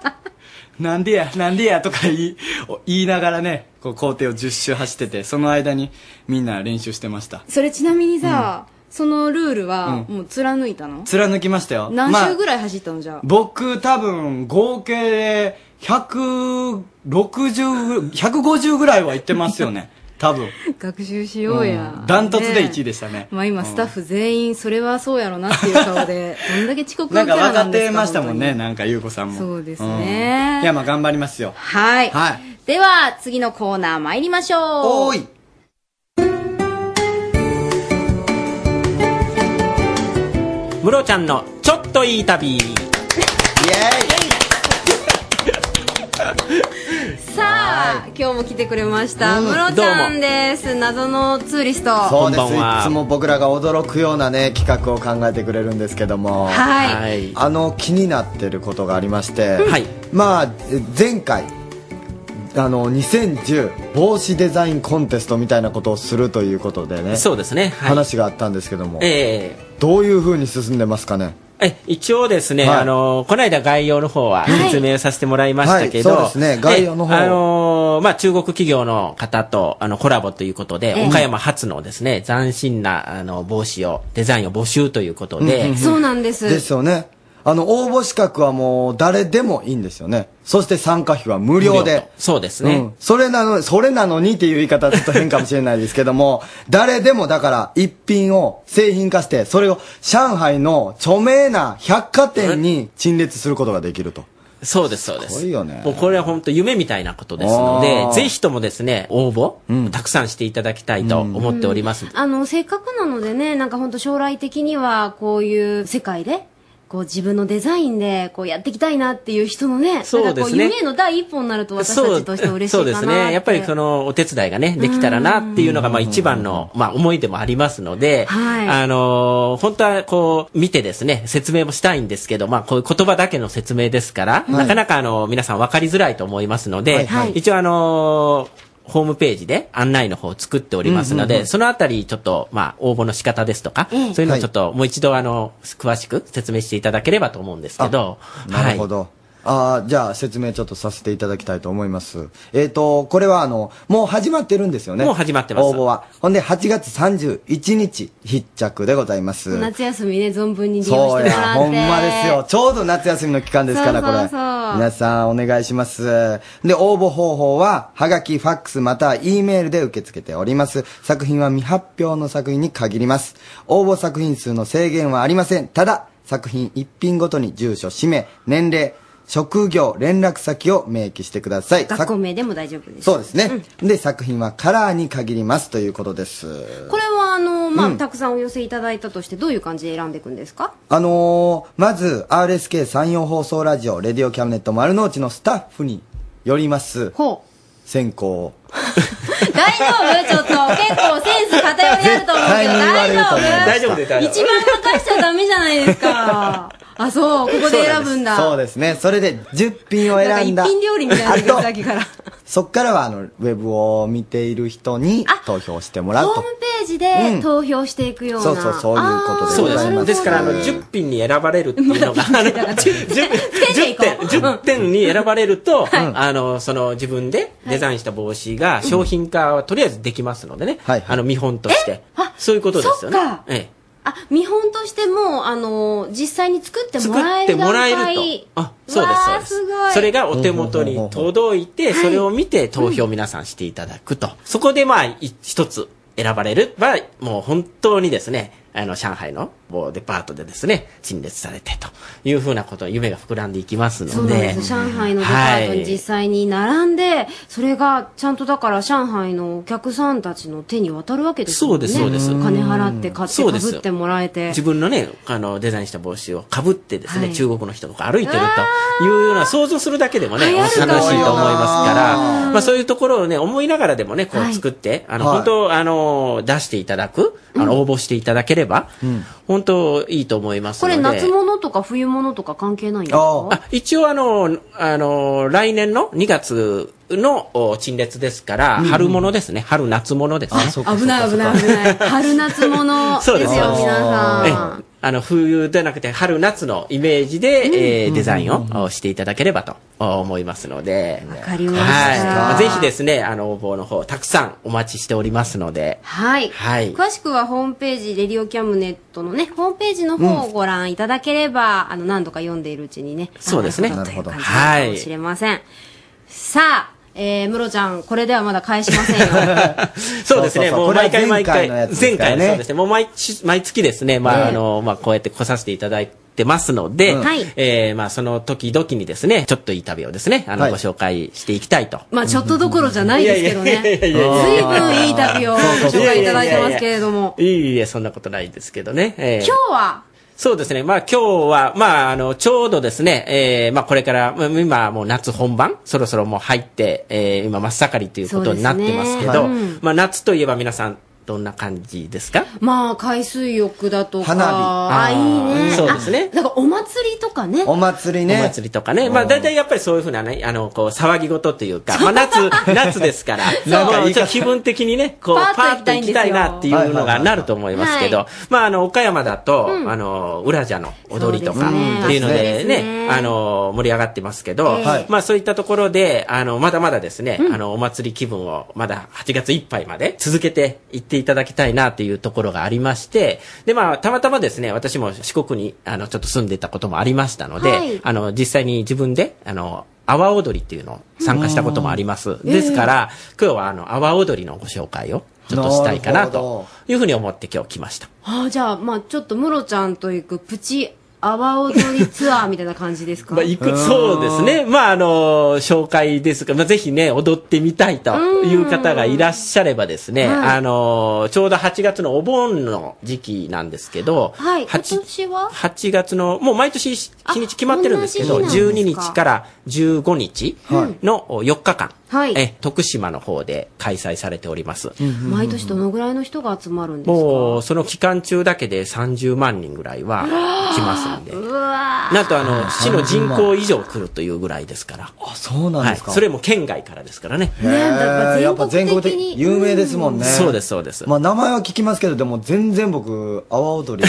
Speaker 2: ら なんでや、なんでやとか言い、お言いながらね、こう、校庭を10周走ってて、その間にみんな練習してました。
Speaker 3: それちなみにさ、そのルールは、
Speaker 2: うん
Speaker 3: もう貫いたの、
Speaker 2: 貫きましたよ。
Speaker 3: 何
Speaker 2: まあ
Speaker 3: 周ぐらい走ったのじゃあ。
Speaker 2: 僕多分合計で160、150ぐらいは行ってますよね。多分。
Speaker 3: 学習しようや。
Speaker 2: ダントツで1位
Speaker 3: ね
Speaker 2: でしたね。
Speaker 3: まあ今スタッフ全員それはそうやろなっていう顔で、どんだけ遅刻
Speaker 2: なん
Speaker 3: のキ
Speaker 2: か
Speaker 3: ャラ
Speaker 2: 分か
Speaker 3: なん
Speaker 2: っ
Speaker 3: です
Speaker 2: て
Speaker 3: か
Speaker 2: ましたもんね、
Speaker 3: 本
Speaker 2: なんか優子さんも。
Speaker 3: そうです
Speaker 2: う
Speaker 3: ね
Speaker 2: んいや、まあ頑張りますよ。
Speaker 3: 当にはい。
Speaker 2: は
Speaker 3: では、次のコーナー参りましょう。
Speaker 2: おーい。
Speaker 10: ムロちゃんのちょっといい旅
Speaker 3: さあ、今日も来てくれました、
Speaker 13: うん
Speaker 3: ムロちゃんです。謎のツーリスト。
Speaker 13: そうです
Speaker 3: こんばんはい
Speaker 13: つも僕らが驚くようなね企画を考えてくれるんですけども、
Speaker 3: はい
Speaker 13: あの気になってることがありまして、
Speaker 10: はい
Speaker 13: まあえ前回あの2010帽子デザインコンテストみたいなことをするということでね
Speaker 10: そうですね、はい
Speaker 13: 話があったんですけども、
Speaker 10: え
Speaker 13: どういうふうに進んでますかね
Speaker 10: ーえ一応ですね、
Speaker 13: はい
Speaker 10: あのこの間概要の方は説明させてもらいましたけど、
Speaker 13: はいはいそうですね概要の方
Speaker 10: えあのまあ、中国企業の方とあのコラボということで、
Speaker 13: ええ
Speaker 10: 岡山発のですね斬新なあの帽子をデザインを募集ということで、
Speaker 3: そうなんです。
Speaker 13: ですよねあの応募資格はもう誰でもいいんですよねそして参加費は無料
Speaker 10: 無
Speaker 13: で
Speaker 10: 料とそうですね、
Speaker 13: うん、それなのそれなのにっていう言い方はちょっと変かもしれないですけども 誰でもだから一品を製品化してそれを上海の著名な百貨店に陳列することができると
Speaker 10: そうです、そうです。
Speaker 13: すごいよね
Speaker 10: もうこれは本当夢みたいなことですの
Speaker 13: あー
Speaker 10: で、ぜひともですね、応募、たくさんしていただきたいと思っております。
Speaker 3: あの、せっかくなのでね、なんか本当将来的にはこういう世界で、こう自分のデザインでこうやっていきたいなっていう人のね、
Speaker 10: そう
Speaker 3: なんかこ
Speaker 10: ですね
Speaker 3: 夢への第一歩になると私たちとしては嬉しいか
Speaker 10: そう
Speaker 3: な
Speaker 10: で
Speaker 3: って。
Speaker 10: すね。やっぱりそのお手伝いがね、できたらなっていうのが、まあ一番の、まあ思いでもありますので、
Speaker 3: はい
Speaker 10: あのー本当はこう、見てですね、説明もしたいんですけど、まあこういう言葉だけの説明ですから、
Speaker 6: い
Speaker 10: なかなかあの、皆さん分かりづらいと思いますので、
Speaker 6: はいはい
Speaker 10: 一応あのーホームページで案内の方を作っておりますの
Speaker 6: う
Speaker 10: で、
Speaker 6: んうんうん
Speaker 10: そのあたりちょっと、まあ、応募の仕方ですとか、
Speaker 6: ええ
Speaker 10: そういうのをちょっと、もう一度、あの、詳しく説明していただければと思うんですけど、
Speaker 2: なるほど。あーじゃあ説明ちょっとさせていただきたいと思います。えっ、と、これはあの、もう始まってるんですよね。
Speaker 10: もう始まってます
Speaker 2: 応募は。ほんで、8月31日、必着でございます。
Speaker 3: 夏休みね、存分に利用し
Speaker 2: そ
Speaker 3: て
Speaker 2: う
Speaker 3: もら
Speaker 2: や、
Speaker 3: って。
Speaker 2: ほんまですよ。ちょうど夏休みの期間ですから、
Speaker 3: そうそうそう
Speaker 2: これ。皆さん、お願いします。で、応募方法は、はがき、ファックス、または E メールで受け付けております。作品は未発表の作品に限ります。応募作品数の制限はありません。ただ、作品一品ごとに住所、氏名、年齢、職業、連絡先を明記してください。
Speaker 3: 学校
Speaker 2: 作
Speaker 3: 名でも大丈夫です。
Speaker 2: そうですね、で、作品はカラーに限りますということです。
Speaker 3: これはあの、まあ、
Speaker 2: うん
Speaker 3: たくさんお寄せいただいたとして、どういう感じで選んでいくんですか
Speaker 2: あのーまず RSK 山陽放送ラジオ、レディオキャムネット丸の内のスタッフによります。選考を。
Speaker 3: 大丈夫ちょっと。結構センス偏りあると思うけど、大丈夫
Speaker 2: 大丈夫
Speaker 10: です
Speaker 3: 一番任しちゃダメじゃないですか。 あ、そう、ここで選ぶんだ。
Speaker 2: そうですね。それで10品を
Speaker 3: なんか
Speaker 2: 選ん
Speaker 3: 一
Speaker 2: だ。
Speaker 3: 品料理みたいなのがさっきから。
Speaker 2: そっからは、あの、ウェブを見ている人に投票してもらう
Speaker 3: ホー
Speaker 2: と
Speaker 3: ム。ページで投票していくような。
Speaker 2: そうそう、そういうことで
Speaker 10: そ
Speaker 2: ご
Speaker 10: うで。
Speaker 2: ざいますす。
Speaker 10: ですから、あの、10品に選ばれるっていう のが、あの、10 10点、10点に選ばれると、あの、その自分でデザインした帽子が商品化はとりあえずできますのでね、あの、見本として。そういうことですよね
Speaker 3: そっか。
Speaker 10: ええ
Speaker 3: あ、見本としても、あの、実際に作ってもらえ
Speaker 10: 作っ
Speaker 3: る
Speaker 10: てもらえると
Speaker 3: 段階
Speaker 10: あそうです
Speaker 3: わあ、すごい。
Speaker 10: それがお手元に届いて、それを見て投票皆さんしていただくと。そこでまあ、い一つ選ばれれば、もう本当にですね、あの、上海の某デパートでですね、陳列されてというふうなこと、夢が膨らんでいきます
Speaker 3: そ
Speaker 10: の
Speaker 3: うなん
Speaker 10: で。
Speaker 3: です上海のデパートに実際に並んで、それがちゃんとだから上海のお客さんたちの手に渡るわけですよね
Speaker 10: そうですそうです
Speaker 3: お金払って買って
Speaker 10: そう
Speaker 3: か
Speaker 10: です
Speaker 3: ぶってもらえて
Speaker 10: 自分のね、あの、デザインした帽子をかぶってですね、
Speaker 3: はい
Speaker 10: 中国の人とか歩いてるというような想像するだけでもね、
Speaker 3: 流行
Speaker 10: 楽しい
Speaker 3: る
Speaker 10: と
Speaker 3: かも
Speaker 10: 思いますから、
Speaker 3: うん
Speaker 10: まあそういうところをね、思いながらでもね、こう作って、あの、
Speaker 6: はい
Speaker 10: 本当、あの、出していただく、あの、応募していただければ、本当いいと思います
Speaker 3: こ
Speaker 10: ので。
Speaker 3: れ夏物とか冬物とか関係ないんですか
Speaker 10: あ一応あの、あの、来年の2月のお陳列ですから、
Speaker 3: うん
Speaker 10: 春物ですね。春夏物ですね。
Speaker 3: 危ない危ない危ない 春夏物です
Speaker 10: そ
Speaker 3: よ
Speaker 10: うですそうです
Speaker 3: 皆
Speaker 10: え
Speaker 3: さん
Speaker 10: えあの、冬でなくて春夏のイメージで、えーデザインをしていただければと思いますので。わ
Speaker 3: かりました
Speaker 10: はい。ぜひですね、あの、応募の方、たくさんお待ちしておりますので。
Speaker 3: はい、
Speaker 10: はい
Speaker 3: 詳しくはホームページレディオキャムネットのねホームページの方をご覧いただければ、あの何度か読んでいるうちにね
Speaker 10: そうですね。
Speaker 3: なるほ
Speaker 10: ど。
Speaker 3: は。
Speaker 10: はい
Speaker 3: かも
Speaker 10: い。
Speaker 3: しれません。さあ、えー、ムロちゃん、これではまだ返しま せんよ。
Speaker 10: そうです
Speaker 2: そうそうそ
Speaker 10: ね、
Speaker 2: う
Speaker 10: もう毎
Speaker 2: これ
Speaker 10: 回
Speaker 2: は前
Speaker 10: 毎回、
Speaker 2: 回のやつですからね
Speaker 10: そうですね、もう毎週毎月ですね、まあ、
Speaker 2: ええ
Speaker 10: あの、まあ、こうやって来させていただいてますので、
Speaker 3: うんはい
Speaker 10: えーまあ、その時々にですね、ちょっといい旅をですね、あの、
Speaker 3: はい
Speaker 10: ご紹介していきたいと。
Speaker 3: まあ、ちょっとどころじゃないですけどね。
Speaker 10: いやい
Speaker 3: 随
Speaker 10: やいやいやいや
Speaker 3: 分いい旅をご紹介いただいてますけれども。
Speaker 10: いえいえ、そんなことないですけどね。ええ
Speaker 3: 今日は、
Speaker 10: そうですね。まあ今日は、まああの、ちょうどですね、えー、まあこれから、まあ今もう夏本番、そろそろもう入って、えー、今真っ盛りということになってますけ
Speaker 3: そう
Speaker 10: ど、
Speaker 3: ですねうん
Speaker 10: まあ夏といえば皆さん、どんな感じですか
Speaker 3: まあ、海水浴だとか。
Speaker 10: 花火
Speaker 3: あ、いいね。
Speaker 10: そうですね
Speaker 3: あ。だから、お祭りとかね。
Speaker 2: お祭りね。
Speaker 10: お祭りとかね。まあ大体やっぱりそういうふうなね、あの、こう、騒ぎ事というか、まあ夏、夏ですから、
Speaker 2: なんか
Speaker 10: も
Speaker 2: 言
Speaker 10: う
Speaker 2: い
Speaker 10: ち
Speaker 2: 方
Speaker 10: ょっと気分的にね、こう、
Speaker 3: パー
Speaker 10: パ
Speaker 3: ッ
Speaker 10: ーッ
Speaker 3: と
Speaker 10: と
Speaker 3: 行
Speaker 10: 行
Speaker 3: き
Speaker 10: き
Speaker 3: た
Speaker 10: た
Speaker 3: いんですよ
Speaker 10: いなっていうのがなると思いますけど、まああの、岡山だと、あの、裏じゃの踊りと
Speaker 6: そう
Speaker 10: か、っ
Speaker 6: ですね
Speaker 10: ていうので
Speaker 6: そうですね
Speaker 10: ね、あの、盛り上がってますけど
Speaker 6: ええはい、
Speaker 10: まあそういったところで、あの、まだまだですね
Speaker 6: う、ん
Speaker 10: あの、お祭り気分をまだ8月いっぱいまで続けていっていただきたいなというところがありまして、で、まあ、たまたまですね、私も四国に、あの、ちょっと住んでたこともありましたので、
Speaker 6: はい
Speaker 10: あの、実際に自分で、あの、阿波踊りっていうのを参加したこともあります。
Speaker 6: うん
Speaker 10: ですから、今日はあの、阿波踊りのご紹介をちょっとしたいかな
Speaker 2: なるほ
Speaker 10: というふうに思って今日来ました。
Speaker 3: あじゃあ、まあ、ちょっとムロちゃんと行くプチ、阿波踊りツアーみたいな感じですか
Speaker 10: まあ、行く、そうですね。まあ、あの、紹介ですが、まあ、ぜひね、踊ってみたいという方がいらっしゃればですね、
Speaker 3: うんはい
Speaker 10: あの、ちょうど8月のお盆の時期なんですけど、
Speaker 3: はい
Speaker 10: 今
Speaker 3: 年は
Speaker 10: 8月の、もう毎年日にち決まってるんですけど、
Speaker 3: 同じ日な
Speaker 10: 12
Speaker 3: んですか
Speaker 10: 日から15日の4日間、
Speaker 3: はい
Speaker 10: え徳島の方で開催されております。
Speaker 3: 毎年どのぐらいの人が集まるんですか
Speaker 10: もう、その期間中だけで30万人ぐらいは来ますんで。
Speaker 3: うわ
Speaker 10: なんとあの、市の人
Speaker 3: 30
Speaker 10: 口以上来るというぐらいですから。あ、
Speaker 13: そうなんですか
Speaker 10: それも県外からですからね。
Speaker 13: ねえやっぱ全国的に有名ですもんね。
Speaker 10: そうです、そうです。
Speaker 13: まあ名前は聞きますけど、でも全然僕、阿波 踊り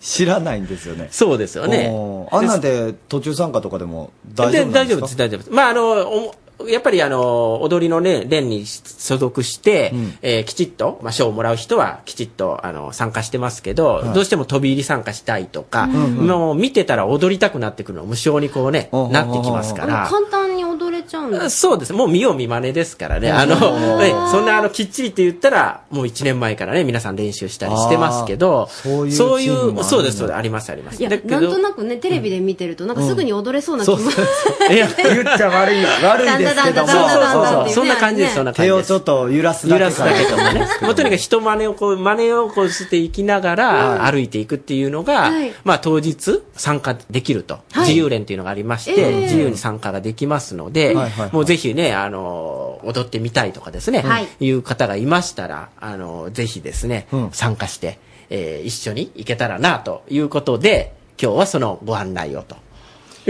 Speaker 13: 知らないんですよね。
Speaker 10: そうですよね
Speaker 13: おーあんなんで途中参加とかでも大丈夫
Speaker 10: で
Speaker 13: なん
Speaker 10: 大
Speaker 13: です
Speaker 10: 丈夫
Speaker 13: か
Speaker 10: です、大丈夫です。まあ、あの、おやっぱりあの、踊りのね、連に所属して、えーきちっと、まあ、賞をもらう人はきちっと、あの、参加してますけど、
Speaker 13: はい
Speaker 10: どうしても飛び入り参加したいとか、
Speaker 13: うんうん
Speaker 10: もう見てたら踊りたくなってくるのは無償にこうね、なってきますから。
Speaker 3: 簡単に踊れちゃうんです
Speaker 10: そうです。もう見よう見真似ですからね。あ
Speaker 3: お
Speaker 10: の、
Speaker 3: ー
Speaker 10: ねそんなあの、きっちりって言ったら、もう1年前からね、皆さん練習したりしてますけど、そう
Speaker 3: いう
Speaker 10: い
Speaker 3: チームもあるんだ
Speaker 10: う、そうです、そうです、あります、あります。
Speaker 3: いや
Speaker 10: だ
Speaker 3: な
Speaker 10: け
Speaker 3: ん
Speaker 10: ど
Speaker 3: となくねテレビで見てるとなんかすぐに踊れそうな気
Speaker 13: そ
Speaker 3: も
Speaker 13: うそうそう。いや、言っちゃ悪い、悪いですけども。
Speaker 3: ダンダダンダンダンダンっていうね
Speaker 10: そんな感じです、そんな感じ
Speaker 13: 手
Speaker 10: で
Speaker 13: を
Speaker 10: す。
Speaker 13: ちょっと揺らすだ
Speaker 10: 揺
Speaker 13: けから
Speaker 10: すだけと
Speaker 13: は
Speaker 10: かね。もうとにかく人真似をこう、真似をこうしていきながら歩いていくっていうのが
Speaker 3: はい、
Speaker 10: まあ当日参加できると。
Speaker 3: はい
Speaker 10: 自由練というのがありまし
Speaker 3: え
Speaker 10: て、
Speaker 3: え
Speaker 10: 自由に参加ができますので
Speaker 3: はいはいはい、
Speaker 10: もうぜひね、あの、踊ってみたいとかですね
Speaker 3: はい、
Speaker 10: いう方がいましたら、あの、ぜひですね、参加して、えー一緒に行けたらなということで、今日はそのご案内をと。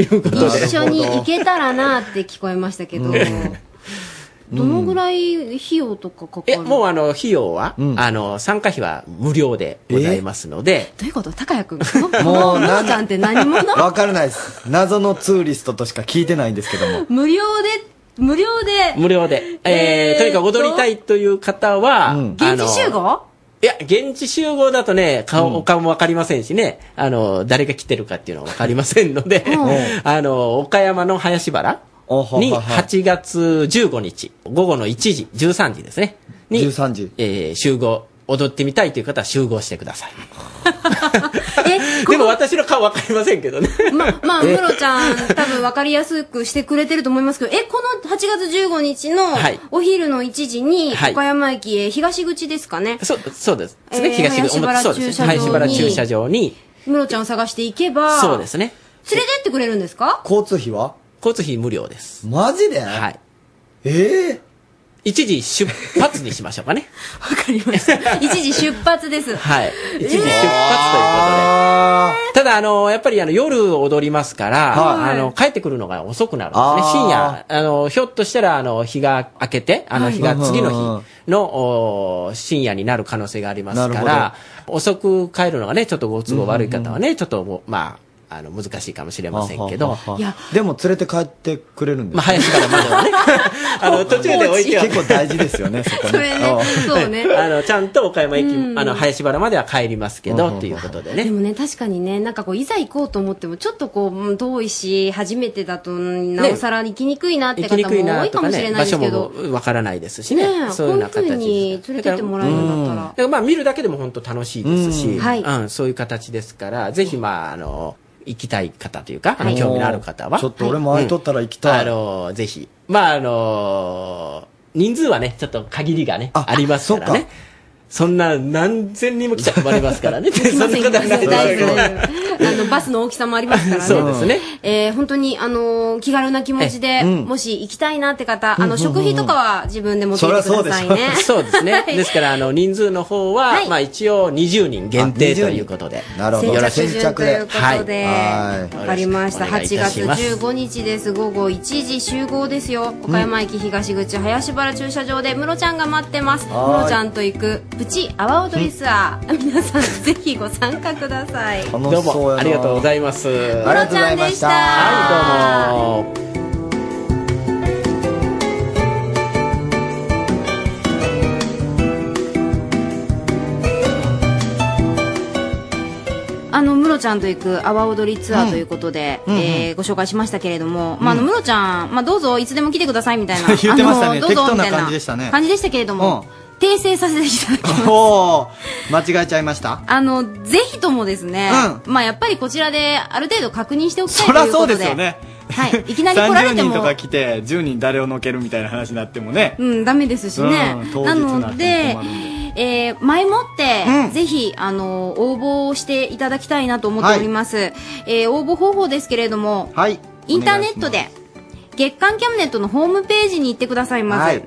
Speaker 10: いうことで。
Speaker 3: 一緒に行けたらなって聞こえましたけど、どのぐらい費用とかかか
Speaker 10: え、
Speaker 3: る
Speaker 10: もうあの、費用は、あの、参加費は無料でございますので、
Speaker 3: どういうこと高谷君このこ
Speaker 13: も
Speaker 3: の
Speaker 13: う
Speaker 3: も
Speaker 13: なん
Speaker 3: ーちゃんって何者
Speaker 13: わからないです。謎のツーリストとしか聞いてないんですけども。
Speaker 3: 無料で無料で
Speaker 10: 無料で。
Speaker 3: え
Speaker 10: えー、
Speaker 3: ー
Speaker 10: とにかく踊りたいという方は、
Speaker 3: 現地集
Speaker 10: あの
Speaker 3: 合
Speaker 10: いや、現地集合だとね、顔、お顔もわかりませんしね、あの、誰が来てるかっていうのはわかりませんので、 あの、岡山の林原に
Speaker 13: ははは
Speaker 10: 8月15日、午後の1時、13時ですね。に、
Speaker 13: 13時。
Speaker 10: えー、集合。踊ってみたいという方は集合してください。
Speaker 3: え
Speaker 10: でも私の顔わかりませんけどね。
Speaker 3: ままあ、
Speaker 10: え
Speaker 3: ムロちゃん、多分分かりやすくしてくれてると思いますけど、え、この8月15日の
Speaker 10: はい
Speaker 3: お昼の1時に、
Speaker 10: はい
Speaker 3: 岡山駅へ東口ですかね。
Speaker 10: そう、そうです。
Speaker 3: えー
Speaker 10: ね東口
Speaker 3: 林原
Speaker 10: そうですね。
Speaker 3: 駐車場に
Speaker 10: 林原駐車場に、
Speaker 3: ムロちゃんを探していけば、
Speaker 10: そうですね。
Speaker 3: 連れてってくれるんですか
Speaker 13: 交通費は
Speaker 10: 交通費無料です。
Speaker 13: マジで
Speaker 10: はい。
Speaker 13: ええ
Speaker 10: 一時出発にしましょう かね。
Speaker 3: ?1 時出発です。
Speaker 10: はい。一時出発ということで。ただ、あの、やっぱりあの夜踊りますから、
Speaker 3: はい
Speaker 10: あの、帰ってくるのが遅くなるんです
Speaker 13: あー
Speaker 10: ね。深夜、あの、ひょっとしたら、あの、日が明けて、あの、
Speaker 13: はい
Speaker 10: 日が次
Speaker 13: うんうんう
Speaker 10: の
Speaker 13: ん
Speaker 10: 日の、お深夜になる可能性がありますか
Speaker 13: なる
Speaker 10: ら、遅く帰るのがね、ちょっとご都合悪い方はね、ちょっともう、まあ、あの、難しいかもしれませんけど、
Speaker 13: いや、でも連れて帰ってくれるんですまあ、
Speaker 10: 林からまではね。あの、途中で置いては。
Speaker 13: 結構大事ですよね、そこ
Speaker 10: そ
Speaker 13: ね。
Speaker 10: れね
Speaker 13: ああ
Speaker 3: そうね
Speaker 10: あの、ちゃんと岡山駅、
Speaker 3: うん
Speaker 10: あの、林原までは帰りますけど、っていうことで
Speaker 3: で
Speaker 10: ね。
Speaker 3: もね、確かにね、なんかこう、いざ行こうと思っても、ちょっとこううん、遠いし、初めてだと、うんなおさら行きにくいなって
Speaker 10: 行
Speaker 3: 方
Speaker 10: きに
Speaker 3: も
Speaker 10: くい
Speaker 3: 多
Speaker 10: な
Speaker 3: い
Speaker 10: と
Speaker 3: か
Speaker 10: か
Speaker 3: もしれ
Speaker 10: ね、
Speaker 3: ないで
Speaker 10: 場
Speaker 3: す
Speaker 10: 所
Speaker 3: けど、
Speaker 10: もわからないですし
Speaker 3: ね
Speaker 10: ね。
Speaker 3: え
Speaker 10: そういうような
Speaker 3: こういう風
Speaker 10: 形で。
Speaker 3: に連れてってもらえるんだったら
Speaker 10: だからまあ見るだけでも本当楽しいです
Speaker 3: うん
Speaker 10: し、
Speaker 3: はい
Speaker 10: うん、そういう形ですから、ぜひまあ、あの、行きたい方というか、
Speaker 13: は
Speaker 10: あの
Speaker 13: い
Speaker 10: 興味のある方は。
Speaker 13: ちょっと俺も空いとったら行きたい
Speaker 10: うんあの、ぜひ。まあ、あの、人数はね、ちょっと限りがね、ありますからね。そんな何千人も来ちゃ困りますか らね。そんなことはないですけど。
Speaker 3: あの、バスの大きさもありますからね。
Speaker 10: そうですね。
Speaker 3: えー本当に、あのー気軽な気持ちで、
Speaker 10: えうん
Speaker 3: もし行きたいなって方、あ
Speaker 10: うんうんう
Speaker 3: の、
Speaker 10: ん
Speaker 3: 食費とかは自分で持ってきてください ね。
Speaker 10: そうです ね。ですから、あの、人数の方は、まあ一応20人限定ということで。な
Speaker 3: 先着順ということで、わかりました。8月
Speaker 10: 15
Speaker 3: 15日です。午後1時集合ですよ。岡山駅東口林原駐車場で、ムロちゃんが待ってます。ム
Speaker 13: はーい
Speaker 3: ロちゃんと行く、プチ阿波踊りツアー。皆さん、ぜひご参加ください。
Speaker 10: どうも、ありがとうございます。
Speaker 3: ムロちゃんでした。
Speaker 10: はい、どうも。
Speaker 3: あの、ムロちゃんと行く阿波踊りツアーということで、
Speaker 13: うんうんうん
Speaker 3: えーご紹介しましたけれども、まあ、あの、ム ロちゃん、まあ、どうぞ、いつでも来てくださいみたいな。
Speaker 13: 言ってましたね
Speaker 3: あのどう
Speaker 13: 適当
Speaker 3: ぞ、
Speaker 13: な
Speaker 3: みたいな
Speaker 13: 感じでしたね
Speaker 3: 感じでしたけれども、訂正させていただきます
Speaker 2: おー間違えちゃいました
Speaker 3: あの、ぜひともですね、まあやっぱりこちらである程度確認しておきたい
Speaker 13: そ
Speaker 3: と
Speaker 13: りゃ
Speaker 3: いうこ
Speaker 13: そう
Speaker 3: と
Speaker 13: で
Speaker 3: で。
Speaker 13: すよね。
Speaker 3: はい。いきなり来られ
Speaker 13: 30
Speaker 3: て
Speaker 13: 人と
Speaker 3: も、
Speaker 13: か来て、10人誰をのけるみたいな話になってもね。
Speaker 3: うん、ダメですしね
Speaker 13: うん。当日
Speaker 3: な
Speaker 13: になっても困るんで
Speaker 3: ので、えー前もって、ぜひ、あの、応募をしていただきたいなと思っております。えー応募方法ですけれども、
Speaker 2: はい。
Speaker 3: インターネットで、月刊キャムネットのホームページに行ってくださいまず、
Speaker 2: はい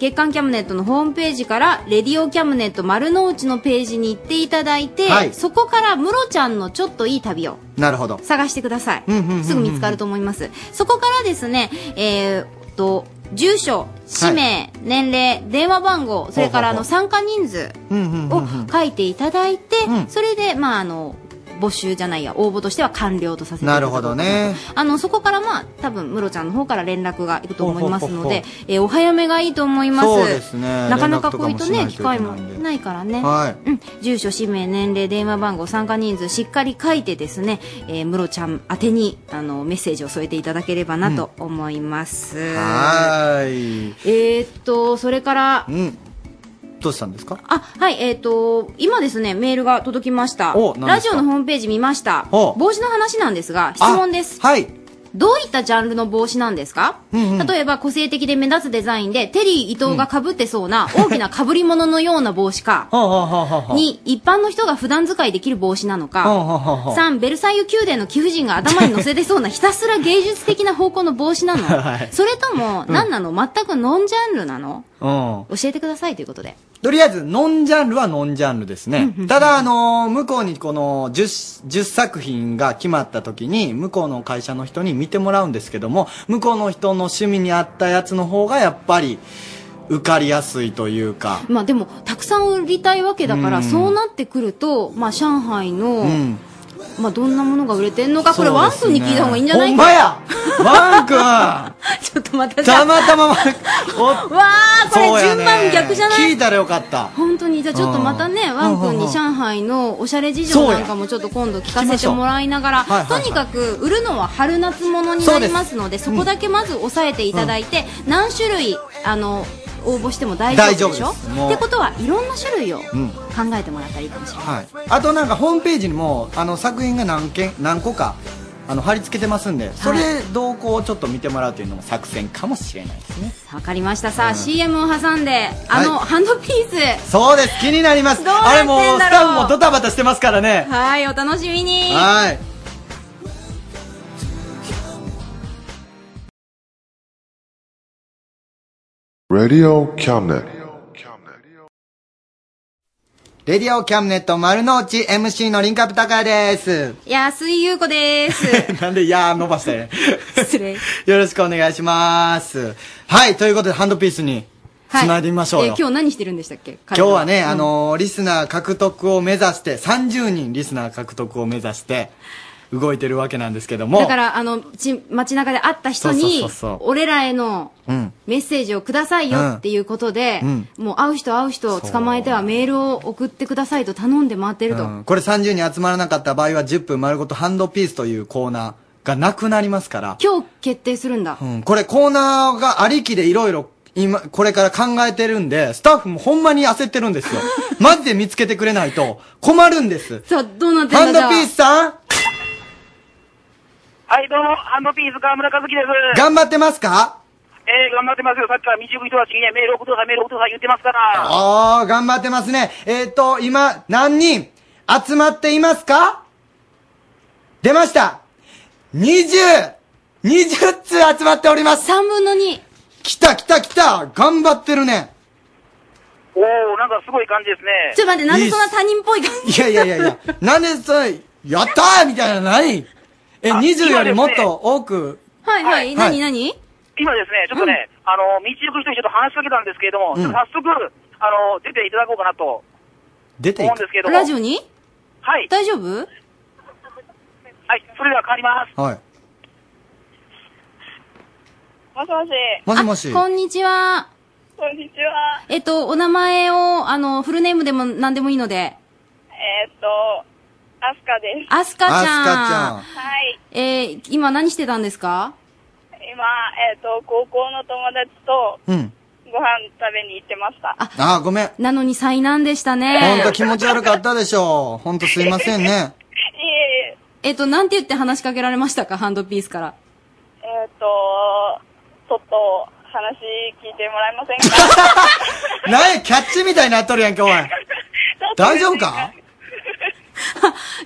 Speaker 3: 月刊キャムネットのホームページから、レディオキャムネット丸の内のページに行っていただいて、
Speaker 2: はい
Speaker 3: そこからムロちゃんのちょっといい旅を
Speaker 2: なるほど。
Speaker 3: 探してください、
Speaker 2: うんうんうんうん
Speaker 3: すぐ見つかると思います。そこからですね、えーっと、住所、氏名、年齢、電話番号、それからあ
Speaker 14: ほう
Speaker 3: の
Speaker 14: ほう
Speaker 3: 参加人数
Speaker 14: うんうん
Speaker 3: を書いていただいて、それで、まああの、募集じゃないや、応募としては完了とさせていただ
Speaker 2: な
Speaker 3: こ
Speaker 2: る
Speaker 3: うと
Speaker 2: ほ
Speaker 3: 思
Speaker 2: ど
Speaker 3: います
Speaker 2: ね。
Speaker 3: あの、そこからまあ、多分、ムロちゃんの方から連絡がいくと思います
Speaker 2: ほう
Speaker 3: の
Speaker 2: ほうほう
Speaker 3: で
Speaker 2: ほ、
Speaker 3: えーお早めがいいと思います。
Speaker 2: そうですね
Speaker 3: なかなかこういうとね、
Speaker 2: 連絡
Speaker 3: 機
Speaker 2: とかも
Speaker 3: 会
Speaker 2: しな
Speaker 3: も
Speaker 2: いといけないんで
Speaker 3: ないからね。
Speaker 2: はい。
Speaker 3: うん、住所、氏名、年齢、電話番号、参加人数、しっかり書いてですね、えー、ムロちゃん宛てに、あの、メッセージを添えていただければなと思います。
Speaker 2: はーい。
Speaker 3: えーっと、それから、
Speaker 2: うん。どうしたんですか
Speaker 3: あ、はい、えっ、と、今ですね、メールが届きました。
Speaker 2: お何
Speaker 3: ラ
Speaker 2: です
Speaker 3: ジ
Speaker 2: か
Speaker 3: オのホームページ見ました。
Speaker 2: お
Speaker 3: 帽子の話なんですが、質問です。
Speaker 2: はい。
Speaker 3: どういったジャンルの帽子なんですか、
Speaker 2: うんうん。
Speaker 3: 例えば個性的で目立つデザインで、テリー伊藤が被ってそうな大きな被り物のような帽子か
Speaker 2: はあはあはあはあ。
Speaker 3: 2、一般の人が普段使いできる帽子なの
Speaker 2: はあ
Speaker 3: か。
Speaker 2: はあはあ。
Speaker 3: 3、ベルサイユ宮殿の貴婦人が頭に乗せてそ うなひたすら芸術的な方向の帽子なの
Speaker 2: はい
Speaker 3: それとも、
Speaker 2: うん
Speaker 3: 何なの全くノンジャンルなの
Speaker 2: うん。
Speaker 3: 教えてくださいということで。
Speaker 2: とりあえず、ノンジャンルはノンジャンルですね。ただ、あのー向こうにこの10、10作品が決まった時に、向こうの会社の人に見てもらうんですけども、向こうの人の趣味に合ったやつの方が、やっぱり、受かりやすいというか。
Speaker 3: まあでも、たくさん売りたいわけだから、
Speaker 2: うん
Speaker 3: そうなってくると、まあ上海の、
Speaker 2: うん。
Speaker 3: まあどんなものが売れてんのか、これ
Speaker 2: そうで
Speaker 3: ワン
Speaker 2: す
Speaker 3: 君
Speaker 2: ね
Speaker 3: に聞いた方がいいんじゃない
Speaker 2: ほんまやワン君
Speaker 3: ちょっと待って
Speaker 2: たまたまワン、お
Speaker 3: わー、こ
Speaker 2: そう
Speaker 3: れ
Speaker 2: やね
Speaker 3: 順番逆じゃない、
Speaker 2: 聞いたらよかった。
Speaker 3: 本当に、じゃあちょっとまたね、
Speaker 2: うん
Speaker 3: ワン君
Speaker 2: うんうんう
Speaker 3: に
Speaker 2: ん
Speaker 3: 上海のおしゃれ事情なんかもちょっと今度聞かせてもらいなが
Speaker 2: 聞きま
Speaker 3: ら、
Speaker 2: しょ
Speaker 3: と
Speaker 2: う
Speaker 3: にかく売るのは春夏物になりますので、そ
Speaker 2: そうです
Speaker 3: こだけまず押さえていただいて、何種類、あの、応募しても大丈夫でし
Speaker 2: 大丈
Speaker 3: ょ
Speaker 2: 夫ですもう
Speaker 3: ってことはいろんな種類を考
Speaker 2: うん。
Speaker 3: えてもらったらいいかもしれない。
Speaker 2: はい、あとなんかホームページにもあの作品が何件何個かあの貼り付けてますんでそれ動向をちょっと見てもらうというのも作戦かもしれないですね
Speaker 3: わかりましたさあ、CM を挟んであの、ハンドピース
Speaker 2: そうです気になります
Speaker 3: どうなって
Speaker 2: あれ
Speaker 3: んだろ
Speaker 2: も
Speaker 3: う
Speaker 2: うスタッフもドタバタしてますからね
Speaker 3: はいお楽しみに
Speaker 2: はい
Speaker 15: レディオキャムネット
Speaker 2: レディオキャムネット丸の内 MC のリンカップ高谷です
Speaker 3: 安井優子です
Speaker 2: なんで、いやー伸ばしたね。
Speaker 3: 失礼
Speaker 2: よろしくお願いします。はい、ということで、ハンドピースに、
Speaker 3: はい
Speaker 2: 繋いでみましょう
Speaker 3: え
Speaker 2: よ。
Speaker 3: ー今日何してるんでしたっけ
Speaker 2: 今日はね、あ、
Speaker 3: 彼
Speaker 2: のーリスナー獲得を目指して、30人リスナー獲得を目指して、動いてるわけなんですけど
Speaker 3: はうん
Speaker 2: も。
Speaker 3: だからあのち街中で会った人に
Speaker 2: そうそうそうそう
Speaker 3: 俺らへの
Speaker 2: うん。
Speaker 3: メッセージをくださいよっていうことで、
Speaker 2: うん
Speaker 3: もう会う人会う人を捕まえてはメールを送ってくださいと頼んで回ってると、
Speaker 2: うんこれ30人集まらなかった場合は、10分丸ごとハンドピースというコーナーがなくなりますから。
Speaker 3: 今日決定するんだ、
Speaker 2: うんこれコーナーがありきでいろいろ今、これから考えてるんで、スタッフもほんまに焦ってるん ですよ。マジで見つけてくれないと困るんです。
Speaker 3: さあどうなって
Speaker 2: ハ
Speaker 3: ん
Speaker 2: ン
Speaker 3: だ
Speaker 2: ドピース
Speaker 3: じゃあ
Speaker 2: さん
Speaker 1: はい、どうも、ハンドピース川村和樹です。
Speaker 2: 頑張ってますか
Speaker 1: えー、頑張ってますよ。さっきから道行く人たちにね、メール送ってください、メール送ってください言ってますから。
Speaker 2: あー、頑張ってますね。えっ、ー、と、今、何人集まっていますか出ました !20!20 通集まっております
Speaker 3: 3分の2
Speaker 2: 来た来た来た頑張ってるね
Speaker 1: おー、なんかすごい感じですね。
Speaker 3: ちょっと待ってなんでそんな他人っぽい感じ
Speaker 2: いやいやいやい や、なんでそれ、やったーみたいな何え、
Speaker 1: あ
Speaker 2: 20よりもっと多く、
Speaker 3: はいはい、
Speaker 2: い
Speaker 3: 何何
Speaker 1: 今ですね、ちょっとね、あの、道行く人にちょっと話しかけたんですけれども、
Speaker 2: うん
Speaker 1: ちょっと早速、あの、出ていただこうかなと
Speaker 2: 出てい
Speaker 1: 思うん
Speaker 2: く。
Speaker 1: ですけれども。
Speaker 3: ラジオに
Speaker 1: はい。
Speaker 3: 大丈夫
Speaker 1: はい、それでは変わります。
Speaker 2: はい。
Speaker 16: もしもし。
Speaker 2: もしもし。
Speaker 3: こんにちは。
Speaker 16: こんにちは。
Speaker 3: えっと、お名前を、あの、フルネームでも何でもいいので。
Speaker 16: えー、っと、アスカです。
Speaker 3: アスカちゃんアスカ
Speaker 16: はい。
Speaker 3: えー、今何してたんですか
Speaker 16: 今、えー、っと、高校の友達と、
Speaker 2: うん
Speaker 17: ご飯食べに行ってました。
Speaker 13: ああ、ごめん。
Speaker 3: なのに災難でしたね。
Speaker 13: ほんと気持ち悪かったでしょ。ほんとすいませんね。
Speaker 17: いえいえ、
Speaker 3: えっと、なんて言って話しかけられましたかハンドピースから。
Speaker 17: えっ、と、ちょっと話聞いてもらえませんか
Speaker 13: なんや、キャッチみたいになっとるやんけ、おい。 大丈夫か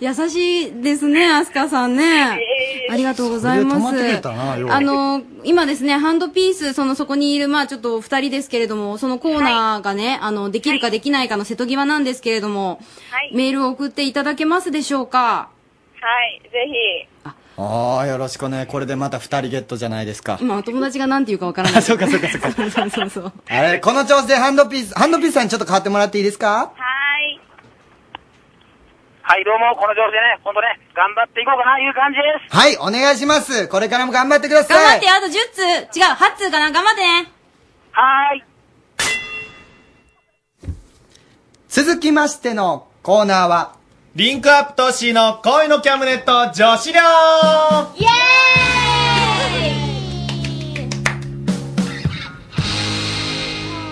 Speaker 3: 優しいですね、アスカさんね。ありがとうございます。
Speaker 13: それで止まってくれたなよう
Speaker 3: あの、今ですね、ハンドピース、そのそこにいる、まあちょっとお二人ですけれども、そのコーナーがね、あの、できるかできないかの瀬戸際なんですけれども、メールを送っていただけますでしょう
Speaker 17: は
Speaker 3: か
Speaker 17: い、ぜひ。
Speaker 13: ああ、よろしくね。これでまた二人ゲットじゃないですか。
Speaker 3: 今、お友達が何て言うかわからな い。 そう
Speaker 13: か、そうか、
Speaker 3: そうか。そうそうそうそう。
Speaker 13: あれ、この調子でハンドピース、ハンドピースさんにちょっと変わってもらっていいですか
Speaker 17: はい。
Speaker 1: はい、どうも、この調子でね、ほんとね、頑張っていこうかな、いう感じです。
Speaker 13: はい、お願いします。これからも頑張ってください。
Speaker 3: 頑張って、あと10通違う、8通かな頑張ってね
Speaker 1: はーい。
Speaker 13: 続きましてのコーナーは、
Speaker 18: リンクアップトッシーの恋のキャムネット女子寮
Speaker 14: イエーイ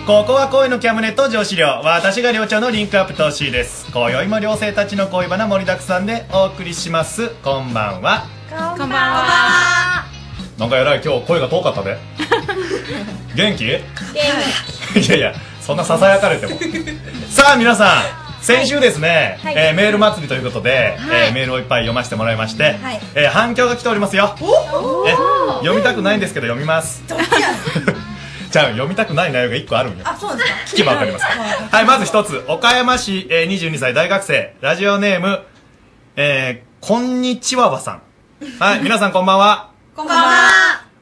Speaker 18: ここは恋のキャムネット女子寮私が寮長のリンクアップトッシーです今宵も寮生たちの恋バナ盛りだくさんでお送りしますこんばんは
Speaker 14: こんばんは
Speaker 18: なんか偉い今日声が遠かった で元気いやいやそんなささやかれ てもさあ皆さん先週ですね、
Speaker 14: はい
Speaker 18: えーメール祭りということで、
Speaker 14: は
Speaker 18: え
Speaker 14: い
Speaker 18: ーメールをいっぱい読ませてもらいまして、
Speaker 14: はい
Speaker 18: えー反響が来ておりますよ
Speaker 14: お
Speaker 18: え読みたくないんですけど読みます じゃあ読みたくない内容が1個あるんよ
Speaker 14: あ、そうですか
Speaker 18: 聞けばわかりますはいまず1つ岡山市、えー22歳大学生ラジオネーム、えーこんにちはわさんはい皆さんこんばんは
Speaker 14: こんばんは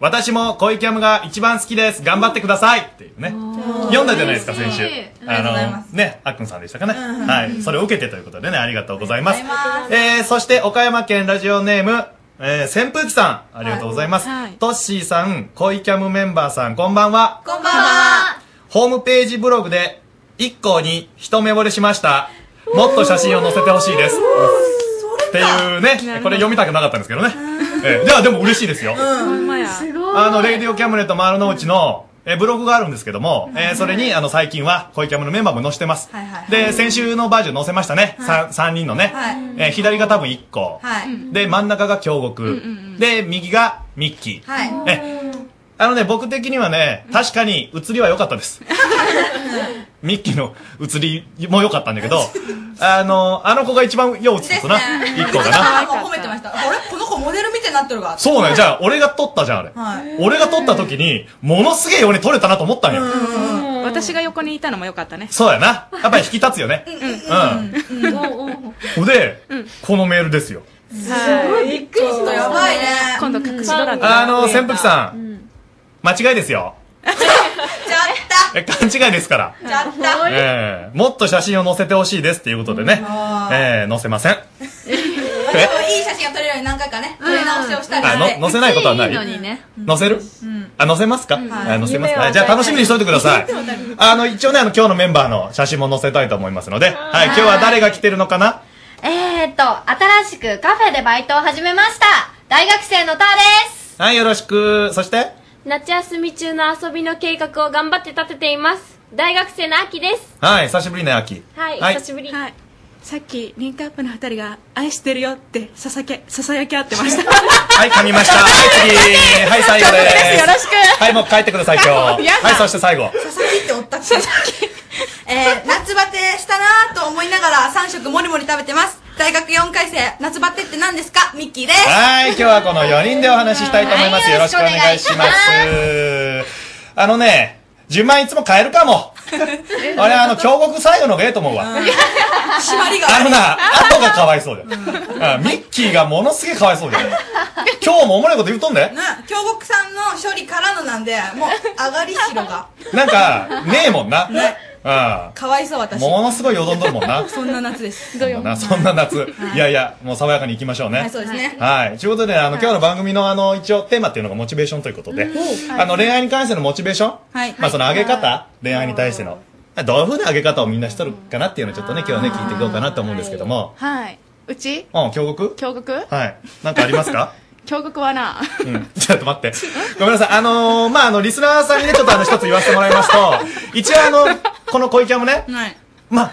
Speaker 18: 私も恋キャムが一番好きです頑張ってくださいっていうね読んだじゃないですか先週
Speaker 14: 嬉しいありがとうございます
Speaker 18: のねあっくんさんでしたかね、
Speaker 14: うん
Speaker 18: はいそれを受けてということでねありがとうございます
Speaker 14: ありがとうございます
Speaker 18: えーそして岡山県ラジオネーム、えー扇風機さんありがとうございます、トッシーさん恋キャムメンバーさんこんばんは
Speaker 14: こんばんは
Speaker 18: ホームページブログで一校に一目惚れしましたもっと写真を載せてほしいですっていうねこれ読みたくなかったんですけどね、えーじゃあでも嬉しいですよ、
Speaker 14: うんすご
Speaker 18: あの、レイディオキャムネット丸の内の、えーブログがあるんですけども、えーそれに、あの、最近は、恋キャムのメンバーも載せてます。で、先週のバージョン載せましたね。三三人のね。
Speaker 14: はい
Speaker 18: えー左が多分一個。
Speaker 14: はい
Speaker 18: で、真ん中が京極。で、右がミッキー。
Speaker 14: はい
Speaker 18: えあのね、僕的にはね、確かに写りは良かったです。ミッキーの写りも良かったんだけど、 あの、あの子が一番よう写ってたな。一個がな。
Speaker 19: 褒めてました。あれこの子モデルみたいになってるが。
Speaker 18: そうなんよじ
Speaker 19: あ。
Speaker 18: ゃあ、俺が撮ったじゃん、あれ。
Speaker 19: はい。
Speaker 18: 俺が撮った時に、ものすげえように撮れたなと思ったんよ。
Speaker 20: 私が横にいたのも良かったね。
Speaker 18: そうやな。やっぱり引き立つよね。
Speaker 20: うん。
Speaker 18: うん。で、このメールですよ。
Speaker 19: す
Speaker 20: ごい
Speaker 19: びっくりした。やばいね。
Speaker 20: 今度隠しドラマ
Speaker 18: あの、扇風機さん、間違いですよ。え、勘違いですから。
Speaker 19: ちゃった。
Speaker 18: ええもっと写真を載せてほしいですっていうことでね。ええ載せません。
Speaker 19: まあでもいい写真を撮れるように何回かね、撮り直しをしたりして。
Speaker 18: あの載せないことはないいいのに
Speaker 19: ね。
Speaker 18: 載せるあ、載せますかあ載せます
Speaker 19: 夢
Speaker 18: か
Speaker 19: を
Speaker 18: じゃあ楽しみにしといてください
Speaker 19: 夢を。
Speaker 18: あの、一応ね、あの、今日のメンバーの写真も載せたいと思いますので、はい、今日は誰が来てるのかな
Speaker 21: えーっと、新しくカフェでバイトを始めました。大学生のターです。
Speaker 18: はい、よろしく。そして
Speaker 21: 夏休み中の遊びの計画を頑張って立てています。大学生の秋です。
Speaker 18: はい、久しぶりね、秋。
Speaker 21: はい、
Speaker 18: はい
Speaker 21: 久しぶり。
Speaker 20: はい。さっき、リンクアップの二人が、愛してるよって、ささけ、ささやき合ってました。
Speaker 18: はい、噛みました。はい、次。はい、最後です。
Speaker 20: よろしく
Speaker 18: はい、もう帰ってください、今日。
Speaker 19: やだ
Speaker 18: はい、そして最後。
Speaker 19: 佐々木っておったっけ佐々木。えー、夏バテしたなぁと思いながら3食もりもり食べてます。大学4回生、夏バテって何ですかミッキーです。
Speaker 18: はい、今日はこの4人でお話ししたいと思います。よろしくお願いします。あのね、順番いつも変えるかも。俺、 あの、京極最後のがええと思うわ。
Speaker 19: 締まりが
Speaker 18: あのな、後がかわいそうだよ。あミッキーがものすげえかわいそう だよ。今日もおもろいこと言うとんで。
Speaker 19: な京極さんの処理からのなんで、もう、上がりしろが。
Speaker 18: なんか、ねえもんな。うん。
Speaker 19: かわいそう、私。
Speaker 18: ものすごいよどんどるもんな。
Speaker 19: そんな夏です。
Speaker 18: なそんな夏、い、やいや、もう爽やかに行きましょうね。
Speaker 19: はいそうですね
Speaker 18: はい。ということで、あの、今日の番組の、あの、一応テーマっていうのがモチベーションということで、
Speaker 19: うん
Speaker 18: あの、恋愛に関してのモチベーション、
Speaker 19: はい
Speaker 18: まあ、その上げ方、恋愛に対しての、どういうふうな上げ方をみんなしとるかなっていうのをちょっとね、今日はね、聞いていこうかなと思うんですけども、
Speaker 20: はい。うち
Speaker 18: うん、京極
Speaker 20: 京極
Speaker 18: はい。なんかありますか
Speaker 20: 京極はな、
Speaker 18: うん ちょっと待って。ごめんなさい。あのー、まあ、あの、リスナーさんにね、ちょっとあの、一つ言わせてもらい ますと、一応あの、この小池もね、
Speaker 20: はい。
Speaker 18: まあ、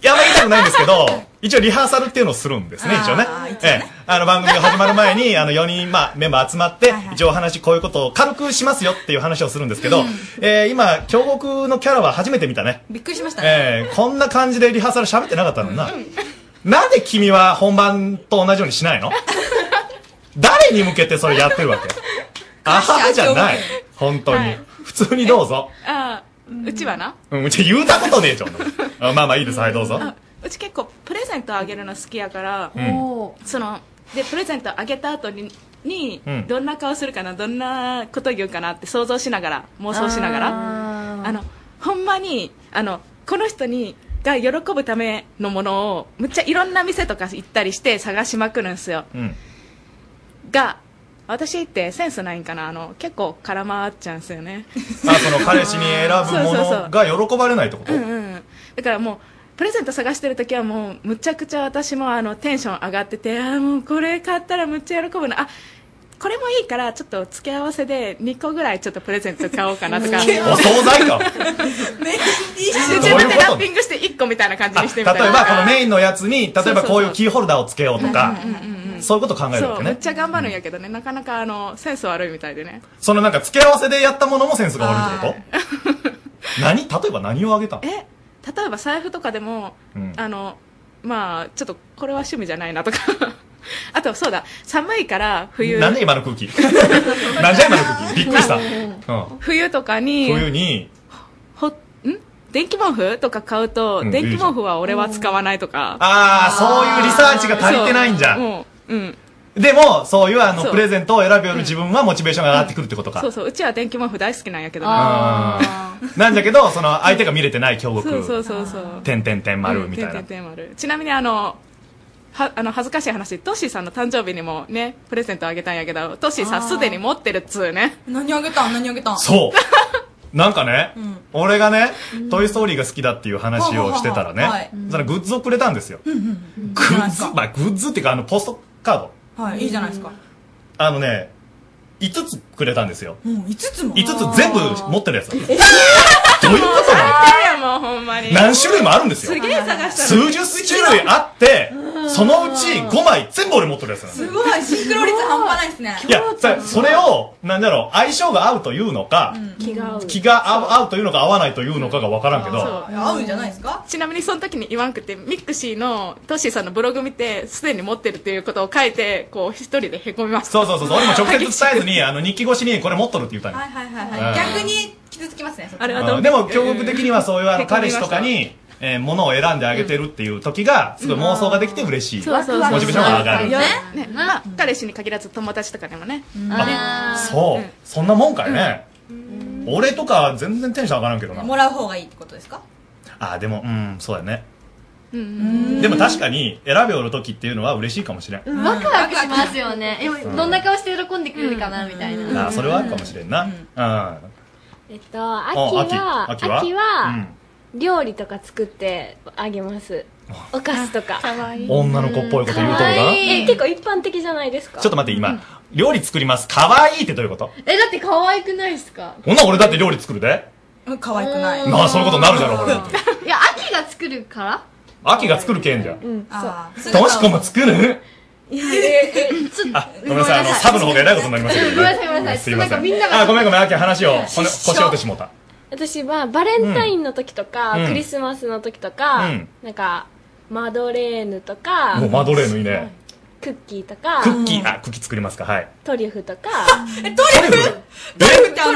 Speaker 18: やばいたくないんです けど、一応リハーサルっていうのをするんですね、一応ね。ええ。あの、番組が始まる前に、あの、4人、まあ、メンバー集まって、一応お話、こういうことを軽くしますよっていう話をするんですけど、えー今、京極のキャラは初めて見たね。
Speaker 20: びっくりしましたね。
Speaker 18: ええ、こんな感じでリハーサル喋ってなかったのにな。なんで君は本番と同じようにしないの誰に向けてそれやってるわけあははじゃない。本当に。
Speaker 20: はい
Speaker 18: 普通にどうぞ。
Speaker 20: あーうちはな、
Speaker 18: うん、うち言うたことねえじゃん。 あまあまあいいです。はい、どうぞ。
Speaker 20: あうち結構プレゼントあげるの好きやから、
Speaker 18: うん
Speaker 20: そのでプレゼントあげた後にに、
Speaker 18: うん
Speaker 20: どんな顔するかなどんなこと言うかなって想像しながら妄想しながらあのほんまにあのこの人にが喜ぶためのものをむっちゃいろんな店とか行ったりして探しまくるんすよ
Speaker 18: うん。
Speaker 20: が私ってセンスないんかなあの結構空回っちゃうんすよね
Speaker 18: あ、その彼氏に選ぶものが喜ばれないってこと
Speaker 20: うんうん、だからもうプレゼント探してる時はもうむちゃくちゃ私もあのテンション上がっててあーもうこれ買ったらむっちゃ喜ぶなあこれもいいからちょっと付け合わせで2個ぐらいちょっとプレゼント買おうかなとか
Speaker 18: お惣 菜か
Speaker 20: 自分でラッピングして1個みたいな感じにして
Speaker 18: 例え
Speaker 20: みた
Speaker 18: ば、
Speaker 20: いな
Speaker 18: このメインのやつに、例えばこういうキーホルダーをつけようとか
Speaker 20: うんうんうん、
Speaker 18: そういうこと考えるわ
Speaker 20: そう
Speaker 18: け
Speaker 20: めっ
Speaker 18: ね。
Speaker 20: ちゃ頑張るんやけどね、なかなかあのセンス悪いみたいでね
Speaker 18: そのなんか付け合わせでやったものもセンスが悪いってこと何例えば何をあげたの
Speaker 20: え例えば財布とかでも、
Speaker 18: うん
Speaker 20: あのまあちょっとこれは趣味じゃないなとか あとそうだ寒いから冬
Speaker 18: なんで今の 空気なんじゃ今の空気びっくりした。うん
Speaker 20: 冬とかに
Speaker 18: 冬に、
Speaker 20: ほん電気毛布とか買うと、
Speaker 18: うん
Speaker 20: 電気毛布は俺は使わないとか
Speaker 18: ああ、そういうリサーチが足りてないんじゃ
Speaker 20: そうもううん
Speaker 18: でも、そういうあの、
Speaker 20: そう
Speaker 18: プレゼントを選ぶより自分はモチベーションが上がってくるってことか。
Speaker 20: そうそううちは電気毛布大好きなんやけどね
Speaker 18: あーなんだけど、その、相手が見れてない京
Speaker 20: そうそう
Speaker 18: 極、
Speaker 20: そうそう
Speaker 18: 点点点丸みたいなん
Speaker 20: て。てんてんてん丸ちなみにあのはあの恥ずかしい話トッシーさんの誕生日にもねプレゼントあげたんやけどトッシーさ
Speaker 19: あー
Speaker 20: んすでに持ってるっつうね
Speaker 19: 何あげたん何あげたんう。
Speaker 18: そう。なんかね、
Speaker 19: うん
Speaker 18: 俺がね
Speaker 19: ん、
Speaker 18: トイストーリーが好きだっていう話をしてたら
Speaker 19: ははははは
Speaker 18: ね
Speaker 19: いうん、
Speaker 18: そのグッズをくれたんですよ。
Speaker 19: うんうん
Speaker 18: グッズ、まあグッズっていうか、あの、ポストカード。
Speaker 19: はい、いいじゃないですか。
Speaker 18: あのね、5つくれたんですよ。
Speaker 19: もう5つも。
Speaker 18: 5つ全部持ってるや つ。
Speaker 20: どういうことだよもうほんまに
Speaker 18: 何種類もあるんですよ
Speaker 20: すげえ探したの
Speaker 18: 数十種類あって
Speaker 20: ん、
Speaker 18: そのうち5枚全部俺持ってるやつなんです
Speaker 19: すごい、シンクロ率半端ないですね。
Speaker 18: いや、さそれを、なんだろう、相性が合うというのか、
Speaker 20: 気が合う
Speaker 18: 気が合う合うというのか合わないというのかがわからんけど、
Speaker 19: 合うんじゃないですか
Speaker 20: ちなみにその時に言わんくてミックシーのトッシーさんのブログ見てすでに持ってるっていうことを書いてこう一人でへこみました
Speaker 18: そうそうそう、俺も直接伝えずに、あの、日記越しにこれ持っとるって言ったんよ
Speaker 19: はいはいはいはい。逆に傷つきますね、そっちの方
Speaker 18: うんでも、教育的にはそういう、あ
Speaker 19: へ
Speaker 18: の、
Speaker 19: こみま
Speaker 18: 彼
Speaker 19: し
Speaker 18: 氏
Speaker 19: た
Speaker 18: とかに、えー、物を選んであげてるっていう時が、すごい妄想ができて嬉しい。
Speaker 20: そうそうそう
Speaker 18: モチベーションが上がる。
Speaker 20: ねまあ、彼氏に限らず友達とかでもね
Speaker 18: あそう、そんなもんかいね。俺とか全然テンション上がらんけどな。
Speaker 19: もらう方がいいってことですか
Speaker 18: あ、でも、うん、そうだね。
Speaker 19: うん
Speaker 18: でも確かに、選べおる時っていうのは嬉しいかもしれん。
Speaker 14: ワクワクしますよね。えどんな顔して喜んでくれるかな、みたいな。
Speaker 18: あそれはあるかもしれんな。うん。あ
Speaker 21: えっと、秋は、
Speaker 18: 秋は
Speaker 21: 秋は、
Speaker 18: う
Speaker 21: 料理とか作ってあげます。お菓子とか。かわい
Speaker 18: ん女の子っぽいこと言うとるが。
Speaker 21: え、結構一般的じゃないですか。
Speaker 18: ちょっと待って、今、料理作ります。かわいいってどういうこと
Speaker 14: え、だって可愛くないですか
Speaker 18: ほんなら俺だって料理作るで。
Speaker 19: 可愛くない。
Speaker 18: なあ、そういうことになるじゃろ、俺。
Speaker 14: い や、秋が作るから
Speaker 18: 秋が作るけんじゃん。
Speaker 14: うん、そう
Speaker 18: としこも作る
Speaker 14: いや、え、え、ちょっと
Speaker 18: あ、ごめんなさい、あの、サブの方が偉いことになりましたけどね。
Speaker 21: ごめんなさいごめんなさい
Speaker 18: すいませ
Speaker 21: なんかみんなが
Speaker 18: あ、ごめんごめん、秋話を、
Speaker 21: いや
Speaker 18: この、
Speaker 21: 失
Speaker 18: 腰
Speaker 21: 笑
Speaker 18: 折ってしもうた。
Speaker 21: 私は、バレンタインの時とか、
Speaker 18: うん
Speaker 21: クリスマスの時とか、
Speaker 18: うん
Speaker 21: なんか、マドレーヌとか、
Speaker 18: もうマドレーヌいいね。
Speaker 21: クッキーとか、
Speaker 18: クッキー、あ、クッキー作りますか、はい。
Speaker 21: トリュフと か、
Speaker 18: え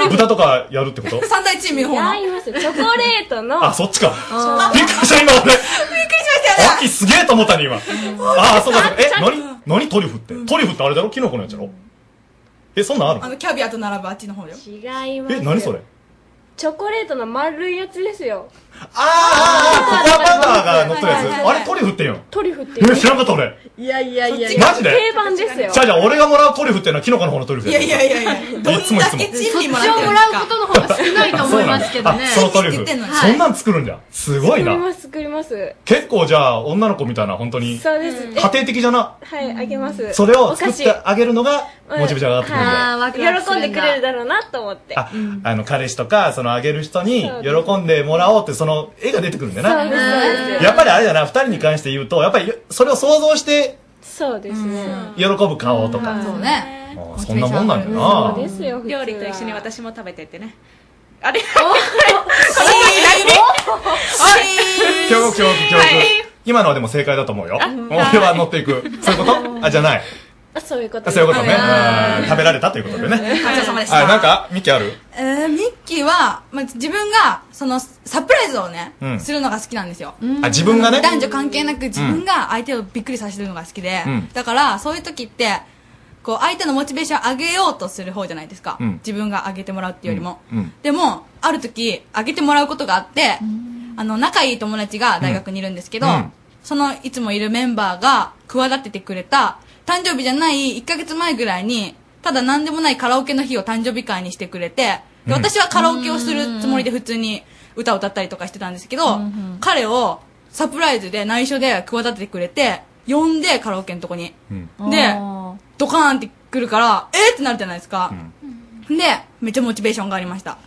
Speaker 18: 豚とかやるってこと
Speaker 19: 三大チームの方
Speaker 21: いや、います。チョコレートの、
Speaker 18: あ、そっちか。
Speaker 21: あー
Speaker 18: びっくりした、今俺。びっくりしました秋すげえと思ったね、今。あー、そうかそうか。え、何何トリュフって。トリュフってあれだろキノコのやつだろえ、そんなんある
Speaker 19: あ
Speaker 18: の
Speaker 19: の、キャビアと並ぶあっちの方よ。
Speaker 21: 違います。
Speaker 18: え、何それ
Speaker 21: チョコレートの丸いやつですよ。
Speaker 18: あー、ココアパウダーが乗ってるやつ。あれ、トリュフって言うん。
Speaker 22: トリュフって
Speaker 18: え、知らんかった俺。
Speaker 22: いやいやいや
Speaker 18: そっちがマジで
Speaker 22: 定番です
Speaker 18: じゃ
Speaker 22: よ
Speaker 18: あじゃあ俺がもらうトリュフっていうのはキノコの方のトリュフ
Speaker 22: いやいやいやいや
Speaker 18: や。いつもいつも。
Speaker 22: そっちをもらうことの方が少ないと思いますけどね
Speaker 18: あそのトリュフ。そんなん作るんじゃん。すご
Speaker 22: 作
Speaker 18: い
Speaker 22: り
Speaker 18: な。
Speaker 22: ます作ります
Speaker 18: 結構じゃあ、女の子みたいな、本当に。
Speaker 22: そうです
Speaker 18: 家庭的じゃな。
Speaker 22: はいあげます
Speaker 18: それを作
Speaker 22: お菓
Speaker 18: っ
Speaker 22: 子
Speaker 18: てあげるのが、
Speaker 22: うん
Speaker 18: モチベじゃ上がってくるんだ。
Speaker 22: あーワクワクするんだ喜んでくれるだろうなと思って
Speaker 18: あ、あの、彼氏とか、そのあげる人に
Speaker 22: そうです
Speaker 18: 喜んでもらおうって、その絵が出てくるんだよ
Speaker 22: そうですそうで
Speaker 18: な。
Speaker 22: す
Speaker 18: やっぱりあれだな、二人に関して言うと、やっぱりそれを想像して
Speaker 22: そうですね
Speaker 18: 喜ぶ顔とか。
Speaker 22: そう
Speaker 19: ね
Speaker 18: あそんなもんなんだな。
Speaker 22: ですよ
Speaker 20: 料理と一緒に私も食べてってねあ れ
Speaker 18: 教育、教育、教育。今のはでも正解だと思うよ。俺は乗っていく。そういうことあ、じゃない。
Speaker 22: あそういうこと
Speaker 18: あそういうことね。
Speaker 22: は
Speaker 18: うん食べられたということでね。
Speaker 19: ごちそうさまでした
Speaker 18: あ、なんか、ミキある
Speaker 19: えーミッキーは、まあ、自分がそのサプライズをね、
Speaker 18: うん
Speaker 19: するのが好きなんですよ
Speaker 18: あ自分がね
Speaker 19: 男女関係なく自分が相手をびっくりさせるのが好きで、
Speaker 18: うん
Speaker 19: だからそういう時ってこう相手のモチベーションを上げようとする方じゃないですか、
Speaker 5: うん
Speaker 19: 自分が上げてもらうっていうよりも、
Speaker 5: うん
Speaker 19: でもある時上げてもらうことがあって、あの仲いい友達が大学にいるんですけど、
Speaker 5: うん
Speaker 19: そのいつもいるメンバーが企ててくれた誕生日じゃない1ヶ月前ぐらいにただ何でもないカラオケの日を誕生日会にしてくれてで
Speaker 5: うん
Speaker 19: 私はカラオケをするつもりで普通に歌を歌ったりとかしてたんですけど、彼をサプライズで内緒で企ててくれて呼んでカラオケのとこにでドカーンってくるからえー、ってなるじゃないですか、でめっちゃモチベーションがありました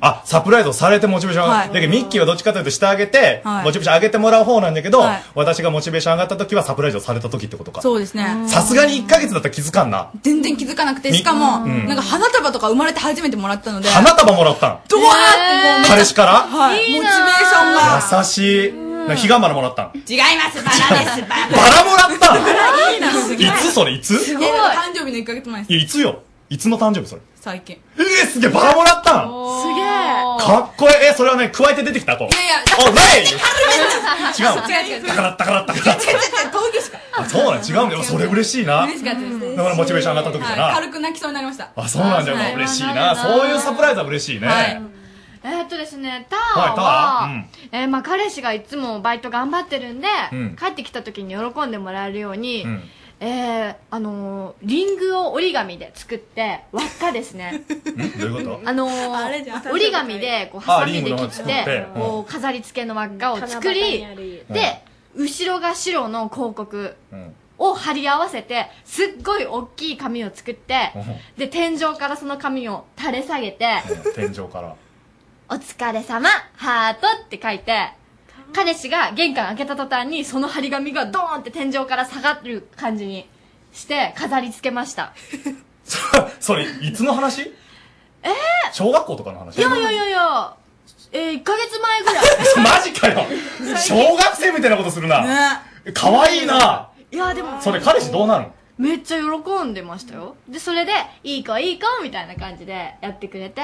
Speaker 18: あ、サプライズをされてモチベーション上がる。
Speaker 19: は
Speaker 18: だけどミッキーはどっちかというとしてあげて、
Speaker 19: はい
Speaker 18: モチベーション上げてもらう方なんだけど
Speaker 19: はい、
Speaker 18: 私がモチベーション上がった時はサプライズをされた時ってことか。
Speaker 19: そうですね
Speaker 18: さすがに1ヶ月だったら気づかんな。
Speaker 19: 全然気づかなくてしかも、
Speaker 18: うん
Speaker 19: なんか花束とか生まれて初めてもらったので
Speaker 18: 花束もらったん。
Speaker 19: ドワーってもうめっちゃ
Speaker 18: 彼氏から
Speaker 19: はいモチベーションが
Speaker 18: 優しい。なんかヒガンバナもらったん。
Speaker 19: 違いますバラですバラ
Speaker 18: バラもらったん
Speaker 19: ラいいない
Speaker 18: つそれいつ
Speaker 19: すごい
Speaker 18: い
Speaker 19: やでも誕生日の1ヶ月前です
Speaker 18: や、いつよ。いつの誕生日それ。
Speaker 19: 最近
Speaker 18: えー、すげえ、バラもらったん
Speaker 19: すげえ
Speaker 18: かっこええ、えそれはね、加えて出てきた子。
Speaker 19: いやいや
Speaker 18: お、ない
Speaker 19: 違
Speaker 18: 違うの
Speaker 19: 違う違う違う違う違う違う違う違う
Speaker 18: 宝宝宝
Speaker 19: 東京しか
Speaker 18: あそうなん違うんだよ。それ嬉しいな。
Speaker 19: 嬉しかったです
Speaker 18: だからモチベーション上がった時だな
Speaker 19: はい軽く泣きそうになりました
Speaker 18: あ、そうなんじゃ。
Speaker 19: は
Speaker 18: まあ
Speaker 19: い
Speaker 18: 嬉しいな。
Speaker 21: そうなんだ
Speaker 18: そういうサプライズは嬉しいね。
Speaker 21: は
Speaker 18: はい
Speaker 21: い、えーっとですねタ
Speaker 18: タ
Speaker 21: ーは、
Speaker 18: ワーうん
Speaker 21: えーまあ、彼氏がいつもバイト頑張ってるんで、
Speaker 18: うん
Speaker 21: 帰ってきた時に喜んでもらえるように、
Speaker 18: うん
Speaker 21: えーあのーリングを折り紙で作って輪っかです
Speaker 18: んど
Speaker 21: ね
Speaker 18: ういうこと
Speaker 21: あのー折り紙でこうハサミで切
Speaker 18: あリングの
Speaker 21: っ
Speaker 18: 作ってて
Speaker 21: こう飾り付けの輪っかを作り、
Speaker 18: 七夕
Speaker 21: で
Speaker 18: うん
Speaker 21: 後ろが白の広告
Speaker 18: うん
Speaker 21: を貼り合わせてすっごい大きい紙を作ってで天井からその紙を垂れ下げて
Speaker 18: 天井から。
Speaker 21: お疲れ様、ハートって書いて、彼氏が玄関開けた途端にその張り紙がドーンって天井から下がる感じにして飾り付けました。
Speaker 18: それ、いつの話
Speaker 21: え
Speaker 18: 小学校とかの
Speaker 21: ー、
Speaker 18: 話
Speaker 21: いやいやいやいや、えー、1ヶ月前 ぐらい。
Speaker 18: マジかよ 小学生みたいなことするな。かわいいな。
Speaker 21: いや、でも、
Speaker 18: それ彼氏どうなるの
Speaker 21: めっちゃ喜んでましたよ。で、それで、いい子いい子みたいな感じでやってくれて、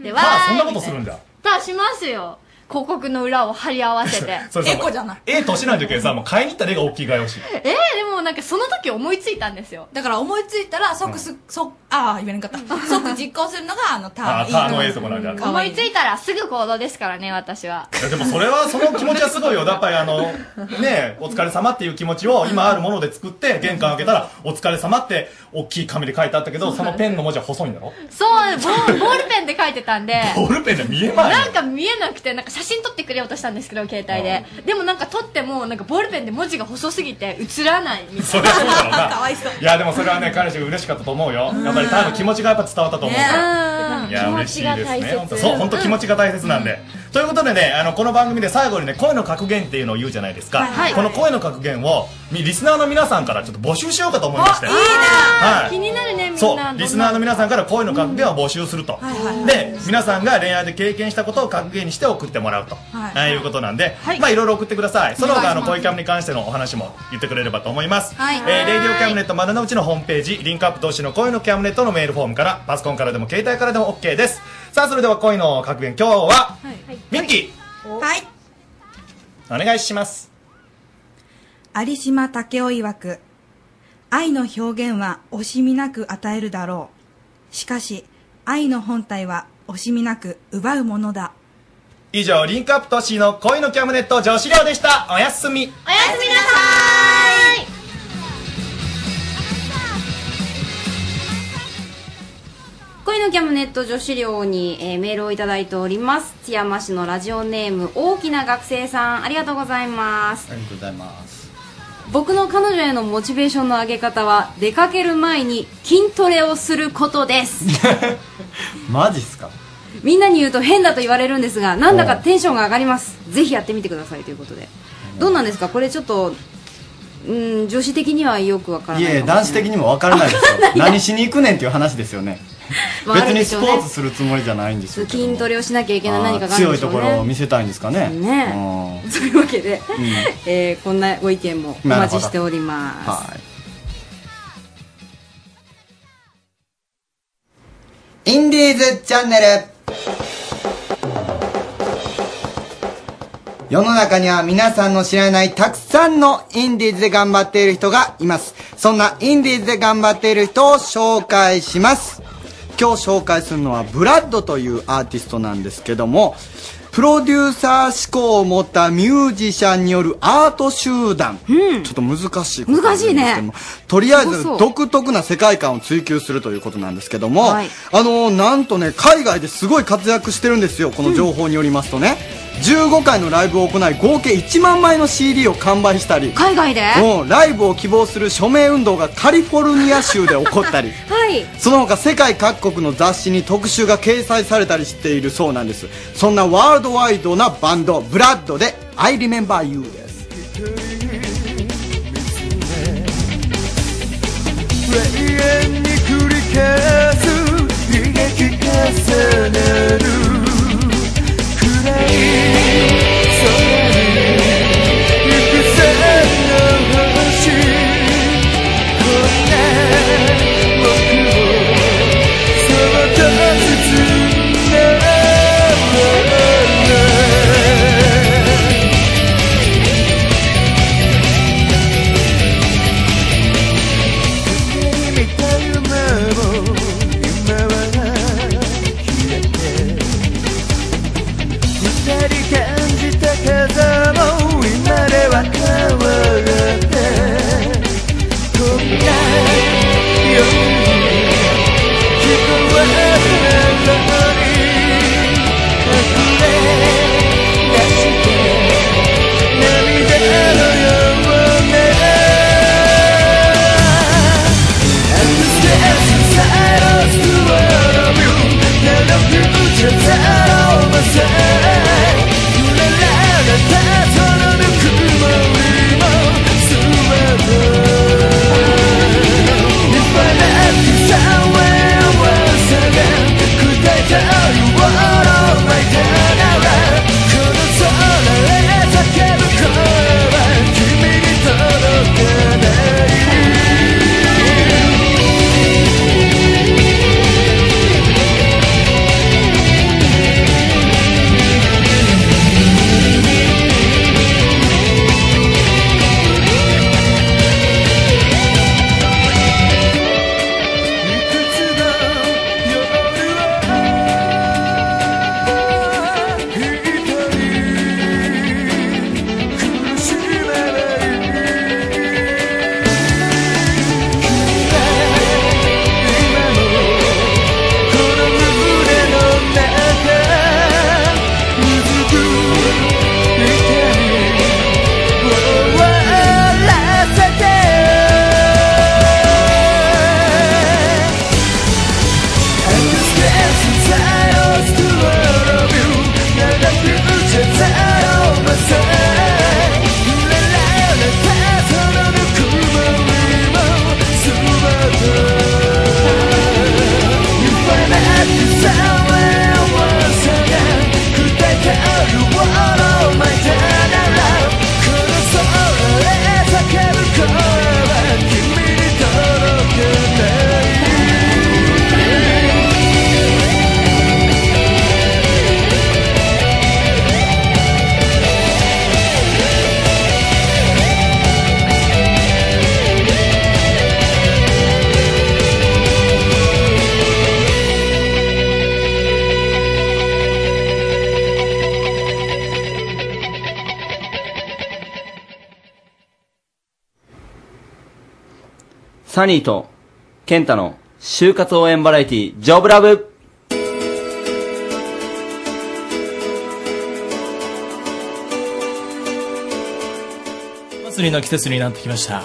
Speaker 21: で、わ
Speaker 18: あ、そんな
Speaker 21: ー
Speaker 18: こ
Speaker 21: いみ
Speaker 18: と
Speaker 21: た
Speaker 18: す
Speaker 21: い
Speaker 18: るんだ。。
Speaker 21: な。しますよ。広告の裏を貼り合わせて
Speaker 18: それさ
Speaker 21: ない。
Speaker 18: ええ年なんだけどさ、もう買いに行ったら絵が大きいがよし。
Speaker 21: えー、でもなんかその時思いついたんですよ。
Speaker 19: だから思いついたら即す、即ああ言えなかった即実行するのがあのター
Speaker 18: あ
Speaker 19: ン
Speaker 18: ー、ターの絵とかなんじゃん。
Speaker 21: 思いついたらすぐ行動ですからね、私は。
Speaker 18: いやでもそれはその気持ちはすごいよやっぱりあのねえお疲れ様っていう気持ちを今あるもので作って玄関開けたら「お疲れ様って大きい紙で書いてあったけどそのペンの文字は細いんだろ
Speaker 21: そう、ボボールペンで書いてたんで、
Speaker 18: ボールペンで見えない
Speaker 21: なんか見えなくて、なんか写真撮ってくれようとしたんですけど、携帯で。でもなんか撮っても、なんかボールペンで文字が細すぎて映らないみた
Speaker 18: そ
Speaker 21: い
Speaker 18: り
Speaker 21: な。
Speaker 18: ゃそうだろうな
Speaker 21: かわいそう
Speaker 18: いやでもそれはね彼氏が嬉しかったと思うよやっぱり多分気持ちがやっぱ伝わったと思うから、
Speaker 21: ね
Speaker 18: いや
Speaker 21: うん
Speaker 18: 嬉しいです
Speaker 21: 気持ちが大
Speaker 18: ね
Speaker 21: 切
Speaker 18: 本当そう本当気持ちが大切なんで、ということでねあのこの番組で最後にね声の格言っていうのを言うじゃないですか、
Speaker 21: はい
Speaker 18: この声の格言をみリスナーの皆さんからちょっと募集しようかと思いましていいな、はい、
Speaker 21: 気になるね、みんな。
Speaker 18: そうリスナーの皆
Speaker 21: ん。
Speaker 18: さんから恋の格言を募集すると、で皆さんが恋愛で経験したことを格言にして送ってもらうと、
Speaker 21: はい
Speaker 18: い、いうことなんで、い、まあいろいろ送ってくださいその他あの恋キャムに関してのお話も言ってくれればと思います、
Speaker 21: はい
Speaker 18: えーレイディオキャムネット丸の内のホームページリンクアップ投資の恋のキャムネットのメールフォームからパソコンからでも携帯からでも OK ですさあそれでは恋の格言今日は、ミッキ
Speaker 19: はい
Speaker 18: ーお願いします
Speaker 5: 有島武夫曰く愛の表現は惜しみなく与えるだろうしかし愛の本体は惜しみなく奪うものだ
Speaker 18: 以上、リンクアップとしーの恋のキャムネット女子寮でした。おやすみ。
Speaker 14: おやすみなさーい
Speaker 3: 恋のキャムネット女子寮に、えーメールをいただいております津山市のラジオネーム大きな学生さんありがとうございます
Speaker 2: ありがとうございます
Speaker 3: 僕の彼女へのモチベーションの上げ方は出かける前に筋トレをすることです
Speaker 2: マジっすか
Speaker 3: みんなに言うと変だと言われるんですがなんだかテンションが上がりますぜひやってみてくださいということでどうなんですかこれちょっとうん女子的にはよくわからない
Speaker 2: いえ男子的にも分からないですよ何しに行くねんっていう話ですよね
Speaker 3: まああ
Speaker 2: 別
Speaker 3: るで
Speaker 2: に
Speaker 3: し
Speaker 2: ス
Speaker 3: ょう
Speaker 2: ポ
Speaker 3: ね
Speaker 2: ーツするつもりじゃないんですよ
Speaker 3: 筋トレをしなきゃいけない何かがあるん
Speaker 2: 強
Speaker 3: で
Speaker 2: い
Speaker 3: しょ
Speaker 2: とこ
Speaker 3: うね
Speaker 2: ろを見せたいんですかね
Speaker 3: ね
Speaker 2: う ん
Speaker 3: そういうわけで、えーこんなご意見もお
Speaker 2: なる
Speaker 3: 待
Speaker 2: ほど
Speaker 3: ちしております
Speaker 2: インディーズチャンネル世の中には皆さんの知らないたくさんのインディーズで頑張っている人がいます。そんなインディーズで頑張っている人を紹介します。今日紹介するのはブラッドというアーティストなんですけども、プロデューサー思考を持ったミュージシャンによるアート集団。ちょっと難しいことなんですけども
Speaker 3: 難しいね
Speaker 2: とりあえ
Speaker 3: す
Speaker 2: ず
Speaker 3: ごそう
Speaker 2: 独特な世界観を追求するということなんですけども、
Speaker 3: はい
Speaker 2: あのーなんとね海外ですごい活躍してるんですよこの情報によりますとね、15回のライブを行い合計1万枚の CD を完売したり
Speaker 3: 海外で
Speaker 2: うんライブを希望する署名運動がカリフォルニア州で起こったり
Speaker 3: はい
Speaker 2: その他世界各国の雑誌に特集が掲載されたりしているそうなんですそんなワールドワイドなバンドブラッドで「I Remember You」です
Speaker 14: 永遠に繰り返す悲劇重ねる暗い空に行く線の星こんな僕をそっと包んで見た夢も今は開け二人感じた風も今では変わってこんなように聞こえたのに溢れ出して涙のような If I let you somewhere, where
Speaker 6: サニーと、ケンタの、就活応援バラエティ、ジョブラブ
Speaker 23: 祭りの季節になってきました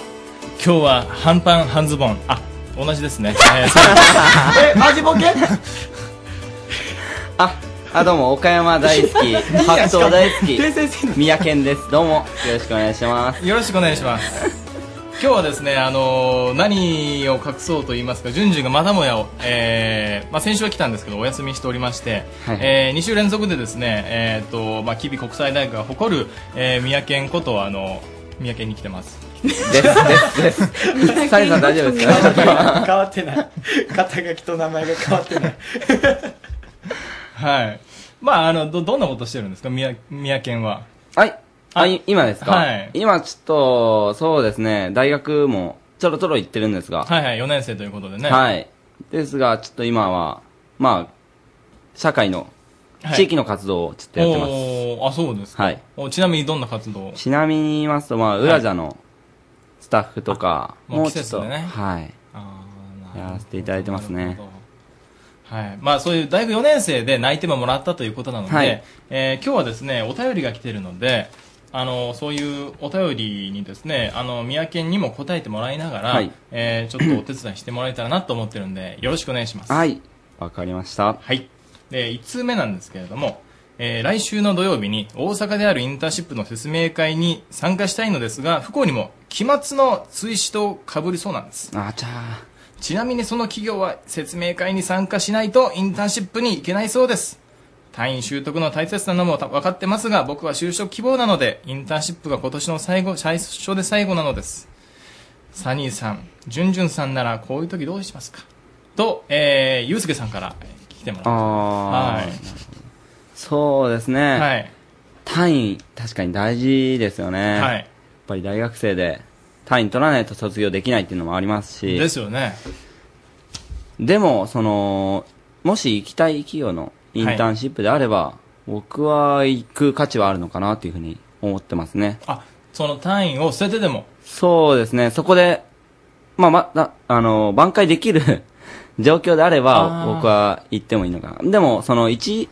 Speaker 23: 今日は半パン半ズボンあ同じです ね、えーそう
Speaker 2: え、味ボケ
Speaker 6: あ、どうも、岡山大好 き、白桃大好き
Speaker 23: いやしかも訂正、
Speaker 6: 宮健です。どうも、よろしくお願いします。
Speaker 23: よろしくお願いします。今日はですね、あのー何を隠そうと言いますか、ジュンジュンがまたもやを、えーまあ、先週は来たんですけど、お休みしておりまして、
Speaker 6: はい
Speaker 23: え2週連続でですね、えーとまあ、吉備国際大学が誇る、えー、宮県こと、あの宮県に来てます。 です、です、です。
Speaker 6: サリさん大丈夫ですか
Speaker 23: 変わってない。肩書きと名前が変わっ てない。はい。まあ、あの、ど、どんなことしてるんですか宮、宮県は。
Speaker 6: はい。あ、い今ですか
Speaker 23: はい。
Speaker 6: 今、ちょっと、そうですね、大学も、ちょろちょろ行ってるんですが、
Speaker 23: はいはい、4年生ということでね。
Speaker 6: はい。ですが、ちょっと今は、まあ、社会の、
Speaker 23: はい
Speaker 6: 地域の活動をちょっとやってます。
Speaker 23: おーあ、そうですか。
Speaker 6: はい
Speaker 23: おちなみにどんな活動を
Speaker 6: ちなみに言いますと、まあ、ウラジャのスタッフとか、
Speaker 23: あもう
Speaker 6: ちょっと、
Speaker 23: 季節でね
Speaker 6: はい。やらせていただいてますね。
Speaker 23: はい。まあ、そういう大学4年生で内定ももらったということなので、
Speaker 6: はい
Speaker 23: えー今日はですね、お便りが来てるので、あの、そういうお便りにですね、あの、宮県にも答えてもらいながら、
Speaker 6: はい
Speaker 23: えーちょっとお手伝いしてもらえたらなと思ってるんで、よろしくお願いします。
Speaker 6: はい。わかりました。
Speaker 23: はい。で、1通目なんですけれども、えー来週の土曜日に大阪であるインターンシップの説明会に参加したいのですが、不幸にも期末の追試と被りそうなんです。
Speaker 6: あちゃー。
Speaker 23: ちなみにその企業は説明会に参加しないとインターンシップに行けないそうです。単位習得の大切さなのも分かってますが、僕は就職希望なので、インターンシップが今年の最後、最初で最後なのです。サニーさん、ジュンジュンさんならこういう時どうしますかと、えー、ゆうすけさんから来てもらいました
Speaker 6: あー、
Speaker 23: はい
Speaker 6: そうですね、
Speaker 23: はい
Speaker 6: 単位確かに大事ですよね、
Speaker 23: はい
Speaker 6: やっぱり大学生で単位取らないと卒業できないっていうのもありますし
Speaker 23: ですよね
Speaker 6: でもそのもし行きたい企業のインターンシップであれば、僕は行く価値はあるのかなというふうに思ってますね
Speaker 23: その単位を捨ててでも
Speaker 6: そうですねそこで、まあ、まだあの挽回できる 状況であれ
Speaker 23: あ
Speaker 6: ば
Speaker 23: ー
Speaker 6: 僕は行ってもいいのかなでもその一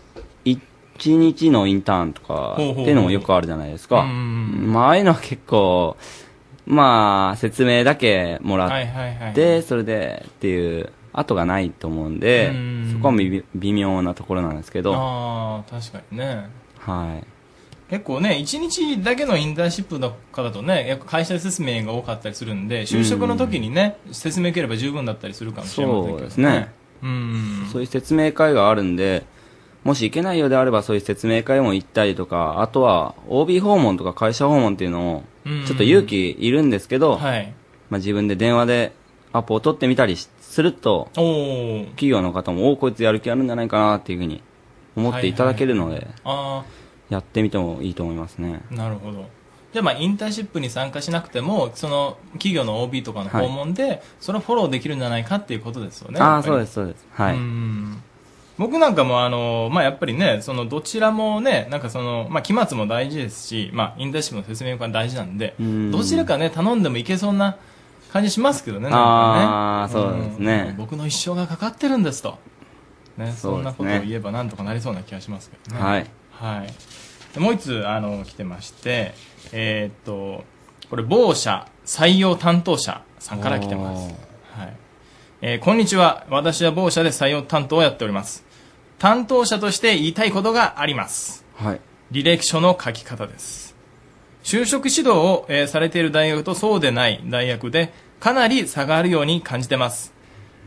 Speaker 6: 一日のインターンとかって
Speaker 2: ほうほうほう
Speaker 6: いうのもよくあるじゃないですか
Speaker 2: うんう
Speaker 6: まあああいうのは結構まあ説明だけもらって、
Speaker 2: はいはいはい
Speaker 6: それでっていう後がないと思うんで
Speaker 23: うん
Speaker 6: そこは微微妙なところなんですけど
Speaker 23: ああ確かにね
Speaker 6: はい
Speaker 23: 結構ね1日だけのインターンシップとかだとねやっぱ会社説明が多かったりするんで就職の時にね説明受ければ十分だったりするかもしれませんけど
Speaker 6: そうですね
Speaker 23: うん
Speaker 6: そういう説明会があるんで、もし行けないようであれば、そういう説明会も行ったりとか、あとは OB 訪問とか会社訪問っていうのを
Speaker 2: うん、
Speaker 6: ちょっと勇気いるんですけど、
Speaker 23: はい
Speaker 6: まあ、自分で電話でアポを取ってみたりしすると、
Speaker 23: お
Speaker 6: 企業の方も、おーこいつやる気あるんじゃないかなっていうふうに思っていただけるので、
Speaker 23: あ
Speaker 6: やってみてもいいと思いますね。
Speaker 23: あなるほどじゃあまあインターンシップに参加しなくてもその企業の OB とかの訪問で、それをフォローできるんじゃないかっていうことですよね
Speaker 6: あ
Speaker 23: や
Speaker 6: あ、
Speaker 23: っぱり
Speaker 6: そうです、そうです。はい。
Speaker 23: うん僕なんかもあの、まあ、やっぱりね、そのどちらもね、なんかその、まあ、期末も大事ですし、まあ、インターンシップの説明会も大事なんで、
Speaker 6: うん
Speaker 23: どちらかね、頼んでもいけそうな感じしますけどね、なんかね
Speaker 6: ああ、そうですね。
Speaker 23: うん僕の一生がかかってるんですと。ね、そ
Speaker 6: そうんですね
Speaker 23: なことを言えばなんとかなりそうな気がしますけどね。
Speaker 6: はい。
Speaker 23: はい。でもう一つ、あの、来てまして、えーっと、これ、某社採用担当者さんから来てます。はい。えーこんにちは。私は某社で採用担当をやっております。担当者として言いたいことがあります。
Speaker 6: はい。
Speaker 23: 履歴書の書き方です。就職指導を、えーされている大学とそうでない大学でかなり差があるように感じてます。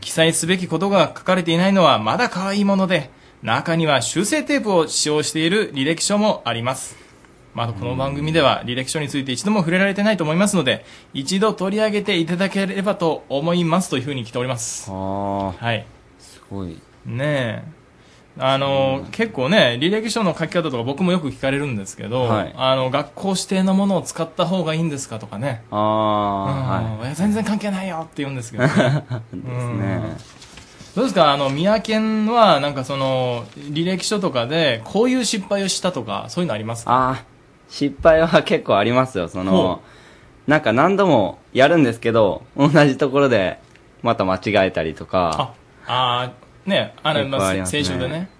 Speaker 23: 記載すべきことが書かれていないのはまだ可愛いもので、中には修正テープを使用している履歴書もあります。まだこの番組では履歴書について一度も触れられてないと思いますので、一度取り上げていただければと思いますというふうに来ております。はい。
Speaker 6: すごい。
Speaker 23: ねえ。あの、結構ね、履歴書の書き方とか僕もよく聞かれるんですけど、
Speaker 6: はい
Speaker 23: あの、学校指定のものを使った方がいいんですかとかね。
Speaker 6: あ
Speaker 23: うん
Speaker 6: あ、はい
Speaker 23: や全然関係ないよって言うんですけど、
Speaker 6: い。
Speaker 23: ね
Speaker 6: ですね。
Speaker 23: どうですかあの、宮県は、なんかその、履歴書とかで、こういう失敗をしたとか、そういうのありますか
Speaker 6: ああ、失敗は結構ありますよ。そ
Speaker 23: ほ
Speaker 6: の、なんか何度もやるんですけど、同じところでまた間違えたりとか、
Speaker 23: ああ、ね、あの、ま
Speaker 6: 結構
Speaker 23: あ、
Speaker 6: ありますね
Speaker 23: 青春でね。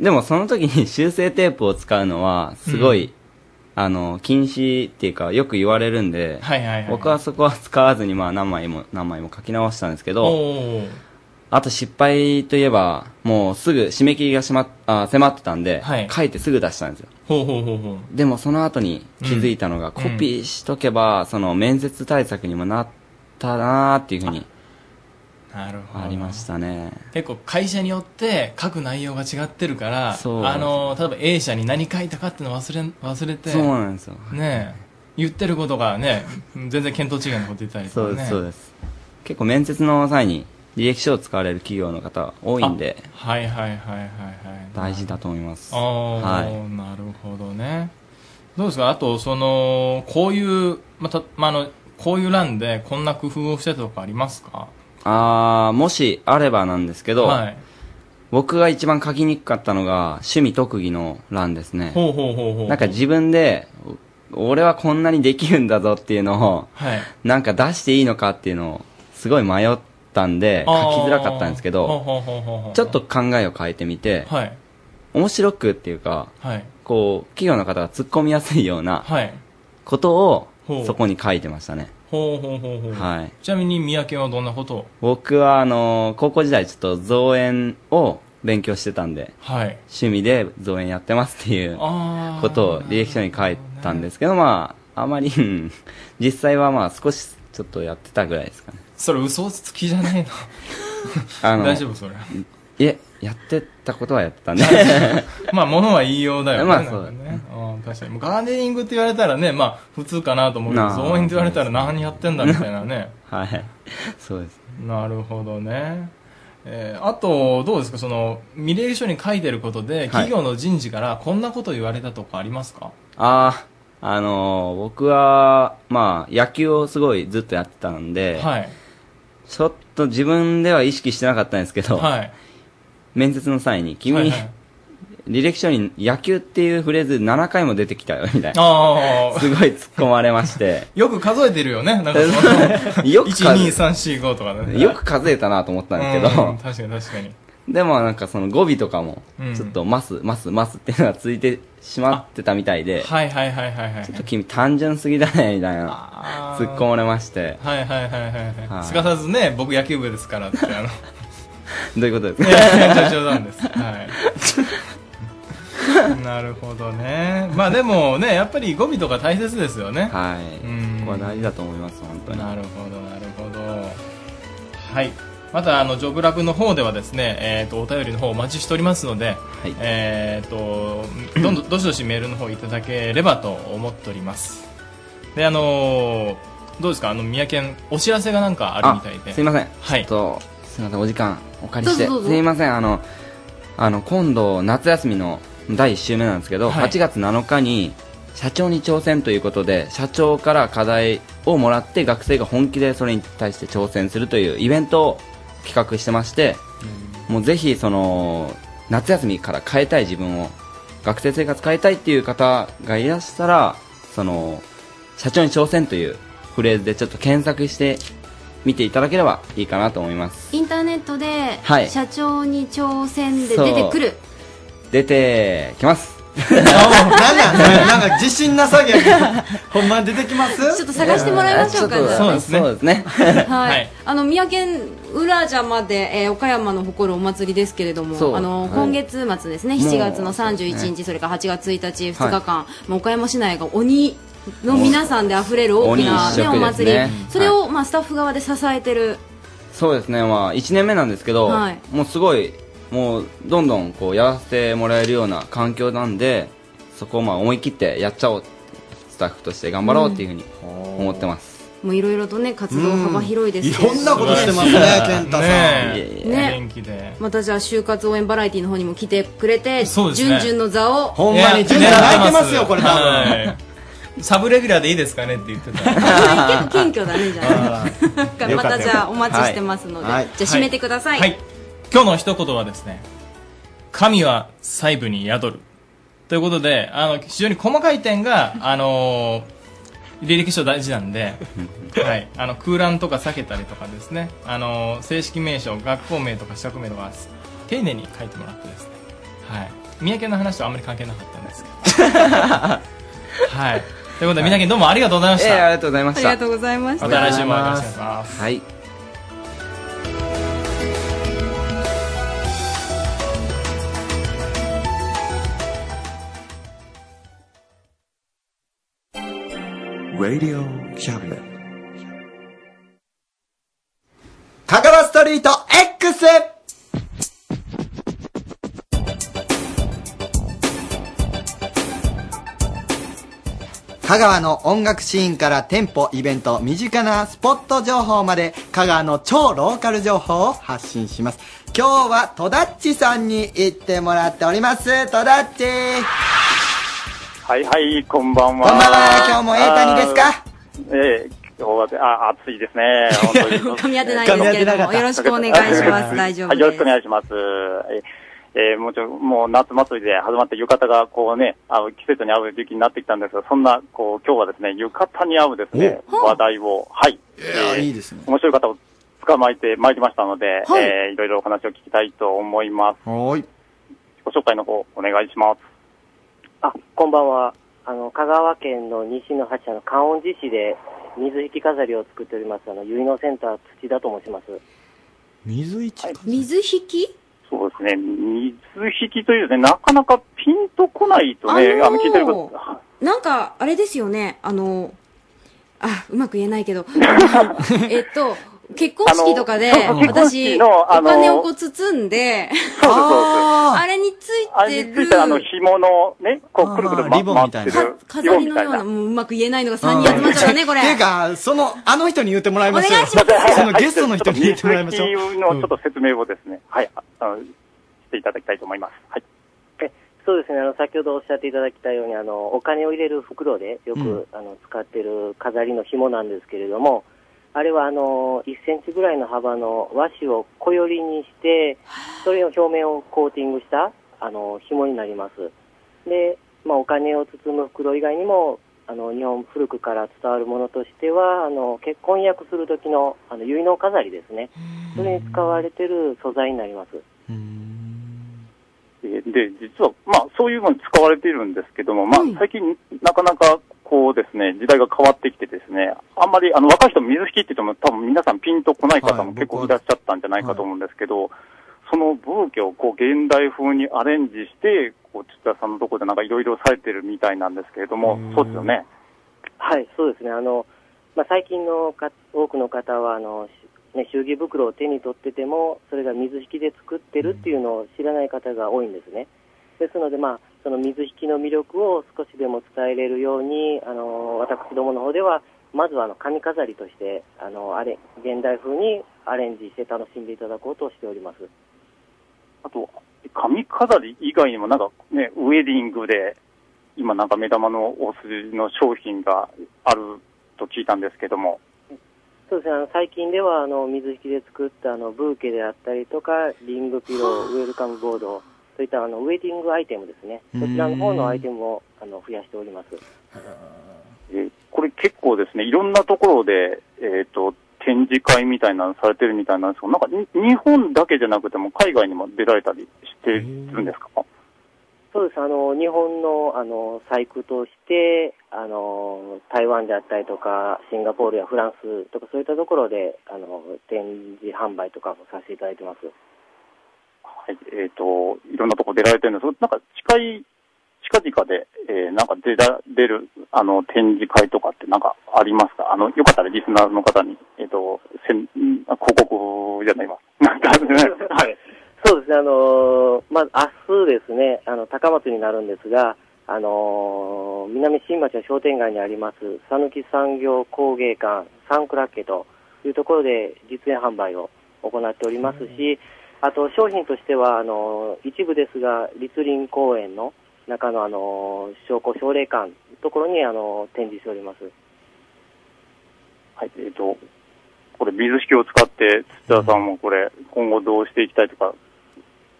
Speaker 6: でもその時に修正テープを使うのは、すごい、あの、禁止っていうか、よく言われるんで、
Speaker 23: はいはいはい
Speaker 6: 僕はそこは使わずに、まあ何枚も何枚も書き直したんですけど、
Speaker 23: おー
Speaker 6: あと失敗といえば、もうすぐ締め切りがしまあ迫ってたんで、書いてすぐ出したんですよ。
Speaker 23: ほうほうほうほう。
Speaker 6: でもその後に気づいたのが、コピーしとけば、その面接対策にもなったなーっていうふうに
Speaker 23: なるほど。
Speaker 6: ありましたね。
Speaker 23: 結構会社によって書く内容が違ってるから、あ
Speaker 6: そう
Speaker 23: の、例えば A 社に何書いたかっていうのを忘れ、忘れて、
Speaker 6: そうなんですよ。
Speaker 23: ねえ言ってることがね、全然見当違いのこと言ったりと
Speaker 6: そ
Speaker 23: か
Speaker 6: う
Speaker 23: ね。
Speaker 6: です、そうです。結構面接の際に履歴書を使われる企業の方多いんで、
Speaker 23: はいはいはいはいはい。
Speaker 6: 大事だと思います。
Speaker 23: ああ、
Speaker 6: は
Speaker 23: なるほどね。どうですかあと、その、こういう、また、まあ、あの、こういう欄でこんな工夫をしてたとかありますか
Speaker 6: い。あーもしあればなんですけど、
Speaker 23: はい
Speaker 6: 僕が一番書きにくかったのが趣味特技の欄ですね。
Speaker 23: ほうほうほうほう。
Speaker 6: なんか自分で、お俺はこんなにできるんだぞっていうのを、
Speaker 23: はい。
Speaker 6: なんか出していいのかっていうのを、すごい迷ったんで、書きづらかったんですけ
Speaker 23: ほ
Speaker 6: ど、
Speaker 23: うほうほうほうほう
Speaker 6: ちょっと考えを変えてみて、
Speaker 23: はい。
Speaker 6: 面白くっていうか、
Speaker 23: はい。
Speaker 6: こう、企業の方が突っ込みやすいような
Speaker 23: はい。
Speaker 6: ことを
Speaker 23: ほう、
Speaker 6: そこに書いてましたね。
Speaker 23: ほうほうほうほう。
Speaker 6: はい。
Speaker 23: ちなみに三宅はどんなことを
Speaker 6: 僕は、あの、高校時代ちょっと造園を勉強してたんで、
Speaker 23: はい。
Speaker 6: 趣味で造園やってますっていう
Speaker 23: あー
Speaker 6: ことを履歴書に書いたんですけど、まあ、あまり、うん実際はまあ少しちょっとやってたぐらいですかね。
Speaker 23: それ嘘つきじゃないの
Speaker 6: あの
Speaker 23: 大丈夫それ。
Speaker 6: いえ、やってたことはやってたんで。
Speaker 23: まあ、物は言いようだよね。
Speaker 6: まあそうだ
Speaker 23: ね。うん確かに。もうガーデニングって言われたらね、まあ、普通かなと思うけど、
Speaker 6: なあ
Speaker 23: 造園って言われたら何やってんだみたいなね。
Speaker 6: はい。そうです。
Speaker 23: なるほどね。えーあと、どうですかその、未歴書に書いてることで、企業の人事からこんなこと言われたとかありますか、
Speaker 6: ああ、あのー僕は、まあ、野球をすごいずっとやってたんで、
Speaker 23: はい
Speaker 6: ちょっと自分では意識してなかったんですけど、
Speaker 23: はい
Speaker 6: 面接の際に、君、
Speaker 23: はいはい
Speaker 6: 履歴書に野球っていうフレーズ7回も出てきたよ、みたい
Speaker 23: あ
Speaker 6: な。すごい突っ込まれまして、
Speaker 23: よく数えてるよね。なんかその
Speaker 6: よく数え
Speaker 23: 12345とかね。
Speaker 6: よく数えたなと思ったんですけ
Speaker 23: うん
Speaker 6: ど、
Speaker 23: 確かに確かに。
Speaker 6: でもなんかその語尾とかも
Speaker 23: うん、
Speaker 6: ちょっとマス、マス、マスっていうのがついてしまってたみたいで、
Speaker 23: はいはいはいはいはい。
Speaker 6: ちょっと君単純すぎだね、みたい
Speaker 23: な、
Speaker 6: 突っ込まれまして、
Speaker 23: はいはいはいはいは。
Speaker 6: はいい
Speaker 23: すかさずね、僕野球部ですからって、あの、
Speaker 6: どういうことです
Speaker 23: い
Speaker 6: か
Speaker 23: やいや冗談です。 はい。なるほどね。まあでもね、やっぱり語尾とか大切ですよね。
Speaker 6: はい。
Speaker 23: うん
Speaker 6: ここは大事だと思います、本当に。
Speaker 23: なるほど、なるほど。はい。また、あの、ジョブラブの方ではですね、えっ、と、お便りの方お待ちしておりますので、えっ、と、ど んどん、どしどしメールの方いただければと思っております。で、あのーどうですかあの、宮県、お知らせがなんかあるみたいで。
Speaker 6: すいません。
Speaker 23: はい。
Speaker 6: ちょっと、すいません、お時間お借りして。
Speaker 23: どうぞどうぞ
Speaker 6: すいません、あの、あの、今度、夏休みの第1週目なんですけど、
Speaker 23: はい
Speaker 6: 8月7日に、社長に挑戦ということで、社長から課題をもらって、学生が本気でそれに対して挑戦するというイベントを企画してまして、もうぜひ、その、夏休みから変えたい自分を、学生生活変えたいっていう方がいらしたら、その、社長に挑戦というフレーズでちょっと検索して見ていただければいいかなと思います。
Speaker 9: インターネットで、
Speaker 6: はい
Speaker 9: 社長に挑戦で出てくる
Speaker 6: 出てき ます。
Speaker 13: なんか自信なさげやけどほんまに出てきます
Speaker 9: ちょっと探 してもらいましょうか
Speaker 6: いやーちょっとそうですね。
Speaker 9: はい、
Speaker 6: はい
Speaker 9: あの宮県浦島で、えー岡山の誇るお祭りですけれど
Speaker 6: そう
Speaker 9: もあの
Speaker 6: はい
Speaker 9: 今月末ですね、
Speaker 6: もう
Speaker 9: 7月の
Speaker 6: そう
Speaker 9: 31
Speaker 6: です
Speaker 9: 日
Speaker 6: ね
Speaker 9: それから8月1日2日間、もう岡山市内が鬼の皆さんであふれる大きな、
Speaker 6: 鬼一
Speaker 9: ね
Speaker 6: 色
Speaker 9: お祭
Speaker 6: です
Speaker 9: り
Speaker 6: ね
Speaker 9: それを、まあ、スタッフ側で支えてる
Speaker 6: そうですね。まあ、1年目なんですけど、
Speaker 9: はい
Speaker 6: もうすごい、もうどんどんこうやらせてもらえるような環境なんで、そこをまあ思い切ってやっちゃおう。スタッフとして頑張ろうっていうふうに思ってます。
Speaker 9: もういろいろとね活動幅広いですけれども
Speaker 13: いろんなことしてますね健太さん
Speaker 23: ねえ
Speaker 9: ね
Speaker 23: 元気で。
Speaker 9: またじゃあ就活応援バラエティの方にも来てくれて、
Speaker 23: そうです
Speaker 9: じ
Speaker 23: ね
Speaker 9: ゅんじゅんの座を
Speaker 23: ほんまに
Speaker 13: ジュニア泣いてますよこれ多分
Speaker 23: サブレギュラーでいいですかねって言ってた
Speaker 9: 結構謙虚だねじゃあ
Speaker 23: よ
Speaker 9: ま
Speaker 23: かった
Speaker 9: たじゃあお待ちしてますので、
Speaker 23: はい
Speaker 9: じゃあ締めてください、
Speaker 23: はい今日の一言はですね神は細部に宿るということであの非常に細かい点が、あのー履歴書大事なんで、はい、あの空欄とか避けたりとかですねあの正式名称学校名とか資格名とか丁寧に書いてもらってですね、はい、三宅の話とはあんまり関係なかったんですけどはいということで、みなけんどうもありがとうございました、
Speaker 6: ええありがとうございま
Speaker 24: ありがとうございました
Speaker 23: また来週もよろしくお願いします
Speaker 6: はい
Speaker 14: Radio Cabinet.
Speaker 2: カカロストリート X! 香川の音楽シーンから店舗、イベント、身近なスポット情報まで、香川の超ローカル情報を発信します。今日は戸田っちさんに行ってもらっております。戸田っち
Speaker 25: はいはい、こんばんは。
Speaker 2: こんばんは今日もエータニですか
Speaker 25: あーええ今日は、あ、暑いで すね。本当
Speaker 3: 噛
Speaker 25: に
Speaker 3: み合ってないですけれ ども、よろしくお願いします。大丈夫
Speaker 25: はい、
Speaker 3: です。
Speaker 25: よろしくお願いします。ええーもうちょ、もう夏祭りで始まって浴衣がこうね、あの、季節に合う時期になってきたんですが、そんな、こう、今日はですね、浴衣に合うですね、話題を、はい。えー
Speaker 2: いいですね。
Speaker 25: 面白い方を捕まえてまいりましたので、
Speaker 2: はい
Speaker 25: えーいろいろお話を聞きたいと思います。
Speaker 2: はーい。
Speaker 25: ご紹介の方、お願いします。
Speaker 7: あ、こんばんは。あの、香川県の西の八社の観音寺市で水引き飾りを作っております、あの、結納センター土田と申します。
Speaker 25: 水一
Speaker 3: 水引き
Speaker 25: そうですね、水引きというね、なかなかピンとこないとね、
Speaker 3: あ
Speaker 25: あ
Speaker 3: のー
Speaker 25: の聞いてること、
Speaker 3: なんか、あれですよね、あの、あ、うまく言えない けど、えっと、結婚式とかで、
Speaker 25: あのそう
Speaker 3: 私、
Speaker 25: 結婚式
Speaker 3: お
Speaker 25: のあの
Speaker 3: 金をこう包んで、
Speaker 25: そうそう
Speaker 3: あーあれにつ
Speaker 25: あ
Speaker 3: い
Speaker 25: れ
Speaker 3: て
Speaker 25: についてあの
Speaker 3: る、
Speaker 25: 紐のね、こうくるくる、ま、リボンみたい
Speaker 3: 飾りのような、もううまく言えないのが3人集まっちゃったね、これ。
Speaker 2: ていうか、その、あの人に言ってもらいましょう。
Speaker 3: お願いします
Speaker 2: そのゲストの人に言ってもらいましょう。
Speaker 25: 水引きのちょっと説明をですね、はい、あの、していただきたいと思います。はい。
Speaker 7: そうですね、あの、先ほどおっしゃっていただきたように、あの、お金を入れる袋でよく、
Speaker 25: うん
Speaker 7: あの、使ってる飾りの紐なんですけれども、あれはあの、1センチぐらいの幅の和紙を小よりにして、それを表面をコーティングした、あの、紐になります。で、まあ、お金を包む袋以外にも、あの、日本古くから伝わるものとしては、あの、結婚約する時の、あの、結納飾りですね。それに使われてる素材になります。
Speaker 25: で、で実は、まあ、そういうのに使われているんですけども、まあ、最近、なかなか、こうですね、時代が変わってきてですね、あんまり、あの、若い人、水引きって言っても、多分皆さんピンとこない方も結構いらっしゃったんじゃないかと思うんですけど、そのブーケを、こう、現代風にアレンジして、こう、土田さんのところでなんかいろいろされてるみたいなんですけれども、そうですよね。
Speaker 7: はい、そうですね。あの、まあ、最近のか多くの方は、あの、しね、祝儀袋を手に取ってても、それが水引きで作ってるっていうのを知らない方が多いんですね。ですので、まあ、その水引きの魅力を少しでも伝えれるように、あの、私どもの方では、まずはあの、髪飾りとして、あの、あれ、現代風にアレンジして楽しんでいただこうとしております。
Speaker 25: あと、髪飾り以外にもなんかね、ウェディングで、今なんか目玉のお筋の商品があると聞いたんですけども、
Speaker 7: そうですね、あの最近ではあの水引きで作ったあのブーケであったりとか、リングピロー、ウェルカムボード、そういったあのウェディングアイテムですね、そちらの方のアイテムをあの増やしております。
Speaker 25: えーこれ結構ですね、いろんなところで、えっ、と、展示会みたいなのされてるみたいなんですけど、なんかに日本だけじゃなくても海外にも出られたりしてるんですか
Speaker 7: そうですあの日本のあの細工としてあの、台湾であったりとか、シンガポールやフランスとか、そういったところであの展示販売とかもさせていただいてます。
Speaker 25: はい、えっ、と、いろんなとこ出られてるんですけど、なんか近い、近々で、えーなんか出ら、出る、あの、展示会とかってなんかありますかあの、よかったらリスナーの方に、えっ、と、せん、んあ広告じゃないわ。なんか、はい。
Speaker 7: そうですね、あのーまあ、明日ですね、あの、高松になるんですが、あのー南新町の商店街にあります、讃岐産業工芸館サンクラッケというところで実演販売を行っておりますし、あと商品としては、あのー一部ですが、栗林公園の中の、あのー商工奨励館のところに、あのー展示しております。
Speaker 25: はい、えっ、と、これ、水引を使って、土田さんもこれ、今後どうしていきたいとか、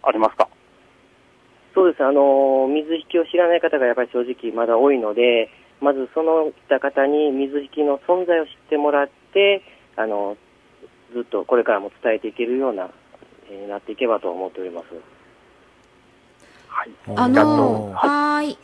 Speaker 25: ありますか
Speaker 7: そうです、あの水引きを知らない方がやっぱり正直まだ多いので、まずその来た方に水引の存在を知ってもらって、あの、ずっとこれからも伝えていけるような、えーなっていけばと思っております。
Speaker 3: あのー、はーい。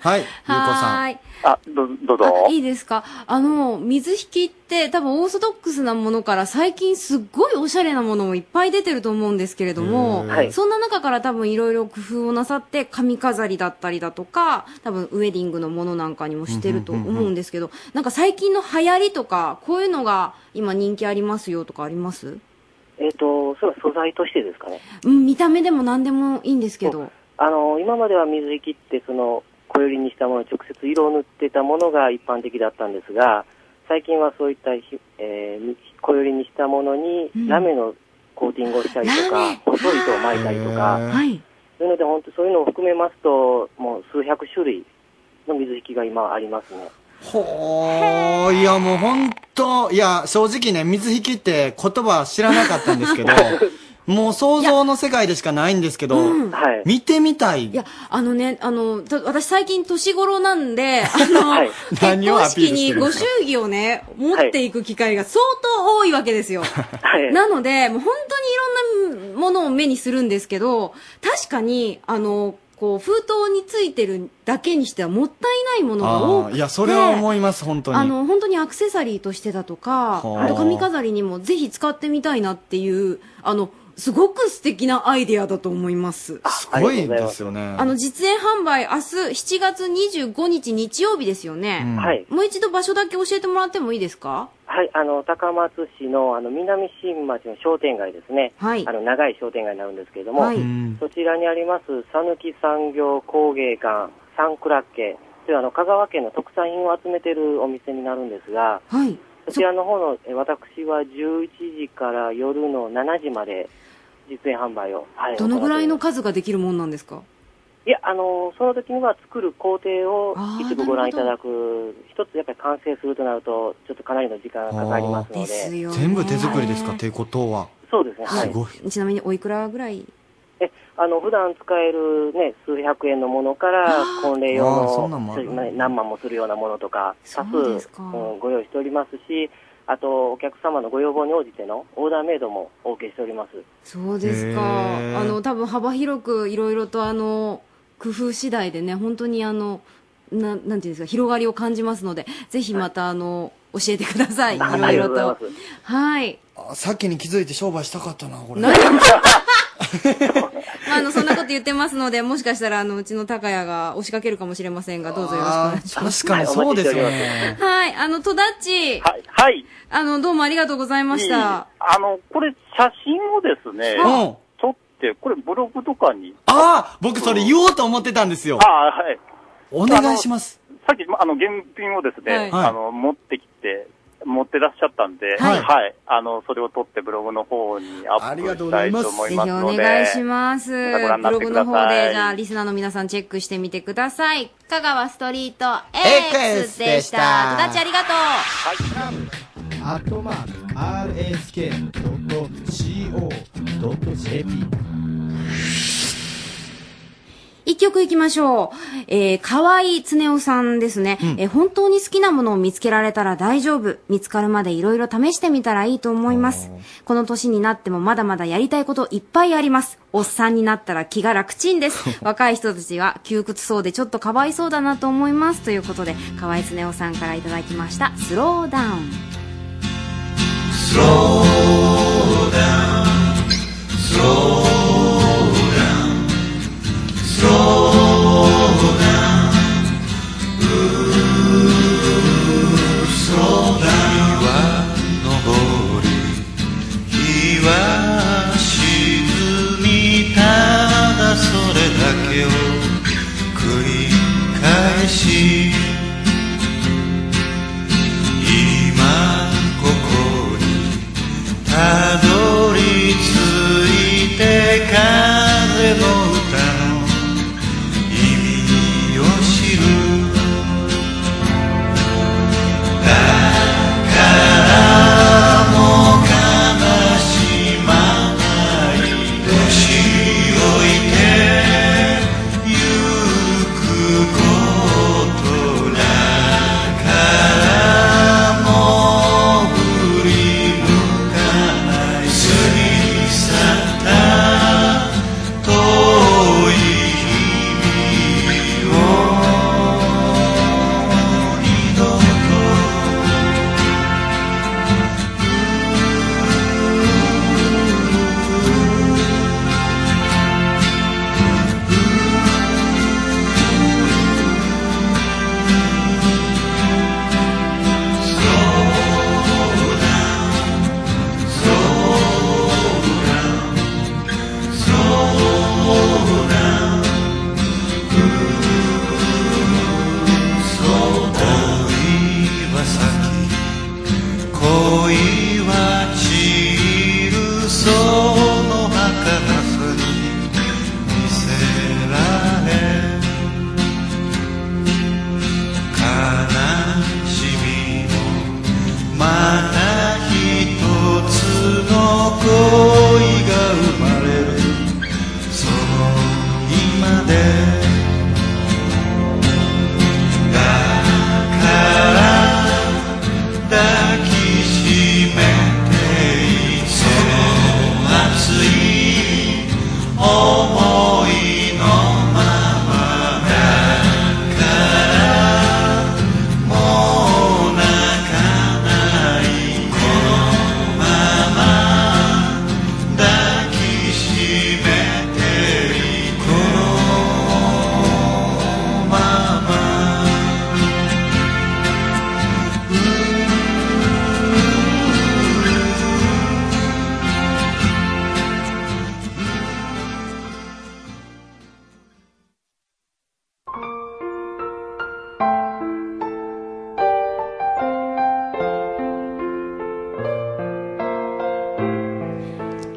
Speaker 13: はい、ゆうこ
Speaker 3: は
Speaker 13: さ
Speaker 3: ー
Speaker 13: ん。
Speaker 3: い。
Speaker 4: あ、ど、どうぞ。
Speaker 3: いいですかあの、水引って多分オーソドックスなものから最近すっごいおしゃれなものもいっぱい出てると思うんですけれども
Speaker 9: へーはい、
Speaker 3: そんな中から多分いろいろ工夫をなさって髪飾りだったりだとか、多分ウェディングのものなんかにもしてると思うんですけど、なんか最近の流行りとか、こういうのが今人気ありますよとかあります
Speaker 7: えっ、と、それは素材としてですかね。
Speaker 3: うん、見た目でも何でもいいんですけど。
Speaker 7: あの、今までは水引って、その、小よりにしたものに直接色を塗ってたものが一般的だったんですが、最近はそういったひ、えー、小よりにしたものに
Speaker 4: うん、、
Speaker 7: ラメのコーティングをしたりとか、細い糸を巻いたりとか、
Speaker 3: い。
Speaker 7: そういうので、本当そういうのを含めますと、もう数百種類の水引が今ありますね。
Speaker 13: ほー、いやもう本当いや、正直ね、水引って言葉知らなかったんですけど、もう想像の世界でしかないんですけど、
Speaker 3: うん
Speaker 13: 見てみたい。
Speaker 3: いや、あのね、あの、た私最近年頃なんで、あ の、
Speaker 13: 何をア
Speaker 3: 結
Speaker 13: ピールして
Speaker 3: 婚式に
Speaker 13: るん
Speaker 3: ご
Speaker 13: です
Speaker 3: 祝
Speaker 13: か
Speaker 3: 儀をね、持っていく機会が相当多いわけですよ。なので、もう本当にいろんなものを目にするんですけど、確かに、あの、こう、封筒についてるだけにしてはもったいないものが多
Speaker 13: あ
Speaker 3: く
Speaker 13: ー
Speaker 3: て。
Speaker 13: いや、それは思います、本当に。
Speaker 3: あの、本当にアクセサリーとしてだとか、
Speaker 13: はあ
Speaker 3: あと髪飾りにもぜひ使ってみたいなっていう、あの、すごく素敵なアイデアだと思います。
Speaker 13: すごいですよね。
Speaker 3: あの、実演販売、明日7月25日日曜日ですよね。
Speaker 7: うんはい
Speaker 3: もう一度場所だけ教えてもらってもいいですか
Speaker 7: はい、あの、高松市の、あの、南新町の商店街ですね。
Speaker 3: はい
Speaker 7: あの、長い商店街になるんですけれども、
Speaker 3: はい
Speaker 7: そちらにあります、さぬき産業工芸館、サンクラッケ、というあの、香川県の特産品を集めてるお店になるんですが、
Speaker 3: はい。
Speaker 7: そちらの方の、え私は11時から夜の7時まで、実演販売を、はい。
Speaker 3: どのぐらい
Speaker 7: 行って
Speaker 3: の数ができるもんなんですか
Speaker 7: いや、あの、その時には作る工程を一部ご覧いただく、一つやっぱり完成するとなると、ちょっとかなりの時間がかかりますので。
Speaker 3: ですよね
Speaker 13: 全部手作りですかっていうことは。
Speaker 7: そうですね、は
Speaker 13: す
Speaker 7: い。
Speaker 13: ごい。
Speaker 3: ちなみにおいくらぐらい
Speaker 7: え、あの、普段使えるね、数百円のものから、婚礼用
Speaker 13: あーそ
Speaker 7: の
Speaker 13: んなんもある
Speaker 7: すね何万もするようなものとか、多数、
Speaker 3: そう
Speaker 7: う
Speaker 3: ですか
Speaker 7: ん、ご用意しておりますし、あと、お客様のご要望に応じてのオーダーメイドもお受けしております。
Speaker 3: そうですか。
Speaker 7: へー
Speaker 3: あの、多分幅広くいろいろとあの、工夫次第でね、本当にあの、ななんていうんですか、広がりを感じますので、ぜひまたあの、教えてください。い
Speaker 13: あ
Speaker 3: ろいろ
Speaker 13: ありが
Speaker 3: と
Speaker 13: とうござい。
Speaker 3: はい。
Speaker 13: あさっきに気づいて商売したかったな、これ。
Speaker 3: まあ、あの、そんなこと言ってますので、もしかしたら、あの、うちの高谷が押しかけるかもしれませんが、どうぞよろしくお願いします。
Speaker 13: 確かにそうですよね。
Speaker 3: はい、あの、戸田っち。はい
Speaker 4: はい。
Speaker 3: あの、どうもありがとうございまし
Speaker 4: いい
Speaker 3: た。
Speaker 4: あの、これ、写真をですね、
Speaker 13: うん
Speaker 4: 撮って、これブログとかに。
Speaker 13: ああ僕それ言おうと思ってたんですよ。
Speaker 4: ああ、はい。
Speaker 13: お願いします。
Speaker 4: さっき、まあの、原品をですね、
Speaker 13: はい
Speaker 4: あの、持ってきて、持ってらっしゃったんで、
Speaker 13: は
Speaker 4: はいい。あの、それを撮ってブログの方にアップしたいと思
Speaker 3: ぜ
Speaker 4: い
Speaker 3: ひお
Speaker 4: ますので。
Speaker 3: 願いします。ブ
Speaker 4: またご覧にな
Speaker 3: ロ
Speaker 4: って
Speaker 3: グ
Speaker 4: く
Speaker 3: の
Speaker 4: ださい
Speaker 3: 方で、じゃあ、リスナーの皆さんチェックしてみてください。香川ストリート X でした。戸田っちありがとう。
Speaker 8: アットマーク RSK.CO.JP
Speaker 3: 一曲いきましょう。えー、河合つねおさんですね、えー本当に好きなものを見つけられたら大丈夫。見つかるまでいろいろ試してみたらいいと思います。この年になってもまだまだやりたいこといっぱいあります。おっさんになったら気が楽ちんです。若い人たちは窮屈そうでちょっとかわいそうだなと思います。ということで、河合つねおさんからいただきました。スローダウン。
Speaker 14: Slow down, slow down, slow down. Ooh, slow down. 日は昇り、日は沈み、ただそれだけを繰り返し。今ここに立ち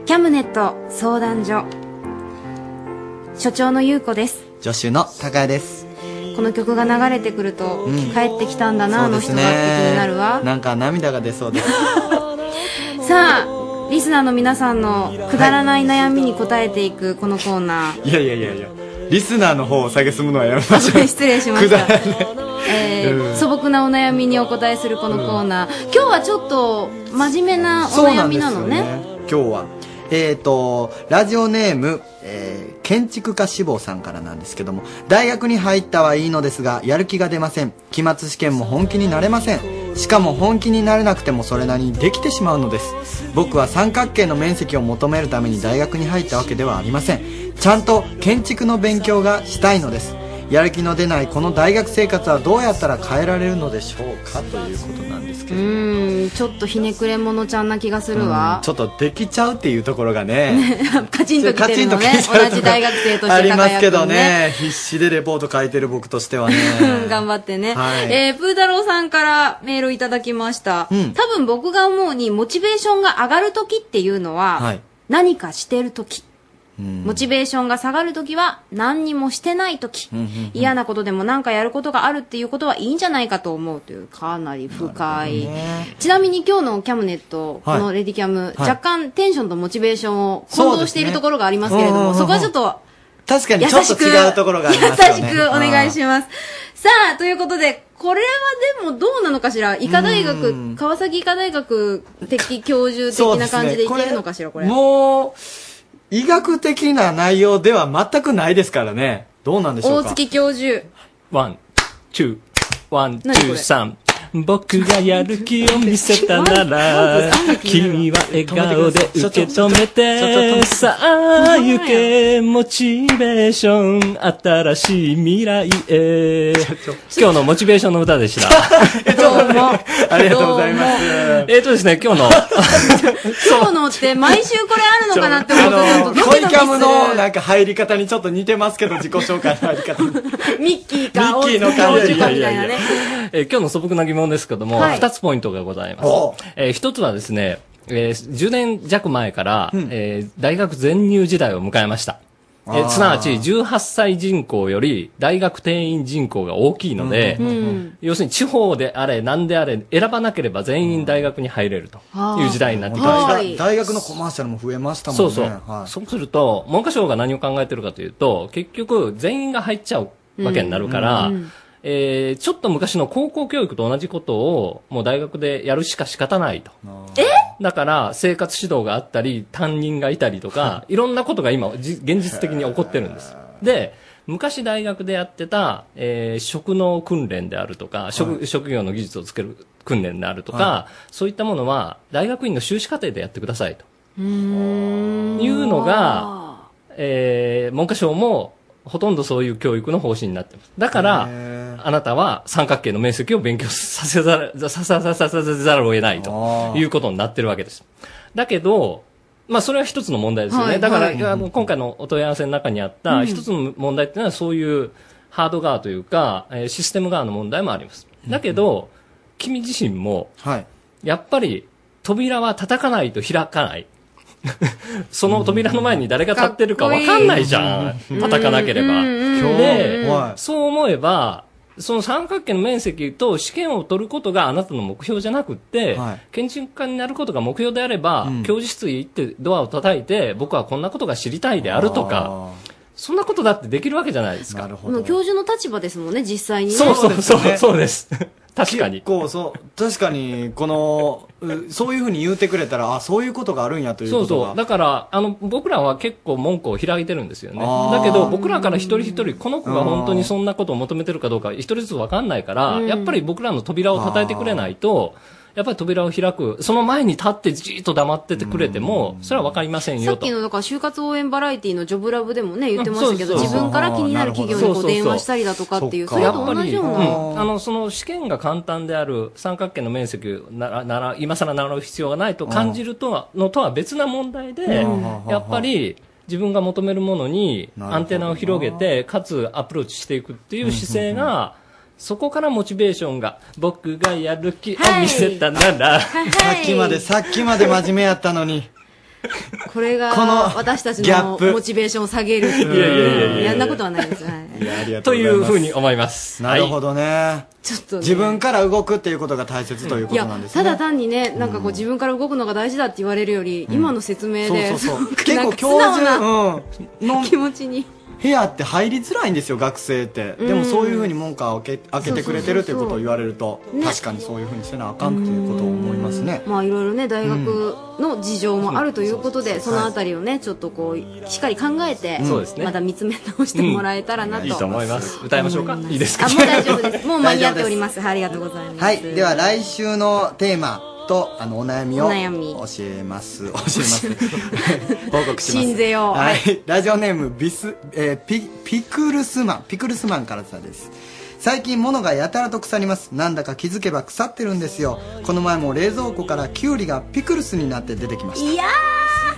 Speaker 3: キャムネット相談所所長の優子です
Speaker 2: 助手の高谷です
Speaker 3: この曲が流れてくると、
Speaker 2: うん
Speaker 3: 帰ってきたんだなあの人がって気になるわ
Speaker 2: なんか涙が出そうです
Speaker 3: さあリスナーの皆さんのくだらない悩みに答えていくこのコーナー、
Speaker 2: いやいやいやいやリスナーの方を下げすむのはやめましょう
Speaker 3: 失礼しましたえー
Speaker 2: うん
Speaker 3: 素朴なお悩みにお答えするこのコーナー、今日はちょっと真面目なお
Speaker 2: そうな
Speaker 3: 悩
Speaker 2: んです
Speaker 3: みな
Speaker 2: よ
Speaker 3: の
Speaker 2: ね
Speaker 3: ね
Speaker 2: 今日はえっ、とラジオネーム、えー建築家志望さんからなんですけども大学に入ったはいいのですがやる気が出ません期末試験も本気になれませんしかも本気になれなくてもそれなりにできてしまうのです僕は三角形の面積を求めるために大学に入ったわけではありませんちゃんと建築の勉強がしたいのですやる気の出ないこの大学生活はどうやったら変えられるのでしょうかということなんですけ
Speaker 3: う
Speaker 2: ど
Speaker 3: ーんちょっとひねくれ者ちゃんな気がするわ、
Speaker 2: ちょっとできちゃうっていうところがね
Speaker 3: カチンときてるのね
Speaker 2: カチンと来ちゃうとこ
Speaker 3: 同じ大学生として
Speaker 2: ありますけ
Speaker 3: 高
Speaker 2: ど
Speaker 3: 谷君
Speaker 2: ね必死でレポート書いてる僕として はね
Speaker 3: 頑張ってね、
Speaker 2: はい
Speaker 3: えー、プー太郎さんからメールをいただきました、
Speaker 2: うん
Speaker 3: 多分僕が思うにモチベーションが上がる時っていうのは、
Speaker 2: はい
Speaker 3: 何かしてる時、
Speaker 2: うん
Speaker 3: モチベーションが下がる時は何にもしてない時、
Speaker 2: うんうんうん
Speaker 3: 嫌なことでも何かやることがあるっていうことはいいんじゃないかと思うというかなり深い、ちなみに今日のキャムネット、
Speaker 2: はい
Speaker 3: このレディキャム、
Speaker 2: い
Speaker 3: 若干テンションとモチベーションを混同しているところがありますけれども
Speaker 2: そ
Speaker 3: そうこ
Speaker 2: です
Speaker 3: は
Speaker 2: ね
Speaker 3: ちょっと
Speaker 2: 確かにちょっと違うところがありますよね
Speaker 3: 優しくお願いします。さあ、ということで、これはでもどうなのかしら医科大学、川崎医科大学的教授
Speaker 2: そう
Speaker 3: 的
Speaker 2: で
Speaker 3: な
Speaker 2: すね
Speaker 3: 感じでいけるのかしら、これ。
Speaker 2: もう医学的な内容では全くないですからねどうなんでしょ
Speaker 3: 大
Speaker 2: うか
Speaker 3: 月教授。
Speaker 11: ワン、ツー、ワン、ツ
Speaker 3: 何こ
Speaker 11: ー、
Speaker 3: れ
Speaker 11: サン。僕がやる気を見せたな
Speaker 14: ワン
Speaker 11: ら
Speaker 14: ツーワンツ、ー
Speaker 11: 君は笑顔で受け止
Speaker 14: 所長所長
Speaker 11: め
Speaker 14: 所長
Speaker 11: て、さあ行け、モチベーション、新しい未来へ。今日のモチベーションの歌でした。
Speaker 2: ありがとうございます
Speaker 11: えっとですね、今日の、
Speaker 3: 今日のって毎週これあるのかなって思うとちょっとド
Speaker 2: 恋
Speaker 3: キドキ
Speaker 2: キャムの
Speaker 3: す
Speaker 2: なんか入り方にちょっと似てますけど自己紹介の入り方に
Speaker 3: る。 ミッキーか
Speaker 2: ミ
Speaker 3: 大
Speaker 2: ッキー
Speaker 3: 月
Speaker 2: の
Speaker 3: 教
Speaker 2: 感じ
Speaker 3: 授かみたいなね。
Speaker 11: えー今日の素朴な疑問ですけども、二、
Speaker 3: はい
Speaker 11: つポイントがございます。えー一つはですね、えー10年弱前から、えー大学全入時代を迎えました。えー
Speaker 14: あー
Speaker 11: すなわち、18歳人口より大学定員人口が大きいので、
Speaker 14: うん
Speaker 11: 要するに地方であれ、何であれ、選ばなければ全員大学に入れるという時代になってきました。
Speaker 2: 大大学のコマーシャルも増えましたもんね
Speaker 11: そうそう。
Speaker 2: はい。
Speaker 11: そうすると、文科省が何を考えてるかというと、結局、全員が入っちゃうわけになるから、
Speaker 14: うんうん
Speaker 11: えーちょっと昔の高校教育と同じことを、もう大学でやるしか仕方ないと。だから、生活指導があったり、担任がいたり とか、いろんなことが今、じ現実的に起こってるんです。で、昔大学でやってた、えー職能訓練であるとか、職職業の技術をつける訓練であるとか、
Speaker 14: は
Speaker 11: そういったものは、大学院の修士課程でやってくださいと。
Speaker 14: うーん
Speaker 11: いうのが、えー文科省もほとんどそういう教育の方針になってます。だから、あなたは三角形の面積を勉強させざる、さささささせざるを得ないということになってるわけです。だけど、まあそれは一つの問題ですよね。
Speaker 14: はい
Speaker 11: だから、
Speaker 14: はい
Speaker 11: あの今回のお問い合わせの中にあった
Speaker 14: うん
Speaker 11: 一つの問題っていうのはそういうハード側というか、えーシステム側の問題もあります。だけど、君自身も、やっぱり扉は叩かないと開かない。 その扉の前に誰が立ってるか分かんないじゃん。
Speaker 14: うん
Speaker 11: 叩かなければ。
Speaker 14: うん
Speaker 11: で
Speaker 14: うんは、
Speaker 11: そう思えば、その三角形の面積と試験を取ることがあなたの目標じゃなくって、建築家になることが目標であれば、教授室へ行ってドアを叩いて、僕はこんなことが知りたいであるとか、そんなことだってできるわけじゃないですか。
Speaker 3: もう教授の立場ですもんね、実際にね。
Speaker 11: そうそうそう、そうですす。確かに。
Speaker 2: 結構そう、確かに、この、うそういうふうに言うてくれたら、あ、そういうことがあるんやという
Speaker 11: そ
Speaker 2: こ
Speaker 11: う
Speaker 2: と
Speaker 11: そ
Speaker 2: が。
Speaker 11: う。だから、あの、僕らは結構門戸を開いてるんですよね。
Speaker 2: あー
Speaker 11: だけど、僕らから一人一人、この子が本当にそんなことを求めてるかどうか、一人ずつわかんないから、
Speaker 14: うん
Speaker 11: やっぱり僕らの扉を叩いてくれないと、やっぱり扉を開く、その前に立ってじーっと黙っててくれても、それはわかりません
Speaker 3: さ
Speaker 11: よ
Speaker 3: っ
Speaker 11: と
Speaker 3: き。のだから就活応援バラエティのジョブラブでもね言ってましたけど
Speaker 11: うんそうそ
Speaker 3: 自
Speaker 11: う
Speaker 3: 分から気になる企業にこう
Speaker 11: そうそうそう
Speaker 3: 電話したりだとかっていうそれ
Speaker 11: や
Speaker 3: と
Speaker 11: っぱ
Speaker 3: 同じ
Speaker 11: り、
Speaker 3: ような
Speaker 11: うんあの、その試験が簡単である三角形の面積なら、なら、今更習う必要がないと感じるとは、のとは別な問題で
Speaker 14: う、ん
Speaker 11: やっぱり、自分が求めるものに
Speaker 14: なるほどな
Speaker 11: アンテナを広げて、かつアプローチしていくっていう姿勢が、そこからモチベーションが、僕がやる気を見せたなら、
Speaker 2: さっきまで、さっきまで真面目やったのに。
Speaker 3: これが
Speaker 2: この
Speaker 3: 私たち
Speaker 11: ギャッ
Speaker 3: の
Speaker 11: プ
Speaker 3: モチベーションを下げるっていう
Speaker 11: いやいやいやいやいや
Speaker 3: やんなことはないですはい
Speaker 11: というふうに思います。
Speaker 2: なるほどね。
Speaker 3: ちょっとね
Speaker 2: 自分から動くっていうことが大切というこ
Speaker 3: い
Speaker 2: と
Speaker 3: や
Speaker 2: なんです
Speaker 3: ただ
Speaker 2: ね。
Speaker 3: 単にねなんかこう自分から動くのが大事だって言われるより、
Speaker 2: うん
Speaker 3: 今の説明で
Speaker 2: そう そうそう
Speaker 3: な
Speaker 2: 結
Speaker 3: ん
Speaker 2: 構
Speaker 3: か
Speaker 2: 教
Speaker 3: 素直な
Speaker 2: 授うんの
Speaker 3: 気持ちに
Speaker 2: 部屋って入りづらいんですよ、学生って。で
Speaker 3: うん
Speaker 2: もそういうふうに門下を開け開けてくれてると
Speaker 3: そ
Speaker 2: いうう
Speaker 3: そうそうそう
Speaker 2: ことを言われると、
Speaker 3: ね
Speaker 2: 確かにそういうふうにせなあかんっていうことを思いますね。
Speaker 3: まあいろいろね大学の事情もあるということで、そのあたりをねちょっとこうしっかり考えて、
Speaker 11: うんそうですね
Speaker 3: また見つめ直 してもらえたらなと、
Speaker 11: いいと思います。歌いましょうか。いいですか
Speaker 3: あもう大丈夫ですもう間に合っておりますすはいありがとうございます
Speaker 2: はい、では来週のテーマとあのお悩みを
Speaker 3: お悩み
Speaker 2: 教えます。 教えます。報告します。
Speaker 3: 信ぜよう
Speaker 2: はい、ラジオネームビス、えーピピクルスマンピクルスマンからさです。最近物がやたらと腐りますなんだか気づけば腐ってるんですよこの前も冷蔵庫からキュウリがピクルスになって出てきました
Speaker 14: いや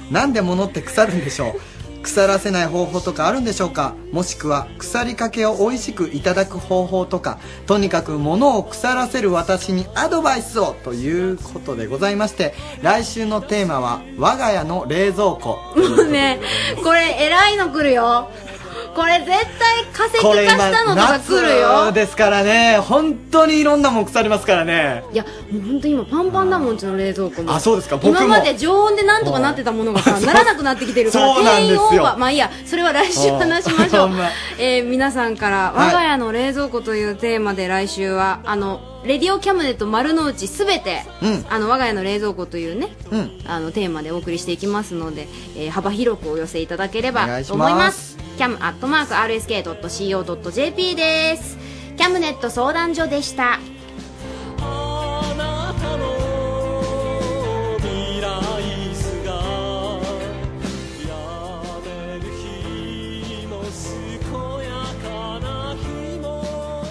Speaker 2: なんで物って腐るんでしょう腐らせない方法とかあるんでしょうかもしくは腐りかけを美味しくいただく方法とかとにかく物を腐らせる私にアドバイスをということでございまして来週のテーマは「我が家の冷蔵庫」
Speaker 3: もうねこれ偉いの来るよこれ絶対化石
Speaker 2: これ
Speaker 3: 化
Speaker 2: 今
Speaker 3: したのとか来る
Speaker 2: 夏
Speaker 3: よ
Speaker 2: ですからね本当にいろんなもん腐りますからね
Speaker 3: いやもう本当に今パンパンだもんうちの冷蔵庫も
Speaker 2: あそうですか僕も
Speaker 3: 今まで常温でなんとかなってたものが さならなくなってきてるから
Speaker 2: そうなん
Speaker 3: 定
Speaker 2: です
Speaker 3: 員
Speaker 2: よ
Speaker 3: オーバーまあいいやそれは来週話しましょ
Speaker 2: ほ
Speaker 3: う
Speaker 2: んま
Speaker 3: えー皆さんから「
Speaker 2: はい
Speaker 3: 我が家の冷蔵庫」というテーマで来週は、あの「レディオキャムネと丸の内すべて、
Speaker 2: うん
Speaker 3: あの我が家の冷蔵庫」というね
Speaker 2: うん
Speaker 3: あのテーマでお送りしていきますので、えー幅広くお寄せいただければ
Speaker 2: お願いし
Speaker 3: と
Speaker 2: ます
Speaker 3: 思いますキャムアットマーク RSK.CO.JP ですキャムネット相談所でした
Speaker 14: 未来すがやめる日の健やかな日も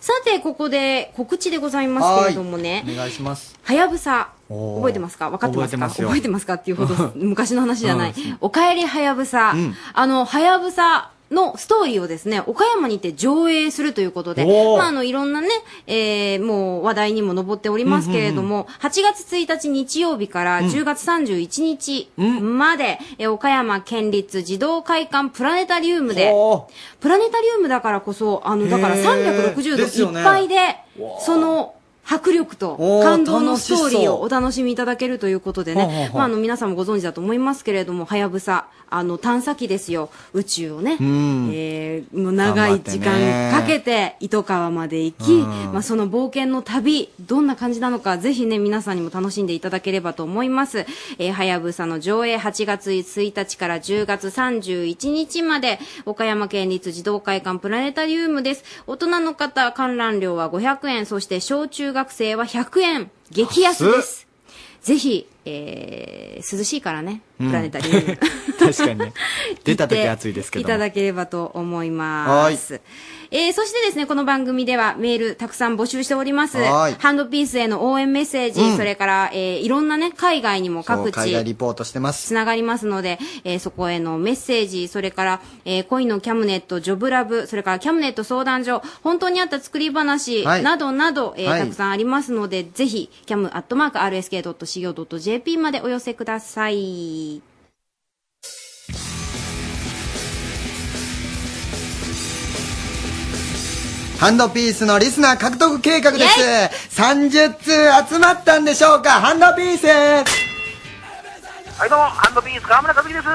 Speaker 3: さてここで告知でございますけれどもね
Speaker 2: お願いします
Speaker 3: はやぶさ
Speaker 2: おー
Speaker 3: 覚えてますか分かってます
Speaker 2: 覚えて
Speaker 3: か
Speaker 2: ますよ
Speaker 3: 覚えてますかっていうほど昔の話じゃない、
Speaker 2: うん
Speaker 3: おかえりはやぶさ、
Speaker 2: うん
Speaker 3: あのはやぶさのストーリーをですね岡山にて上映するということで、
Speaker 14: おー
Speaker 3: まあ、あのいろんなね、えーもう話題にも上っておりますけれども、8月1日日曜日から
Speaker 14: うん
Speaker 3: 10月31日まで、えー岡山県立児童会館プラネタリウムでプラネタリウムだからこそあのだから
Speaker 14: へーです
Speaker 3: 360
Speaker 14: よ
Speaker 3: 度い
Speaker 14: ね
Speaker 3: っぱいでその迫力と
Speaker 14: おー
Speaker 3: 感動のストーリーを
Speaker 14: 楽
Speaker 3: お
Speaker 14: し
Speaker 3: 楽しみいただけるということで
Speaker 14: ほうほう
Speaker 3: ね、
Speaker 14: ほう
Speaker 3: まあ、あの皆さんもご存知だと思いますけれども、はやぶさ、あの探査機ですよ、宇宙をね、
Speaker 14: うん
Speaker 3: えーもう長い時間かけて糸川まで行き、
Speaker 14: うん
Speaker 3: まあ、その冒険の旅、どんな感じなのか、ぜひね、皆さんにも楽しんでいただければと思います。えーはやぶさの上映8月1日から10月31日まで、岡山県立児童会館プラネタリウムです。大人の方、観覧料は500円、そして小中学生は100円、激安です。ぜひ、えー、涼しいからね、
Speaker 2: うん
Speaker 3: プラネタリウ ム。
Speaker 2: 確かにね出た時暑いですけ
Speaker 3: い
Speaker 2: ど
Speaker 3: ただ
Speaker 2: も
Speaker 3: ければと思い
Speaker 2: は
Speaker 3: ま
Speaker 2: い
Speaker 3: す。えー、そしてですね、この番組ではメールたくさん募集しております。
Speaker 2: はい
Speaker 3: ハンドピースへの応援メッセージ、
Speaker 2: うん
Speaker 3: それから、えー、いろんなね、海外にも
Speaker 2: そ
Speaker 3: 各
Speaker 2: う海
Speaker 3: 地
Speaker 2: 外、リポートしてます
Speaker 3: つながりますので、えーそこへのメッセージ、それから、えー恋のキャムネット、ジョブラブ、それからキャムネット相談所、本当にあった作り話、
Speaker 14: はい
Speaker 3: などなど、えー
Speaker 14: はい
Speaker 3: たくさんありますので、ぜひ、キャムアットマーク RSK.CO.JP までお寄せください。
Speaker 2: ハンドピースのリスナー獲得計画です。30通集まったんでしょうかハンドピース
Speaker 1: はい、どうも、ハンドピース、川村和樹です。
Speaker 2: 超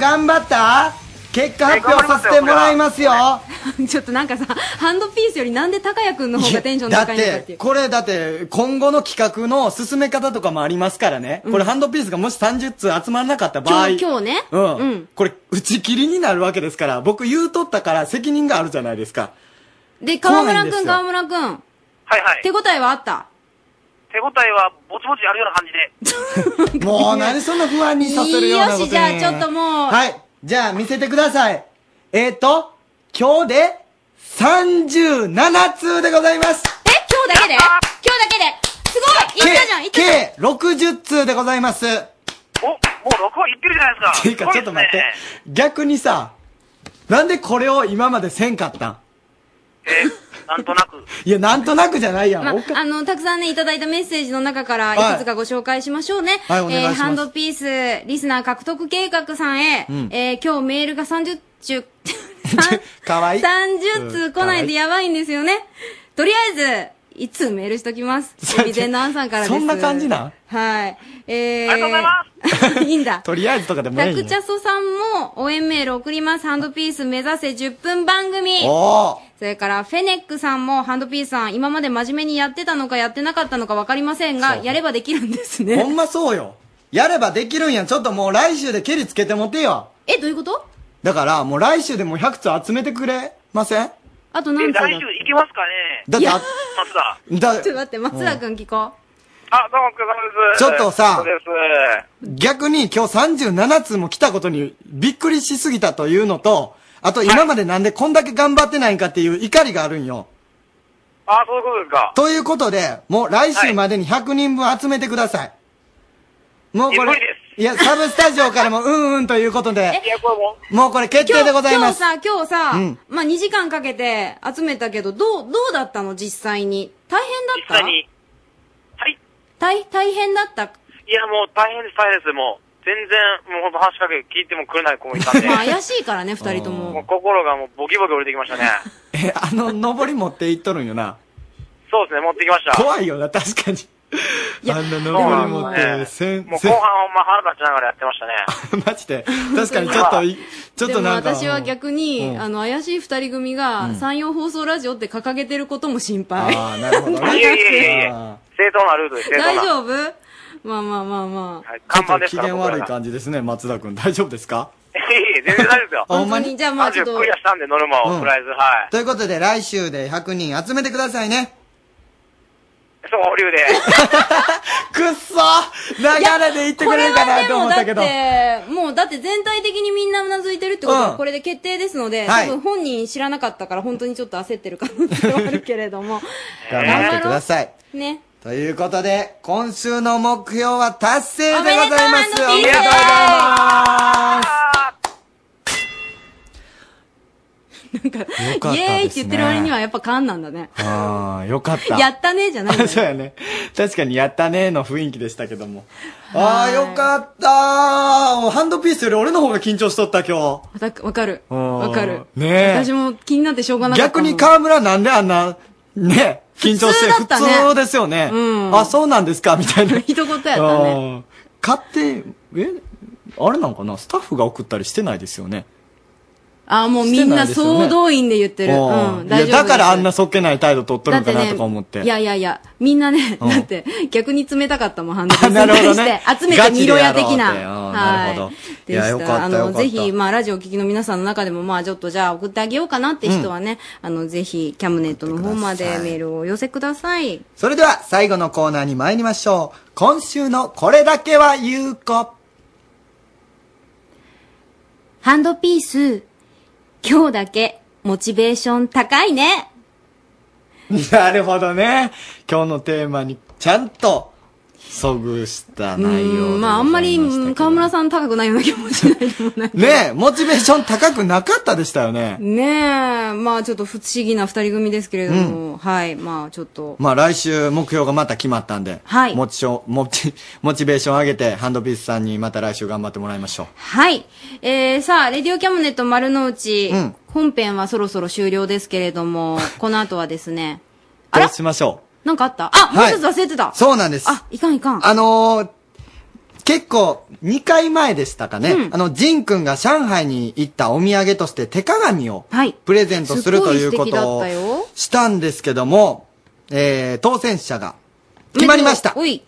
Speaker 2: 頑張った結果発表させてもらいますよ。
Speaker 3: ちょっとなんかさ、ハンドピースよりなんで高谷くんの方がテンション
Speaker 2: だっ
Speaker 3: 高いのかってい
Speaker 2: て
Speaker 3: う、。
Speaker 2: これだって、今後の企画の進め方とかもありますからね。これハンドピースがもし30通集まらなかった場合。
Speaker 3: 今日今日ね
Speaker 2: うん。
Speaker 3: うん
Speaker 2: これ、打ち切りになるわけですから、僕言うとったから責任があるじゃないですか。
Speaker 3: で、川
Speaker 2: そうな
Speaker 3: 村
Speaker 2: んで
Speaker 3: く
Speaker 2: す
Speaker 3: ん、
Speaker 2: よ
Speaker 3: 川村くん。はい
Speaker 1: はい。
Speaker 3: 手応えはあった
Speaker 1: 手応えは、ぼちぼちあるような感じで。
Speaker 2: もう何そんな不安にさせるようなことに
Speaker 3: よしじゃあちょっともう
Speaker 2: はい。じゃあ見せてください。えっ、ー、と、今日で37通でございます。
Speaker 3: え今日だけで今日だけですごいいったじゃんいったじゃん
Speaker 2: 計60通でございます。
Speaker 1: もう6はいってるじゃないですか。
Speaker 2: ていうかちょっと待って。逆にさ、なんでこれを今までせんかったん
Speaker 1: え、なんとなく。
Speaker 2: いや、なんとなくじゃないやん。
Speaker 3: ま
Speaker 2: おか
Speaker 3: あ、あの、たくさんね、いただいたメッセージの中か
Speaker 2: は
Speaker 3: ら、
Speaker 2: い
Speaker 3: いくつかご紹介しましょうね。
Speaker 2: はいお願いし
Speaker 3: え
Speaker 2: ま
Speaker 3: ー
Speaker 2: す
Speaker 3: ハンドピース、リスナー獲得計画さんへ、
Speaker 2: うん
Speaker 3: えー今日メールが30中、
Speaker 2: かわいい。
Speaker 3: 30通来ないとやばいんですよね。とりあえず、いつメールしときます。エビデンのアンさんからです。
Speaker 2: そんな感じなん
Speaker 3: はい。えー、ありがとうございます。いいんだ。
Speaker 2: とりあえずとかでも
Speaker 3: タ
Speaker 2: ええん
Speaker 3: ク
Speaker 2: や
Speaker 3: チャソさんも応援メール送ります。ハンドピース目指せ10分番組。
Speaker 2: おー
Speaker 3: それから、フェネックさんも、ハンドピースさん、今まで真面目にやってたのかやってなかったのか分かりませんが、やればできるんですね。
Speaker 2: ほんまそうよ。やればできるんやん。ちょっともう来週でケリつけてもてよ。
Speaker 3: え、どういうこと
Speaker 2: だから、もう来週でもう100通集めてくれません
Speaker 3: あと何
Speaker 1: え、
Speaker 3: 通だ
Speaker 1: 来週行けますかね
Speaker 2: だってあ、
Speaker 1: 松田。
Speaker 2: だ
Speaker 3: ちょっと待って、松田くん聞こ
Speaker 1: あ、どうもお疲れ様です。
Speaker 2: ちょっとさ
Speaker 1: そうです。
Speaker 2: 逆に今日37通も来たことにびっくりしすぎたというのと、あと今までなんでこんだけ頑張ってないんかっていう怒りがあるんよ。
Speaker 1: あ、そういうことですか。
Speaker 2: ということで、もう来週までに100人分集めてください。もうこれ、いや、サブスタジオからもうんうんということで、もうこれ決
Speaker 3: う。今
Speaker 2: 定でご
Speaker 3: 日、
Speaker 2: ざい
Speaker 3: 今
Speaker 2: ま
Speaker 3: 日
Speaker 2: す。
Speaker 3: さ、今日さ、
Speaker 2: うん
Speaker 3: まあ、2時間かけて集めたけど、どう、どうだったの実際に。大変だった
Speaker 1: に
Speaker 3: 大、大変だった。
Speaker 1: いや、もう大変です、大変です。もう、全然、もうほんと話しかけ聞いてもくれない子もいたんで。
Speaker 3: まあ、 怪しいからね、二人とも。
Speaker 1: もう心がもうボキボキ折れてきましたね。
Speaker 2: え、あの、登り持っていっとるんよな。
Speaker 1: そうですね、持ってきました。
Speaker 2: 怖いよな、確かに。あんな登り持って、せん、
Speaker 1: もう後
Speaker 2: せ
Speaker 1: 半ほんま腹立ちながらやってました
Speaker 2: ん、
Speaker 1: ね。
Speaker 2: マジで。確かにちょっとい、ちょっとなんか。
Speaker 3: でも私は逆に、
Speaker 2: うん
Speaker 3: あの、怪しい二人組が、
Speaker 2: うん
Speaker 3: 山陽放送ラジオって掲げてることも心配。
Speaker 2: ああ、な るほどね。
Speaker 1: いやいやいやいや正当なルートです、正当
Speaker 3: 大
Speaker 1: な。
Speaker 3: 丈夫まあまあまあまあ。
Speaker 2: ちょっと機嫌悪い感じですね、松田君。大丈夫ですか
Speaker 1: いやいや全然大丈夫ですよ。
Speaker 2: あほんまに
Speaker 3: じゃあまあちょっと
Speaker 1: マジでクリアしたんで、ノルマを、
Speaker 2: うん
Speaker 1: とりあえず、はい。
Speaker 2: ということで、来週で100人集めてくださいね。
Speaker 1: そう、保留で。
Speaker 2: くっそ流れで言ってくれるかなと思ったけど
Speaker 3: こ。れはでもだって、もうだって全体的にみんなうなずいてるってこと
Speaker 2: う
Speaker 3: は、
Speaker 2: ん
Speaker 3: これで決定ですので、
Speaker 2: はい
Speaker 3: 多分本人知らなかったから本当にちょっと焦ってる可能性はあるけれども。
Speaker 2: 頑張ってください。
Speaker 3: ね。
Speaker 2: ということで、今週の目標は達成でございます。
Speaker 14: おめでとう
Speaker 2: よかったですね
Speaker 3: イエーイって言ってる割にはやっぱ勘なんだね。
Speaker 2: ああ、よかった。
Speaker 3: やったねじゃないんだ よ
Speaker 2: そうやね。確かにやったねの雰囲気でしたけども。あ
Speaker 3: は
Speaker 2: あ、
Speaker 3: い
Speaker 2: よかったーハンドピースより俺の方が緊張しとった今
Speaker 3: わたわかる。
Speaker 2: 日。わ
Speaker 3: わかる。
Speaker 2: ね
Speaker 3: 私も気になってしょうが
Speaker 2: え。
Speaker 3: なかった。
Speaker 2: 逆に河村なんであんな、ね、緊張して
Speaker 3: 普通だったね
Speaker 2: 普通ですよね。
Speaker 3: うん
Speaker 2: あ、そうなんですかみたいな。
Speaker 3: 一言やった
Speaker 2: あ
Speaker 3: ね。
Speaker 2: ー買って、えあれなんかなスタッフが送ったりしてないですよね。
Speaker 3: ああ、もうみんな総動員で言ってる。
Speaker 2: あ
Speaker 3: う
Speaker 2: ーいや
Speaker 3: ん、大丈夫です。
Speaker 2: だからあんなそっけない態度取っとるんかな
Speaker 3: だ
Speaker 2: とか思って。
Speaker 3: いやいやいや、みんなね、
Speaker 2: うん
Speaker 3: だって、逆に冷た かったもん、ハンドルに
Speaker 2: なるほど
Speaker 3: 対して、
Speaker 2: ね
Speaker 3: 集めてみろや的
Speaker 2: ガチでやろうってあーなるほど
Speaker 3: な。はい。
Speaker 2: い
Speaker 3: で
Speaker 2: やよ
Speaker 3: し。
Speaker 2: かった
Speaker 3: あ
Speaker 2: たよか
Speaker 3: の、
Speaker 2: った
Speaker 3: ぜひ、まあ、ラジオを聞きの皆さんの中でも、まあ、ちょっとじゃあ送ってあげようかなって人はね、あの、ぜひ、キャムネットの方までメールをお寄せください。
Speaker 2: それでは最後のコーナーに参りましょう。今週のこれだけは言うこ。
Speaker 3: ハンドピース、今日だけ、モチベーション高いね。
Speaker 2: なるほどね。今日のテーマにちゃんと、そぐした内
Speaker 3: う
Speaker 2: 容
Speaker 3: ん、まあ、あんまり、うん河村さん高くないような気もしない
Speaker 2: ねえ、モチベーション高くなかったでしたよね。
Speaker 3: ねえ、まあちょっと不思議な二人組ですけれども、はい、まあちょっと。
Speaker 2: まあ来週目標がまた決まったんで、
Speaker 3: はい
Speaker 2: モチションモチ、 モチベーション上げて、ハンドピースさんにまた来週頑張ってもらいましょう。
Speaker 3: はい。えー、さあ、レディオキャムネット丸の内、
Speaker 2: うん
Speaker 3: 本編はそろそろ終了ですけれ ども、この後はですね、
Speaker 2: どうしましょ
Speaker 3: なんかあったあ、もう
Speaker 2: はい
Speaker 3: 一つ忘れてた、
Speaker 2: う。そうなんです。
Speaker 3: あ、いかんいかん。
Speaker 2: あのー結構、2回前でしたかね。あの、ジン君が上海に行ったお土産として手鏡を、プレゼントするというこ
Speaker 3: すごい素敵だ
Speaker 2: と
Speaker 3: っ
Speaker 2: を
Speaker 3: たよ
Speaker 2: したんですけども、えー、当選者が決まりました。
Speaker 3: おい。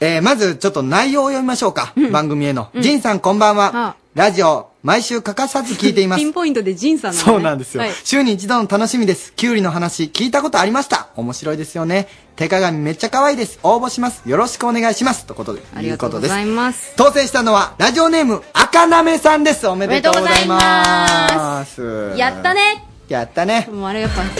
Speaker 2: えー、まずちょっと内容を読みましょうか。番組への。ジンさんこんばんは。ラジオ、毎週欠かさず聞いています
Speaker 3: ピ。ンポイントでジンさんの、ね、
Speaker 2: そうなんですよ、
Speaker 3: はい
Speaker 2: 週に一度の楽しみです。キュウリの話聞いたことありました。面白いですよね。手鏡めっちゃ可愛いです。応募します。よろしくお願いします。ということで。
Speaker 3: ありがとうございます。
Speaker 2: 当選したのは、ラジオネーム、赤なめさんです。おめでとうございます。
Speaker 3: やったね
Speaker 2: やったね。
Speaker 3: もうあれやっぱ、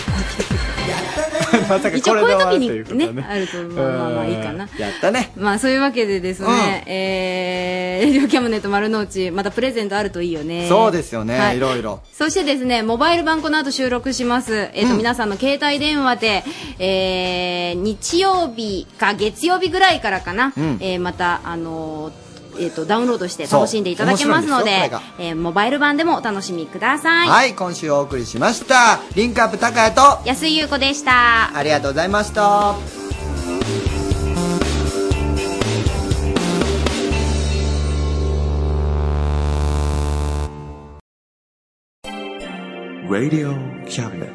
Speaker 13: まさか
Speaker 3: 一応
Speaker 13: これ
Speaker 3: こう
Speaker 13: で
Speaker 3: いう
Speaker 13: 終わると
Speaker 3: 時
Speaker 13: いうこと
Speaker 3: にねあるとまあまあまあいいかな
Speaker 2: やったね
Speaker 3: まあそういうわけでですね、えー、レディオキャムネット丸の内、またプレゼントあるといいよね。
Speaker 2: そうですよね、、
Speaker 3: はい
Speaker 2: ろいろ。
Speaker 3: そしてですね、モバイル版この後収録します。えっ、と、皆さんの携帯電話で、えー、日曜日か月曜日ぐらいからかな、
Speaker 21: うん
Speaker 3: えーまた、あのーえっ、と、ダウンロードして
Speaker 2: そう
Speaker 3: 楽しんでいただけます
Speaker 2: 面
Speaker 3: ので、
Speaker 2: 白いんですよこ
Speaker 3: えーモバイル版でもお楽しみください。
Speaker 2: はい、今週お送りしました。リンクアップ高谷と、
Speaker 3: 安井優子でした。
Speaker 2: ありがとうございました。
Speaker 15: Radio Cabinet.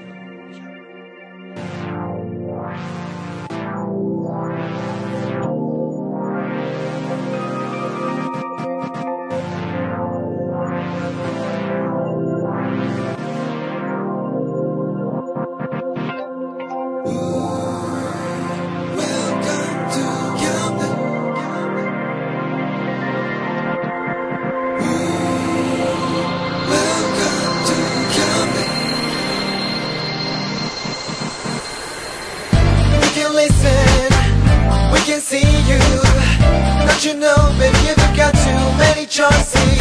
Speaker 14: We can listen, we can see you. Don't you know, baby, you've got too many choices.